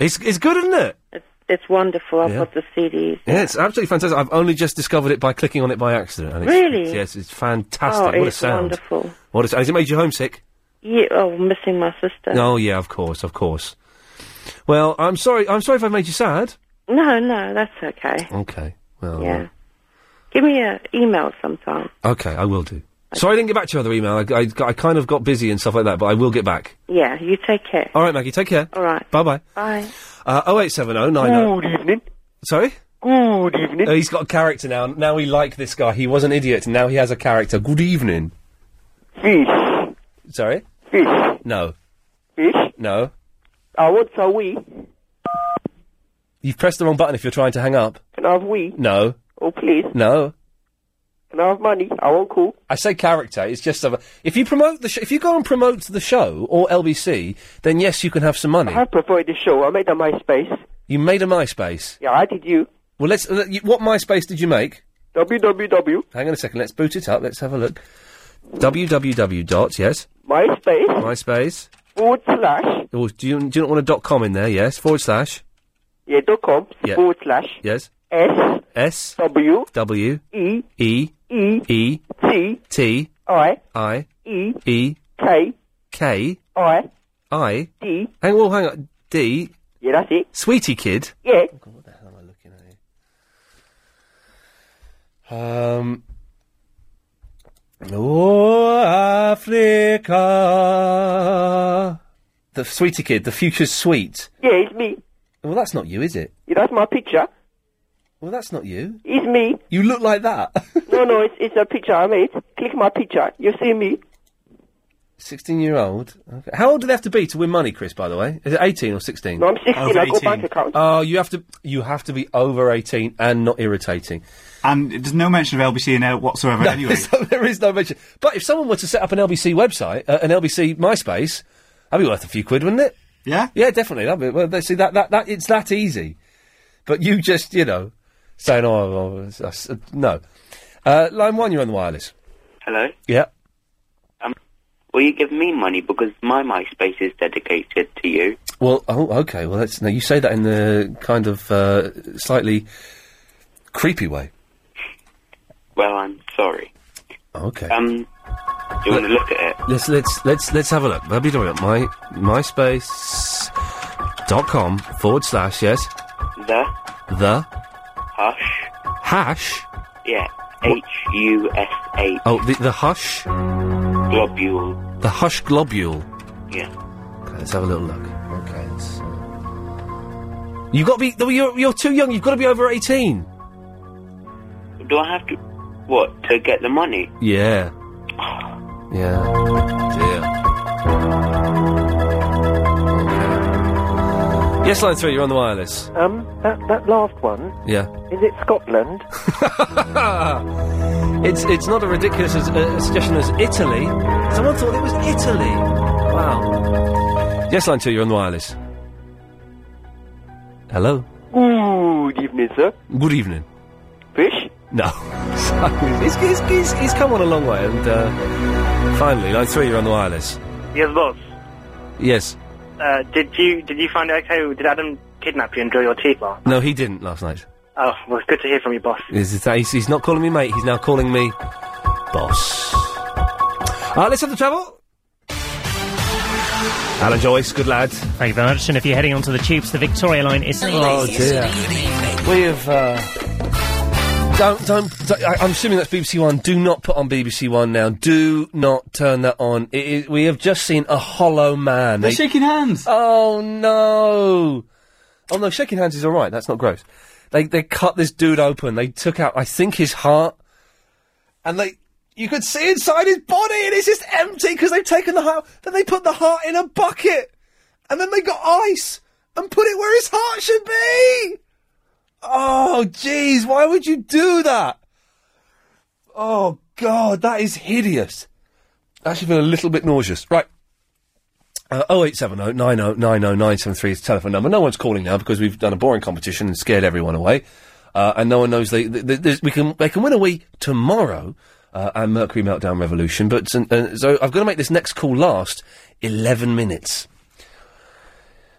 [SPEAKER 3] It's it's good, isn't it?
[SPEAKER 33] It's wonderful. I've
[SPEAKER 3] Yeah.
[SPEAKER 33] got the CDs.
[SPEAKER 3] Yeah, it's absolutely fantastic. I've only just discovered it by clicking on it by accident. And it's,
[SPEAKER 33] Really?
[SPEAKER 3] Yes, it's fantastic.
[SPEAKER 33] Oh,
[SPEAKER 3] what a
[SPEAKER 33] it's
[SPEAKER 3] sound!
[SPEAKER 33] wonderful.
[SPEAKER 3] What a sound. Has it made you homesick?
[SPEAKER 33] Yeah, oh, missing my sister.
[SPEAKER 3] Oh yeah, of course, of course. Well, I'm sorry. I'm sorry if I made you sad.
[SPEAKER 33] No, no, that's okay.
[SPEAKER 3] Okay. Well.
[SPEAKER 33] Yeah. Give me an email sometime.
[SPEAKER 3] Okay, I will do. Sorry, I didn't get back to your other email. I, I, I kind of got busy and stuff like that, but I will get back.
[SPEAKER 33] Yeah, you take care.
[SPEAKER 3] All right, Maggie, take care. oh
[SPEAKER 33] All right.
[SPEAKER 3] Bye bye.
[SPEAKER 33] Bye.
[SPEAKER 3] Uh, 0870 90.
[SPEAKER 33] Good
[SPEAKER 3] evening. Sorry? Good evening. he's got a character now. Now we like this guy. He was an idiot. Now he has a character. Good evening.
[SPEAKER 39] Fish.
[SPEAKER 3] Sorry?
[SPEAKER 39] Fish.
[SPEAKER 3] No.
[SPEAKER 39] Fish.
[SPEAKER 3] No.
[SPEAKER 39] I want a wee.
[SPEAKER 3] You've pressed the wrong button if you're trying to hang up.
[SPEAKER 39] Can I have wee?
[SPEAKER 3] No.
[SPEAKER 39] Oh, please.
[SPEAKER 3] No.
[SPEAKER 39] Can I have money? I won't call.
[SPEAKER 3] I say character. It's just a. If you promote the, sh- if you go and promote the show or LBC, then yes, you can have some money.
[SPEAKER 39] I prefer the show. I made a MySpace.
[SPEAKER 3] You made a MySpace.
[SPEAKER 39] Yeah, I did you.
[SPEAKER 3] Well, let's. let you- What MySpace did you make?
[SPEAKER 39] www.
[SPEAKER 3] Hang on a second. Let's boot it up. Let's have a look. www dot yes.
[SPEAKER 39] MySpace.
[SPEAKER 3] MySpace.
[SPEAKER 39] Forward slash.
[SPEAKER 3] Oh, do you do you not want a dot com in there? Yes. Forward slash.
[SPEAKER 39] Yeah, dot com.
[SPEAKER 3] Yeah.
[SPEAKER 39] Forward slash.
[SPEAKER 3] Yes.
[SPEAKER 39] S.
[SPEAKER 3] S
[SPEAKER 39] W.
[SPEAKER 3] W
[SPEAKER 39] E.
[SPEAKER 3] E
[SPEAKER 39] E.
[SPEAKER 3] E
[SPEAKER 39] T.
[SPEAKER 3] T
[SPEAKER 39] I.
[SPEAKER 3] I
[SPEAKER 39] E.
[SPEAKER 3] E
[SPEAKER 39] K.
[SPEAKER 3] K
[SPEAKER 39] I.
[SPEAKER 3] I
[SPEAKER 39] D.
[SPEAKER 3] Hang on, hang on. D.
[SPEAKER 39] Yeah, that's it.
[SPEAKER 3] Sweetie kid.
[SPEAKER 39] Yeah.
[SPEAKER 3] Um. Oh, Africa. The sweetie kid, the future's sweet.
[SPEAKER 39] Yeah, it's me.
[SPEAKER 3] Well, that's not you, is it?
[SPEAKER 39] Yeah, that's my picture.
[SPEAKER 3] Well, that's not you.
[SPEAKER 39] It's me.
[SPEAKER 3] You look like that.
[SPEAKER 39] no, no, it's, it's a picture I made. Click my picture. You see me.
[SPEAKER 3] 16 year old. Okay. How old do they have to be to win money, Chris, by the way? Is it 18 or 16? No,
[SPEAKER 39] I'm 16. Over I got bank 18. account.
[SPEAKER 3] Oh, you have to you have to be over 18 and not irritating.
[SPEAKER 31] And there's no mention of LBC in there whatsoever.
[SPEAKER 3] No,
[SPEAKER 31] anyway,
[SPEAKER 3] there's no- there is no mention. But if someone were to set up an LBC website, uh, an LBC MySpace, that'd be worth a few quid, wouldn't it?
[SPEAKER 31] Yeah.
[SPEAKER 3] Yeah, definitely. That'd be, well, they- see, that, that, that, it's that easy. But you just, you know, saying, oh, well, it's- I s- no. Uh, line one, you're on the wireless.
[SPEAKER 1] Hello.
[SPEAKER 3] Yeah.
[SPEAKER 1] Will you give me money because my MySpace is dedicated to you?
[SPEAKER 3] Well, oh, okay. Well, that's now you say that in the kind of uh, slightly creepy way.
[SPEAKER 1] Well, I'm sorry.
[SPEAKER 3] Okay.
[SPEAKER 1] Um, do you want to look at it?
[SPEAKER 3] Let's let's let's let's have a look. www. my myspace dot com forward slash yes
[SPEAKER 1] The
[SPEAKER 3] the
[SPEAKER 1] hush.
[SPEAKER 3] hash
[SPEAKER 1] Yeah. H U S H
[SPEAKER 3] oh the the hush
[SPEAKER 1] globule.
[SPEAKER 3] the hush globule.
[SPEAKER 1] Yeah.
[SPEAKER 3] Okay, let's have a little look. Okay. It's, You've got to be. no, You're, you're too young. You've got to be over eighteen.
[SPEAKER 1] Do I have to what to get the money?
[SPEAKER 3] Yeah. Yeah. Dear. Yes, line three. You're on the wireless.
[SPEAKER 32] Um, that, that last one,
[SPEAKER 3] Yeah.
[SPEAKER 32] is it Scotland?
[SPEAKER 3] It's it's not as ridiculous as, uh, a suggestion as Italy. Someone thought it was Italy. Wow. Yes, line two, you're on the wireless. Hello.
[SPEAKER 39] Good evening, sir.
[SPEAKER 3] Good evening.
[SPEAKER 39] Fish?
[SPEAKER 3] No. So, he's, he's, he's, he's come on a long way, and uh, finally, line three, you're on the wireless.
[SPEAKER 44] Yes, boss.
[SPEAKER 3] Yes.
[SPEAKER 44] Uh, did you did you find it okay? Did Adam kidnap you and drill your teeth out?
[SPEAKER 3] No, he didn't last night.
[SPEAKER 44] Oh, well, it's good to hear from you, boss.
[SPEAKER 3] He's, he's, he's not calling me mate. He's now calling me boss. Uh, let's have the travel. Alan Joyce, good lad.
[SPEAKER 2] Thank you very much. And if you're heading onto the tubes, the Victoria line is.
[SPEAKER 3] Oh dear. We have. Uh, don't don't. don't- I, I'm assuming that's BBC One. Do not put on BBC One now. Do not turn that on. It, is- we have just seen a hollow man.
[SPEAKER 31] They're
[SPEAKER 3] They-
[SPEAKER 31] shaking hands.
[SPEAKER 3] Oh no! Oh no, shaking hands is all right. That's not gross. They they cut this dude open. They took out, I think, his heart, and they you could see inside his body, and it's just empty because they've taken the heart. Then they put the heart in a bucket, and then they got ice and put it where his heart should be. Oh jeez, why would you do that? Oh god, that is hideous. I actually feel a little bit nauseous. Right. Uh, 0870 90 90 973 is the telephone number. No one's calling now because we've done a boring competition and scared everyone away. Uh, and no one knows they, th th there's- we can they can win a Wii tomorrow uh, and Mercury Meltdown Revolution. But and, and so I've got to make this next call last eleven minutes.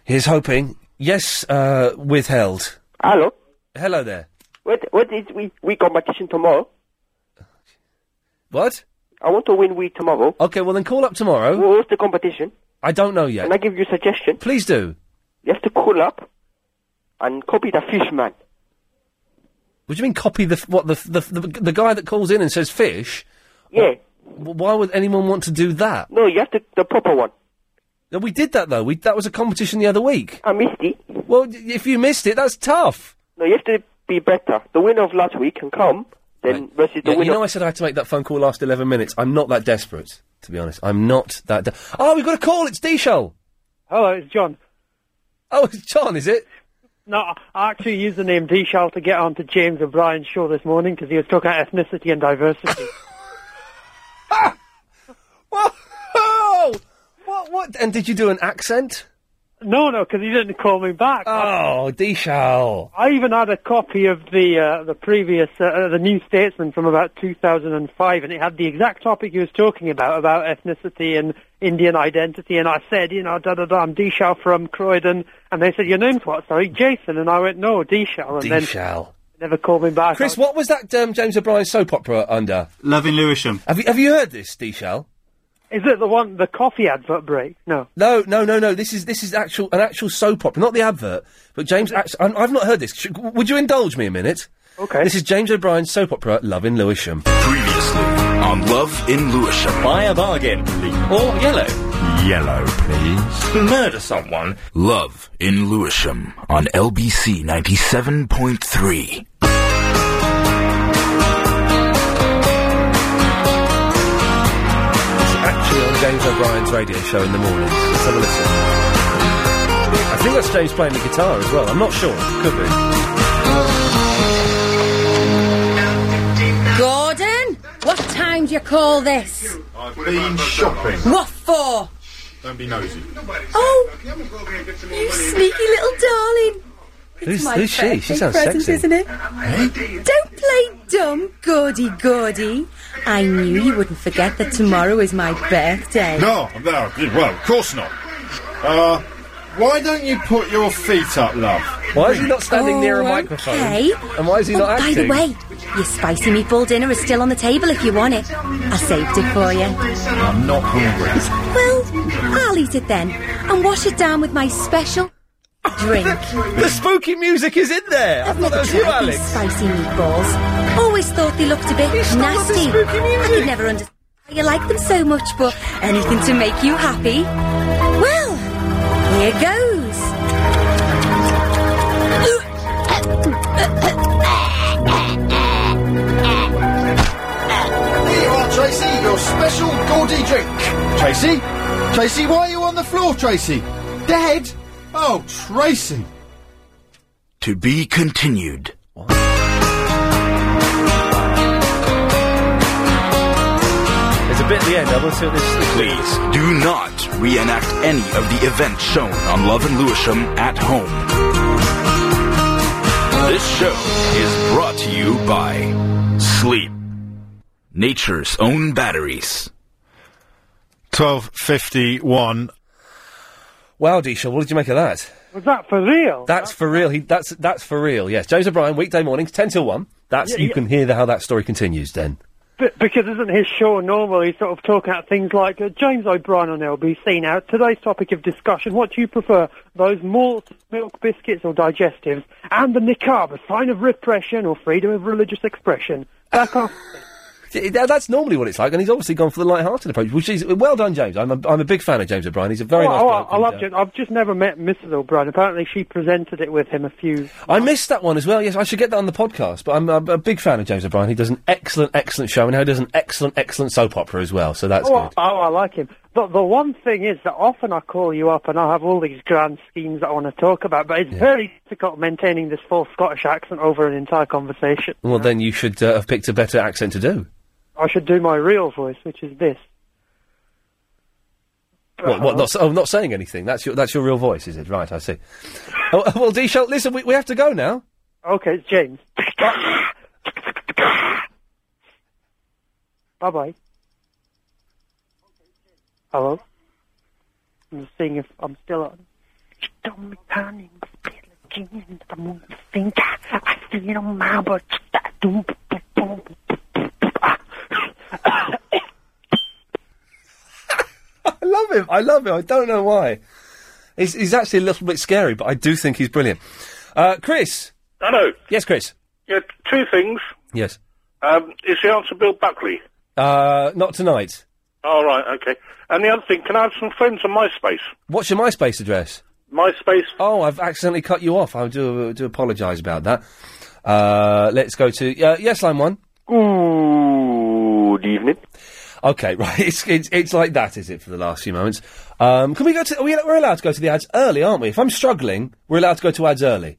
[SPEAKER 3] Here's hoping. Yes, uh, withheld.
[SPEAKER 39] Hello?
[SPEAKER 3] Hello there.
[SPEAKER 39] What, what is we, we competition tomorrow?
[SPEAKER 3] What?
[SPEAKER 39] I want to win we tomorrow.
[SPEAKER 3] Okay, well then call up tomorrow.
[SPEAKER 39] What's the competition?
[SPEAKER 3] I don't know yet.
[SPEAKER 39] Can I give you a suggestion?
[SPEAKER 3] Please do.
[SPEAKER 39] You have to call up and copy the fish man.
[SPEAKER 3] What do you mean? Copy the f- what the f- the, f- the the guy that calls in and says fish?
[SPEAKER 39] Yeah.
[SPEAKER 3] W- Why would anyone want to do that?
[SPEAKER 39] No, you have to the proper one.
[SPEAKER 3] No, we did that though. We that was a competition the other week.
[SPEAKER 39] I missed it.
[SPEAKER 3] Well, d- if you missed it, that's tough.
[SPEAKER 39] No, you have to
[SPEAKER 45] be better. The winner of last week can come, then versus the
[SPEAKER 3] Yeah, you
[SPEAKER 45] winner.
[SPEAKER 3] know, I said I had to make that phone call last 11 minutes. I'm not that desperate, to be honest. I'm not that. De- oh, we've got a call. It's D Show.
[SPEAKER 10] Hello, it's John.
[SPEAKER 3] Oh, it's John, is it?
[SPEAKER 10] No, I- I actually used the name D Shell to get onto James and Brian's show this morning because he was talking about ethnicity and diversity.
[SPEAKER 3] Oh! What, what? And did you do an accent?
[SPEAKER 10] No, no, because he didn't call me back.
[SPEAKER 3] Oh, D Show.
[SPEAKER 10] I even had a copy of the uh, the previous uh, uh, the New Statesman from about 2005, and it had the exact topic he was talking about about ethnicity and Indian identity. And I said, you know, da da da, I'm Dishal from Croydon, and they said your name's what? Sorry, Jason. And I went, no, Dishal, and
[SPEAKER 3] D
[SPEAKER 10] then
[SPEAKER 3] Show.
[SPEAKER 10] they never called me back.
[SPEAKER 3] Chris, what was that um, James O'Brien soap opera under? Loving Lewisham. Have you, have you heard this, D Show?
[SPEAKER 10] Is it the one the coffee advert break? No.
[SPEAKER 3] No, no, no, no. This is this is actual an actual soap opera, not the advert. But James, act- I, I've not heard this. Should, would you indulge me a minute? Okay. This is James O'Brien's soap opera, Love in Lewisham. Previously on Love in Lewisham. Buy a bargain or yellow.
[SPEAKER 13] Yellow, please. Murder someone. Love in Lewisham on LBC 97.3.
[SPEAKER 3] It's actually on James O'Brien's radio show in the mornings. Let's have a listen. I think that's James playing the guitar as well. I'm not sure. Could be.
[SPEAKER 43] Gordon, what time do you call this?
[SPEAKER 6] Been shopping.
[SPEAKER 43] What for?
[SPEAKER 6] Don't be nosy.
[SPEAKER 43] Oh, you sneaky little darling. It's
[SPEAKER 6] Who's-
[SPEAKER 43] my
[SPEAKER 6] who's she?
[SPEAKER 43] birthday
[SPEAKER 6] She sounds
[SPEAKER 43] present,
[SPEAKER 6] sexy.
[SPEAKER 43] isn't it? Don't play dumb, Gordy Gordy. I knew you wouldn't forget that tomorrow is my birthday.
[SPEAKER 6] No, no, you- well, of course not. Uh, why don't you put your feet up, love?
[SPEAKER 3] Why is he not
[SPEAKER 43] standing near a Oh, microphone? okay.
[SPEAKER 3] And why is
[SPEAKER 43] oh, by the way, your spicy meatball dinner is still on the table if you want it. I saved it for you.
[SPEAKER 6] I'm not hungry.
[SPEAKER 43] Well, I'll eat it then and wash it down with my special drink.
[SPEAKER 3] The spooky music is in there. I thought that was you,
[SPEAKER 43] tried these
[SPEAKER 3] Alex.
[SPEAKER 43] Spicy meatballs. Always thought they looked a bit nasty. I could never understand why you like them so much, but anything to make you happy. Well, here goes.
[SPEAKER 6] Here you are, Tracy, your special gaudy drink. Tracy? Tracy, why are you on the floor, Tracy? Dead? Oh, Tracy.
[SPEAKER 13] To be continued.
[SPEAKER 3] There's a bit at the end. I want to see what this
[SPEAKER 13] Please do not reenact any of the events shown on Love and Lewisham at home. This show is brought to you by Sleep, nature's own batteries.
[SPEAKER 6] 12.51.
[SPEAKER 3] Wow, Disha, what did you make of that?
[SPEAKER 10] Was that for real?
[SPEAKER 3] That's for real. He, that's that's for real. Yes, James O'Brien, weekday mornings, ten till one. That's
[SPEAKER 10] Yeah,
[SPEAKER 3] you
[SPEAKER 10] yeah.
[SPEAKER 3] can hear the, how that story continues. Then
[SPEAKER 10] B- because isn't his show normally sort of talking about things like uh, James O'Brien on LBC? Now, today's topic of discussion, what do you prefer, those malt, milk biscuits or digestives, and the niqab, a sign of repression or freedom of religious expression? Back off.
[SPEAKER 3] Th- th- that's normally what it's like, and he's obviously gone for the light-hearted approach, which is well done, James. I'm a, I'm a big fan of James O'Brien. He's a very
[SPEAKER 10] oh,
[SPEAKER 3] nice.
[SPEAKER 10] oh,
[SPEAKER 3] bloke
[SPEAKER 10] I
[SPEAKER 3] and,
[SPEAKER 10] love
[SPEAKER 3] uh,
[SPEAKER 10] Jen. I've just never met Mrs. O'Brien. Apparently she presented it with him a few...
[SPEAKER 3] I missed that one as well. Yes, I should get that on the podcast. But I'm, I'm a big fan of James O'Brien. He does an excellent, excellent show, and he does an excellent, excellent soap opera as well. So that's
[SPEAKER 10] oh,
[SPEAKER 3] good.
[SPEAKER 10] I, oh, I like him. The, the one thing is that often I call you up and I have all these grand schemes that I want to talk about, but it's very difficult maintaining this full Scottish accent over an entire conversation.
[SPEAKER 3] Well, then you should uh, have picked a better accent to do.
[SPEAKER 10] I should do my real voice, which is this.
[SPEAKER 3] What, what, not, s- oh, not saying anything. That's your, that's your real voice, is it? Right, I see. oh, well, Dishel, listen, we, we have to go now.
[SPEAKER 10] Okay, it's James. bye bye. Hello? I'm just seeing if I'm still on.
[SPEAKER 3] I love him. I love him. I don't know why. He's, he's actually a little bit scary, but I do think he's brilliant. Uh, Chris.
[SPEAKER 40] Hello.
[SPEAKER 3] Yes, Chris.
[SPEAKER 40] Yeah, t- two things.
[SPEAKER 3] Yes.
[SPEAKER 40] Um, is the answer Bill Buckley?
[SPEAKER 3] Uh, not tonight.
[SPEAKER 40] All right, okay. And the other thing, can I have some friends on MySpace?
[SPEAKER 3] What's your MySpace address?
[SPEAKER 40] MySpace.
[SPEAKER 3] Oh, I've accidentally cut you off. I do do apologise uh, about that. Uh, let's go to uh, yes, line one. Good evening. Okay, right. It's, it's it's like that, is it? For the last few moments, um, can we go to? Are we, we're allowed to go to the ads early, aren't we? If I'm struggling, we're allowed to go to ads early.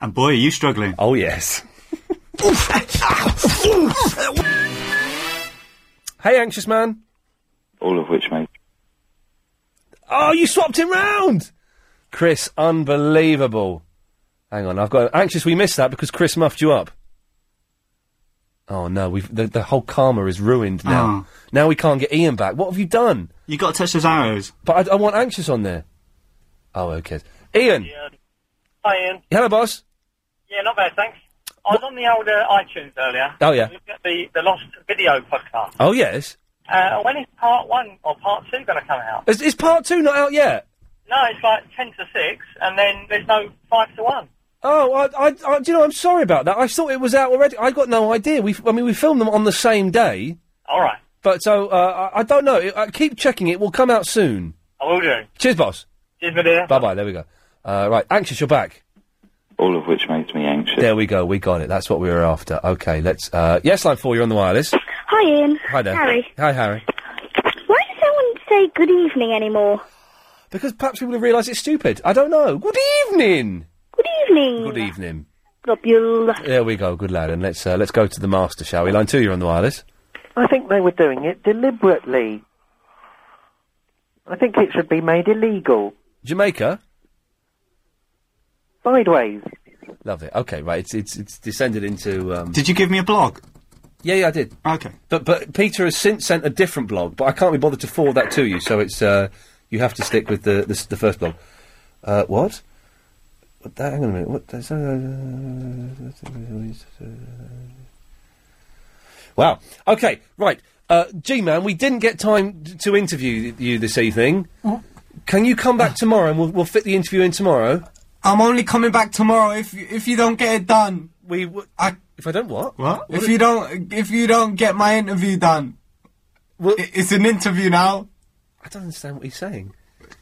[SPEAKER 3] And boy, are you struggling! Oh yes. hey, anxious man.
[SPEAKER 46] All of which, mate.
[SPEAKER 3] Oh, you swapped him round! Chris, unbelievable. Hang on, I've got anxious we missed that because Chris muffed you up. Oh no, we've the, the whole karma is ruined now. Now we can't get Ian back. What have you done? Ah. You got to touch those arrows. But I, I want anxious on there. Oh, okay. Ian.
[SPEAKER 8] Hi, Ian.
[SPEAKER 3] Hello, boss.
[SPEAKER 8] Yeah, not bad, thanks. I was on the old uh, iTunes earlier.
[SPEAKER 3] Oh, yeah.
[SPEAKER 8] Looking at the, the Lost Video podcast.
[SPEAKER 3] Oh yes.
[SPEAKER 8] Uh, when is part one or part two going to come out?
[SPEAKER 3] Is, is part two not out yet?
[SPEAKER 8] No, it's like 10 to 6, and then there's no 5 to 1.
[SPEAKER 3] Oh, I, I, I, do you know? I'm sorry about that. I thought it was out already. I got no idea. We, I mean, we filmed them on the same day.
[SPEAKER 8] All right.
[SPEAKER 3] But so uh, I, I don't know. I keep checking. It will come out soon.
[SPEAKER 8] I will do.
[SPEAKER 3] Cheers, boss.
[SPEAKER 8] Cheers, my dear.
[SPEAKER 3] Bye bye. There we go. Uh, right, anxious. You're back.
[SPEAKER 46] All of which makes me anxious.
[SPEAKER 3] There we go. We got it. That's what we were after. Okay, let's. Uh, yes, line four. You're on the wireless.
[SPEAKER 20] Hi, Ian.
[SPEAKER 3] Hi there.
[SPEAKER 20] Harry.
[SPEAKER 3] Hi, Harry.
[SPEAKER 20] Why does no one say good evening anymore?
[SPEAKER 3] Because perhaps people have realised it's stupid. I don't know. Good evening.
[SPEAKER 20] Good evening.
[SPEAKER 3] Good evening.
[SPEAKER 20] Globule.
[SPEAKER 3] There we go. Good lad. And let's uh, let's go to the master, shall we? Line two. You're on the wireless.
[SPEAKER 6] I think they were doing it deliberately. I think it should be made illegal.
[SPEAKER 3] Jamaica.
[SPEAKER 6] Sideways.
[SPEAKER 3] Love it. Okay, right. It's it's it's descended into. Um...
[SPEAKER 1] Did you give me a blog?
[SPEAKER 3] Yeah, yeah, I did.
[SPEAKER 1] Okay.
[SPEAKER 3] But but Peter has since sent a different blog, but I can't be bothered to forward that to you. So it's uh, you have to stick with the the, s- the first blog. Uh, what? what that, hang on a minute. What? That's, uh, wow. Okay. Right. Uh, G man, we didn't get time t- to interview you this evening.
[SPEAKER 1] Mm.
[SPEAKER 3] Can you come back tomorrow and we'll, we'll fit the interview in tomorrow?
[SPEAKER 1] I'm only coming back tomorrow if if you don't get it done.
[SPEAKER 3] We
[SPEAKER 1] I,
[SPEAKER 3] if I don't what
[SPEAKER 1] what if you don't if you don't get my interview done. I- it's an interview now.
[SPEAKER 3] I don't understand what he's saying.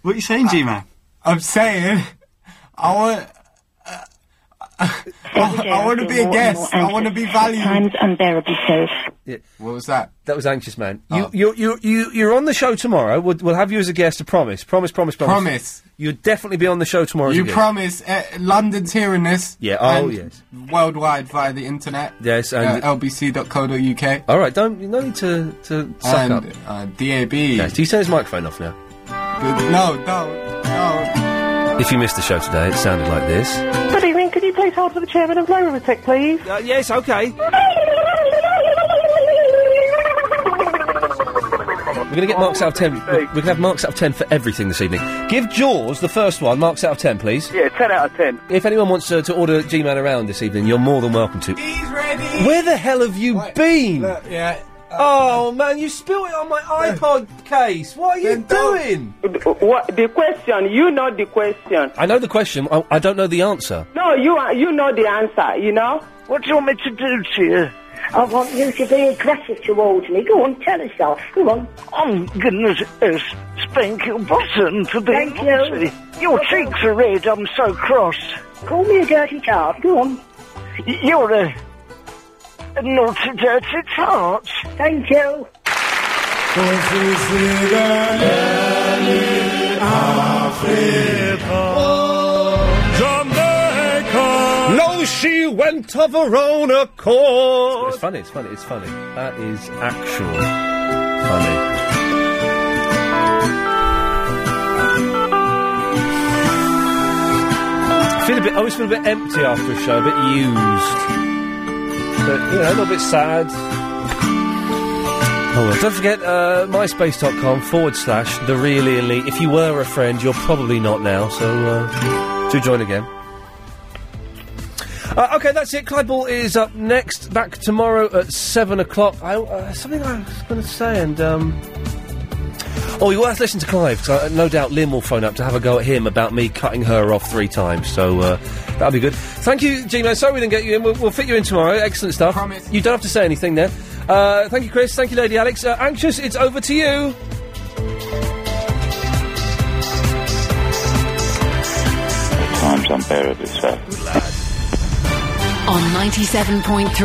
[SPEAKER 1] What are you saying, G-Man? I'm saying I want. I, Oh, I want to be a guest. I want to be valued.
[SPEAKER 30] Times unbearably so.
[SPEAKER 3] Yeah.
[SPEAKER 1] What was that?
[SPEAKER 3] That was anxious man.
[SPEAKER 1] Oh.
[SPEAKER 3] You, you, you, you, you're on the show tomorrow. We'll, we'll have you as a guest. I promise, promise, promise, promise.
[SPEAKER 1] Promise.
[SPEAKER 3] You'll definitely be on the show tomorrow. as a
[SPEAKER 1] You
[SPEAKER 3] guest.
[SPEAKER 1] promise uh, London's hearing this.
[SPEAKER 3] Yeah, oh,
[SPEAKER 1] and
[SPEAKER 3] yes.
[SPEAKER 1] Worldwide via the internet.
[SPEAKER 3] Yes, and-
[SPEAKER 1] uh, lbc.co.uk.
[SPEAKER 3] All right, don't you no need to to suck
[SPEAKER 1] and,
[SPEAKER 3] up.
[SPEAKER 1] Uh, DAB. Yes,
[SPEAKER 3] do you turn his microphone off now?
[SPEAKER 1] No, don't, don't.
[SPEAKER 3] If you missed the show today, it sounded like this.
[SPEAKER 6] Good evening. Could you please hold for the chairman of Low Tech, please?
[SPEAKER 3] Uh, yes, okay. We're going to get marks out of ten. We're going to have marks out of ten for everything this evening. Give Jaws the first one marks out of ten, please.
[SPEAKER 47] Yeah, 10 out of 10.
[SPEAKER 3] If anyone wants uh, to order G-Man around this evening, you're more than welcome to. Where the hell have you been?
[SPEAKER 1] yeah.
[SPEAKER 3] oh man, you spilled it on my iPod case. What are you doing?
[SPEAKER 14] What the question? You know the question.
[SPEAKER 3] I know the question. I, I don't know the answer.
[SPEAKER 14] No, you are, you know the answer. You know. What do you want me to do to you?
[SPEAKER 30] I want you to be aggressive towards me. Go on, tell us off. Go on.
[SPEAKER 5] Oh, goodness, yes. Spank your bottom for being
[SPEAKER 30] Thank you.
[SPEAKER 5] naughty. Your cheeks are red, I'm so cross.
[SPEAKER 30] Call me a dirty tart. Go on.
[SPEAKER 5] Y- You're a, a naughty, dirty tart.
[SPEAKER 30] Thank you.
[SPEAKER 3] Oh. No, she went of her own accord. It's funny. It's funny. It's funny. That is actual funny. Feel a bit. I always feel a bit empty after a show, a bit used, but you know, a little bit sad. Oh, well, don't forget uh, myspace.com forward slash the real Ian Lee. If you were a friend, you're probably not now, so uh, do join again. Uh, okay, that's it. Clyde Ball is up next. Back tomorrow at seven o'clock. I, uh, something I was going to say, and um, oh, you will have to listen to Clive. 'cause, uh, no doubt Lynn will phone up to have a go at him about me cutting her off three times. So uh, that'll be good. Thank you, Gino. Sorry we didn't get you in. We'll, we'll fit you in tomorrow. Excellent stuff. Promise. You don't have to say anything there. Uh, thank you, Chris. Thank you, Lady Alex. Uh, anxious. It's over to you.
[SPEAKER 46] Times unbearably so.
[SPEAKER 30] on 97.3